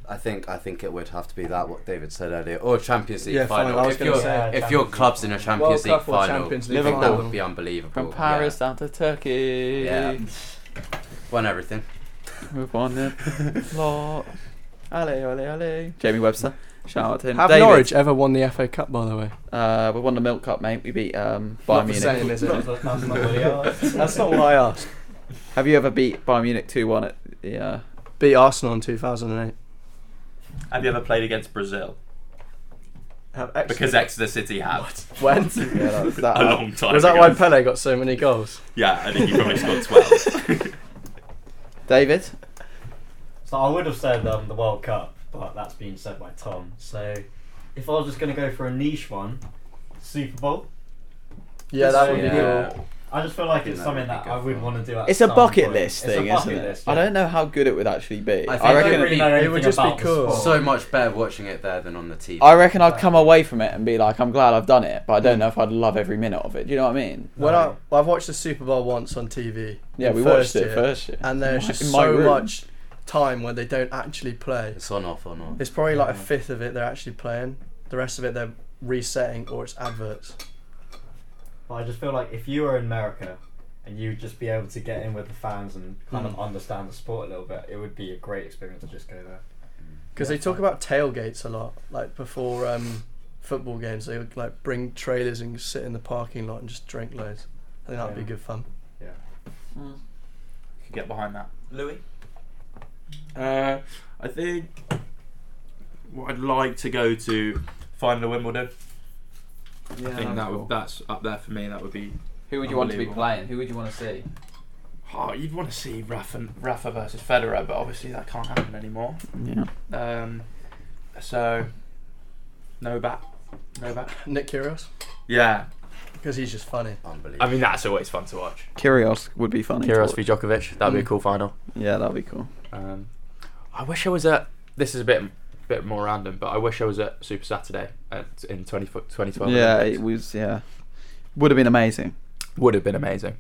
Speaker 5: I think I think it would have to be that what David said earlier, or Champions League
Speaker 3: Yeah, final,
Speaker 5: final.
Speaker 3: I was
Speaker 5: if
Speaker 3: gonna
Speaker 5: your
Speaker 3: say.
Speaker 5: if your club's in a Champions
Speaker 3: World Cup
Speaker 5: League
Speaker 3: or
Speaker 5: final,
Speaker 3: Champions League
Speaker 1: Liverpool.
Speaker 5: that
Speaker 3: final.
Speaker 5: would be unbelievable.
Speaker 1: From Paris
Speaker 5: yeah.
Speaker 1: down to Turkey.
Speaker 5: Yeah. won everything.
Speaker 1: Move on then. Lot. Ale, ale, ale. Jamie Webster. Shout out to him.
Speaker 3: Have
Speaker 1: David,
Speaker 3: Norwich ever won the FA Cup, by the way?
Speaker 1: Uh, we won the Milk Cup, mate. We beat um,
Speaker 3: Not
Speaker 1: Bayern
Speaker 3: the
Speaker 1: Munich.
Speaker 3: same, is it?
Speaker 10: That's not what he
Speaker 1: (laughs)
Speaker 10: asked.
Speaker 3: That's not what I asked.
Speaker 1: Have you ever beat Bayern Munich 2 1 at the. Uh,
Speaker 3: Beat Arsenal in 2008.
Speaker 2: Have you ever played against Brazil?
Speaker 3: Have Exeter-
Speaker 2: Because Exeter City have. (laughs)
Speaker 3: when?
Speaker 1: (laughs) yeah, that's that.
Speaker 2: A long time.
Speaker 3: Was that
Speaker 2: ago.
Speaker 3: why Pele got so many goals?
Speaker 2: Yeah, I think he probably
Speaker 1: (laughs)
Speaker 2: scored twelve.
Speaker 1: David?
Speaker 10: So I would have said um, the World Cup, but that's being said by Tom. So if I was just going to go for a niche one, Super Bowl.
Speaker 3: Yeah, that would be
Speaker 5: Yeah.
Speaker 3: cool.
Speaker 10: I just feel like
Speaker 5: Yeah,
Speaker 10: it's
Speaker 5: that
Speaker 10: something
Speaker 5: would be
Speaker 10: that
Speaker 5: good
Speaker 10: I would
Speaker 5: fun.
Speaker 10: want to do. At
Speaker 1: It's a
Speaker 10: some
Speaker 1: bucket
Speaker 10: point.
Speaker 1: list
Speaker 10: It's
Speaker 1: thing,
Speaker 10: a bucket
Speaker 1: isn't it?
Speaker 10: list,
Speaker 1: I
Speaker 10: yeah.
Speaker 1: don't know how good it would actually be.
Speaker 5: I
Speaker 1: I,
Speaker 5: think it
Speaker 10: I
Speaker 1: reckon.
Speaker 10: don't really know
Speaker 5: It
Speaker 10: anything
Speaker 3: would just be
Speaker 10: about the
Speaker 3: cool.
Speaker 10: sport.
Speaker 5: So much better watching it there than on the TV.
Speaker 1: I reckon I'd come away from it and be like, I'm glad I've done it, but I don't know if I'd love every minute of it. Do you know what I mean?
Speaker 3: When I, well, I've watched the Super Bowl once on TV.
Speaker 1: Yeah,
Speaker 3: in
Speaker 1: we watched
Speaker 3: first
Speaker 1: it
Speaker 3: year,
Speaker 1: first year.
Speaker 3: And there's
Speaker 1: In
Speaker 3: just
Speaker 1: my
Speaker 3: so
Speaker 1: room.
Speaker 3: much time where they don't actually play.
Speaker 5: it's on off on off.
Speaker 3: It's probably like a fifth of it they're actually playing. The rest of it they're resetting or it's adverts.
Speaker 10: But I just feel like if you were in America and you'd just be able to get in with the fans and kind
Speaker 5: Hmm.
Speaker 10: of understand the sport a little bit, it would be a great experience to just go there.
Speaker 3: Because they talk about tailgates a lot, like before um, football games, they would like bring trailers and sit in the parking lot and just drink loads. I think that'd be
Speaker 10: Yeah.
Speaker 3: good fun.
Speaker 2: Can get behind that.
Speaker 6: Louis?
Speaker 2: Uh, I think what I'd like to go to final Wimbledon.
Speaker 1: Yeah,
Speaker 6: I think that would, that's up there for me. That would be.
Speaker 1: Who would you want to be
Speaker 6: Unbelievable.
Speaker 1: playing? Who would you want to see?
Speaker 6: Oh, you'd want to see Rafa, Rafa versus Federer, but obviously that can't happen anymore.
Speaker 1: Yeah.
Speaker 6: Um, so, no bat. No bat.
Speaker 3: Nick Kyrgios,
Speaker 6: Yeah.
Speaker 3: because he's just funny.
Speaker 5: Unbelievable.
Speaker 6: mean, that's always fun to watch.
Speaker 1: Kyrgios would be funny. to
Speaker 6: Kyrgios
Speaker 1: watch.
Speaker 6: v Djokovic. That'd be a
Speaker 3: Mm.
Speaker 6: cool final.
Speaker 1: Yeah, that'd be cool.
Speaker 6: Um, I wish I was at. This is a bit bit more random, but I wish I was at Super Saturday at, in 20, 2012.
Speaker 1: yeah,
Speaker 6: Olympics.
Speaker 1: it was. Yeah, would have been amazing.
Speaker 6: would have been amazing.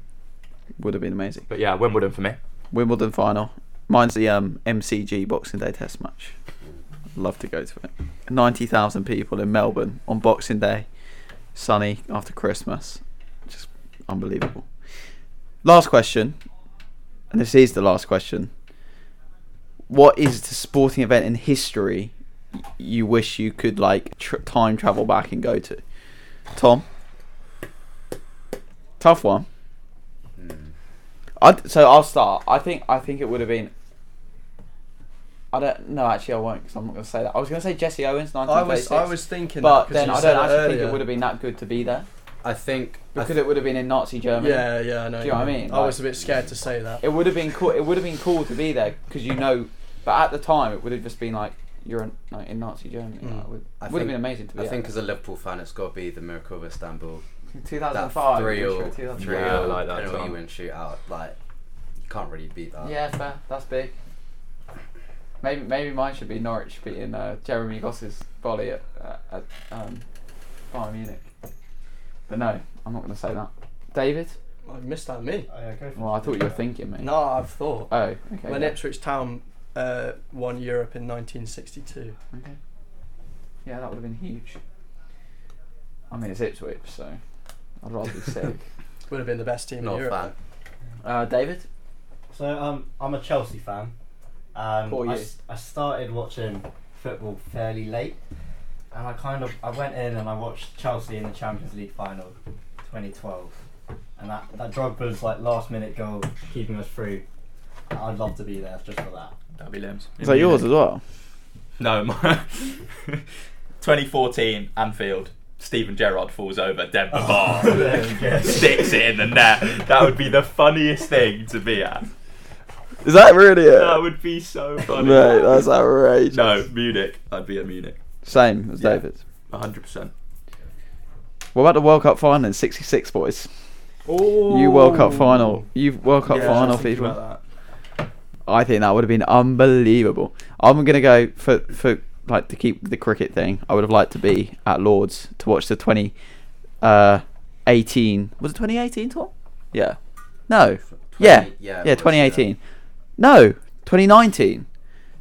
Speaker 1: Would have been amazing.
Speaker 6: But yeah, Wimbledon for me.
Speaker 1: Wimbledon final. Mine's the um, MCG Boxing Day Test match. Love to go to it. Ninety thousand people in Melbourne on Boxing Day, sunny after Christmas, just unbelievable. Last question, and this is the last question. What is the sporting event in history y- you wish you could like tr- time travel back and go to? Tom, tough one.
Speaker 5: Mm.
Speaker 1: I so I'll start. I think I think it would have been. I don't no actually I won't because I'm not going to say that. I was going to say Jesse Owens
Speaker 3: I
Speaker 1: 1936.
Speaker 3: was I was thinking,
Speaker 1: but
Speaker 3: that 'cause
Speaker 1: then
Speaker 3: you
Speaker 1: I
Speaker 3: said
Speaker 1: don't actually think
Speaker 3: earlier.
Speaker 1: it would have been that good to be there
Speaker 5: I think I
Speaker 1: because it would have been in Nazi Germany.
Speaker 3: Yeah, yeah, I know.
Speaker 1: Do you know what I mean?
Speaker 3: I was a bit scared to say that.
Speaker 1: It would have been cool. It would have been cool to be there because you know. But at the time, it would have just been like you're in, like, in Nazi Germany.
Speaker 3: Mm.
Speaker 1: Like, it would
Speaker 5: I
Speaker 1: would have
Speaker 5: think-
Speaker 1: been amazing to be.
Speaker 5: I think as a Liverpool fan, it's got to be the Miracle of
Speaker 1: (laughs)
Speaker 5: Istanbul. That
Speaker 1: 2005.
Speaker 5: three
Speaker 1: sure,
Speaker 5: or
Speaker 1: 2005.
Speaker 5: three
Speaker 6: Yeah, I
Speaker 5: or
Speaker 6: like that as
Speaker 5: penalty
Speaker 6: well.
Speaker 5: win shootout. Like you can't really beat that.
Speaker 1: Yeah, fair. That's big. Maybe maybe mine should be Norwich beating uh, Jeremy Goss's volley at, uh, at um, Bayern Munich. But no, I'm not going to say that. David?
Speaker 3: I missed that me.
Speaker 10: Oh, yeah, go for
Speaker 1: Well, I thought you were thinking, mate.
Speaker 3: No, I've thought.
Speaker 1: Oh, okay.
Speaker 3: when
Speaker 1: yeah.
Speaker 3: Ipswich Town uh, won Europe in 1962.
Speaker 1: okay. Yeah, that would have been huge. I mean, it's Ipswich, so I'd rather be (laughs) sick.
Speaker 3: Would have been the best team
Speaker 5: Not
Speaker 3: in
Speaker 5: a
Speaker 3: Europe.
Speaker 5: fan.
Speaker 1: Uh, David?
Speaker 10: So um, I'm a Chelsea fan, and
Speaker 1: Poor
Speaker 10: I,
Speaker 1: you.
Speaker 10: s- I started watching football fairly late, and I kind of I went in and I watched Chelsea in the Champions League final, 2012, and that that Drogba's like last minute goal keeping us through. I'd love to be there just for that.
Speaker 6: That'd be limbs.
Speaker 1: as well?
Speaker 2: (laughs)
Speaker 6: No, my 2014 Anfield. Stephen Gerrard falls over Denver Bar,
Speaker 10: Oh, (laughs) There we go.
Speaker 6: sticks it in the net. That would be the funniest thing to be at.
Speaker 1: Is that really it?
Speaker 2: That would be so funny.
Speaker 1: Mate, that's outrageous.
Speaker 2: No, Munich. I'd be at Munich.
Speaker 1: Same as
Speaker 2: Yeah.
Speaker 1: David's.
Speaker 2: 100%.
Speaker 1: What about the World Cup final in '66, boys?
Speaker 2: Oh.
Speaker 1: You World Cup final. You World Cup
Speaker 2: Yeah, I
Speaker 1: final
Speaker 2: was thinking
Speaker 1: FIFA.
Speaker 2: about
Speaker 1: I think that would have been unbelievable. I'm gonna go for for like to keep the cricket thing. I would have liked to be at Lords to watch the 20, uh, 18. Was it 2018 Tom? Yeah. No. yeah.
Speaker 5: yeah, it
Speaker 1: Yeah.
Speaker 5: was,
Speaker 1: 2018. No. 2019.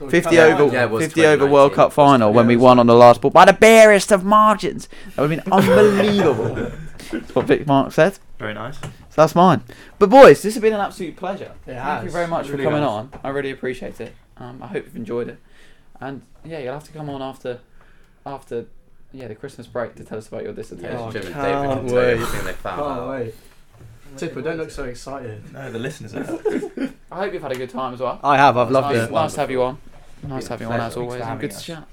Speaker 1: 50
Speaker 5: come
Speaker 1: over
Speaker 5: on. Yeah, it was
Speaker 1: 50 over World
Speaker 5: 2019.
Speaker 1: Cup final when we won on the last ball by the barest of margins. That would have been unbelievable.
Speaker 5: (laughs)
Speaker 1: That's what Vic Mark said.
Speaker 2: that. Very nice.
Speaker 1: So that's mine. But boys, this has been an absolute pleasure.
Speaker 3: It
Speaker 1: Thank
Speaker 3: has.
Speaker 1: you very much
Speaker 3: It
Speaker 1: for
Speaker 3: really
Speaker 1: coming
Speaker 3: has.
Speaker 1: on. I really appreciate it. Um, I hope you've enjoyed it. And yeah, you'll have to come on after after yeah the Christmas break to tell us about your dissertation.
Speaker 5: Yeah,
Speaker 3: Oh,
Speaker 5: Jim and David
Speaker 3: can't
Speaker 5: can tell you
Speaker 3: wait.
Speaker 5: everything they found out.
Speaker 3: Can't wait. Tipper, don't look so excited.
Speaker 2: No, the listeners
Speaker 5: (laughs)
Speaker 2: are.
Speaker 1: I hope you've had a good time as well.
Speaker 3: I have. I've loved
Speaker 1: nice,
Speaker 3: it.
Speaker 1: Nice to have you on. Nice
Speaker 5: Yeah,
Speaker 1: to have you on as
Speaker 5: pleasure.
Speaker 2: Thanks
Speaker 1: always.
Speaker 2: for
Speaker 1: And
Speaker 2: having
Speaker 1: good to
Speaker 2: us.
Speaker 1: chat.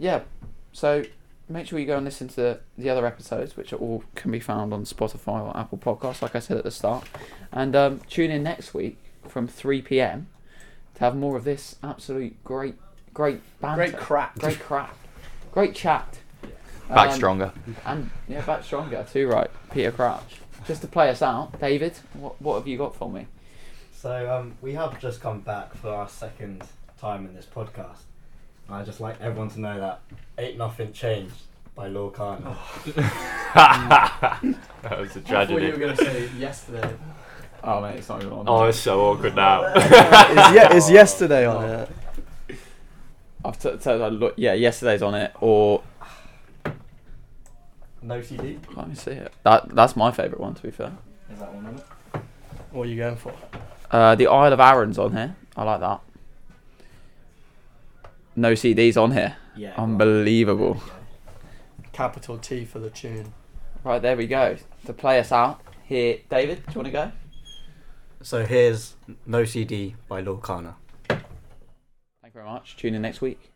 Speaker 1: Yeah. So make sure you go and listen to the, the other episodes, which are all can be found on Spotify or Apple Podcasts, like I said at the start. And um, tune in next week from three PM to have more of this absolute great great banter.
Speaker 3: Great crap.
Speaker 1: Great crap. Great chat.
Speaker 6: Back
Speaker 1: Um,
Speaker 6: stronger.
Speaker 1: And yeah, back stronger too, right. Peter Crouch. Just to play us out, David, what, what have you got for me?
Speaker 10: So um, we have just come back for our second time in this podcast. And I just like everyone to know that ain't nothing changed by Lord Khan. (laughs)
Speaker 2: that was a
Speaker 3: Oh. I thought you were
Speaker 2: tragedy.
Speaker 3: going to say yesterday.
Speaker 1: Oh mate, it's not even on.
Speaker 2: Oh, it's so awkward now.
Speaker 3: is, ye- is yesterday on it?
Speaker 1: (laughs) I've t- t- I look, yeah, yesterday's on it, or
Speaker 10: No CD.
Speaker 1: let me see it. That that's my favourite one, to be fair.
Speaker 10: Is that one on it?
Speaker 3: What are you going for?
Speaker 1: Uh, the Isle of Aaron's on here. I like that. No CDs on here.
Speaker 10: Yeah.
Speaker 1: Unbelievable.
Speaker 3: Capital T for the tune.
Speaker 1: Right there we go. To play us out here, David, do you want to go?
Speaker 10: So here's No CD by Lord Khan.
Speaker 1: Thank you very much. Tune in next week.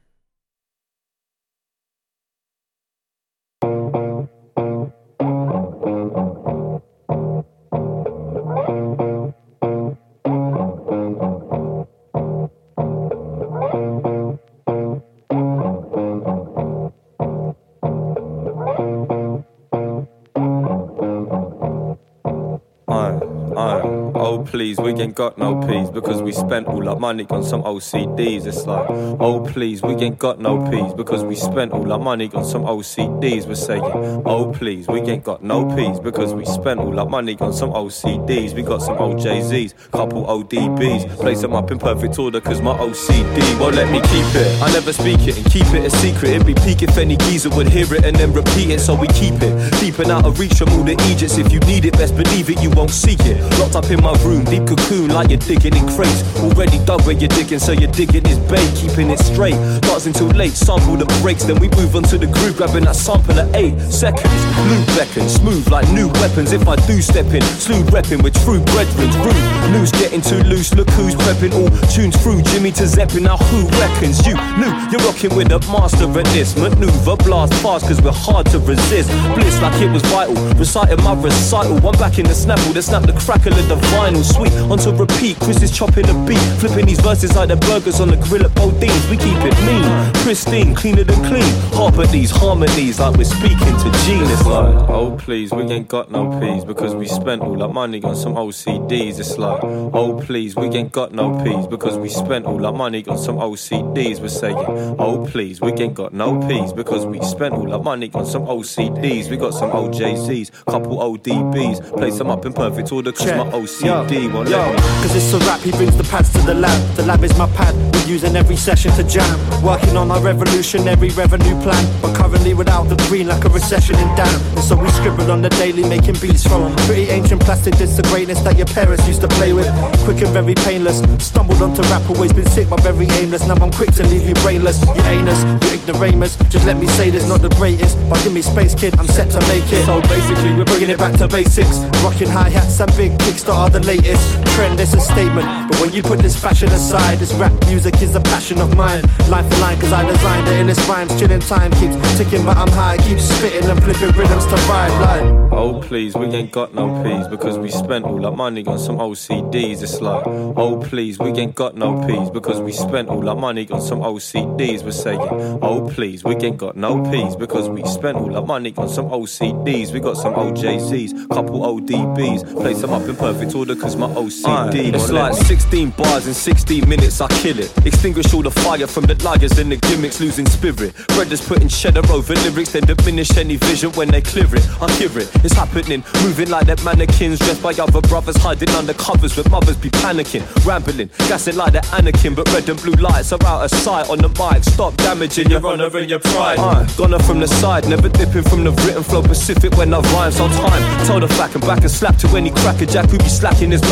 Speaker 11: Aye, aye. (laughs) Oh please, we ain't got no peas because we spent all our money on some OCDs. It's like, oh please, we ain't got no peas because we spent all our money on some OCDs. We're saying, oh please, we ain't got no peas because we spent all our money on some OCDs. We got some OJZs, couple ODBs, place them up in perfect order because my OCD won't let me keep it. I never speak it and keep it a secret. It'd be peak if any geezer would hear it and then repeat it, so we keep it deep and out of reach from all the Egypts. If you need it, best believe it, you won't seek it. Locked up in my room, deep cocoon, like you're digging in crates. Already dug where you're digging, so you're digging is bait, keeping it straight. Starts until late, sample the breaks, then we move on to the groove, grabbing that sample at eight seconds. Blue beckons, smooth like new weapons. If I do step in, slew repping with true brethren. Rude, loose, getting too loose. Look who's prepping all tunes through Jimmy to Zeppelin. Now who reckons you? Lou, you're rocking with a master at this maneuver. Blast fast, cause we're hard to resist. Bliss like it was vital. Reciting my recital. One back in the snapple, then snap the crackle of the vinyl. Sweet, onto repeat. Chris is chopping the beat. Flipping these verses like the burgers on the grill at Bodine's. We keep it mean, pristine, cleaner than clean. Harp at these harmonies like we're speaking to genius. Like, oh please, we ain't got no peas because we spent all our money on some OCDs. It's like, oh please, we ain't got no peas because we spent all our money on some OCDs. We're saying, oh please, we ain't got no peas because we spent all our money on some OCDs. We got some OJZs, couple ODBs, place them up in perfect order because my OCD won't let me.
Speaker 12: Cause it's a rap, he brings the pads to the lab. The lab is my pad, we're using every session to jam. Working on our revolutionary revenue plan. But currently without the green, like a recession in down. And so we scribble on the daily, making beats from pretty ancient plastic. It's the greatness that your parents used to play with. Quick and very painless. Stumbled onto rap, always been sick, but very aimless. Now I'm quick to leave you brainless. You anus, you ignoramus. Just let me say this, not the greatest. But give me space, kid, I'm set to make it. So basically, we're bringing it back to basics. Rocking hi hats and big kicks that are the latest. trend, it's a statement. But when you put this fashion aside, this rap music is a passion of mine. Line for line, cause I designed it in this rhymes. Chilling time keeps ticking, but I'm high. Keep spitting and flipping rhythms to ride like.
Speaker 11: Oh please, we ain't got no peas because we spent all our money on some OCDs. It's like, oh please, we ain't got no peas because we spent all our money on some OCDs. We're saying, oh please, we ain't got no peas because we spent all our money on some OCDs. We got some OJZs, couple ODBs, place them up in perfect order cause my OCD.
Speaker 13: Aye,
Speaker 11: won't
Speaker 13: it's
Speaker 11: let
Speaker 13: like
Speaker 11: me.
Speaker 13: 16 bars in 16 minutes, I kill it. Extinguish all the fire from the liars and the gimmicks, losing spirit. Brothers putting cheddar over lyrics, then diminish any vision when they clear it. I hear it, it's happening. Moving like that mannequins, dressed by other brothers, hiding under covers where mothers be panicking, rambling, gassing like the Anakin. But red and blue lights are out of sight on the mic. Stop damaging your honor and your pride. Aye, Gonna from the side, never dipping from the written flow Pacific when I rhyme. So time, tell the fact and back and slap to any crackerjack who be slacking his mouth.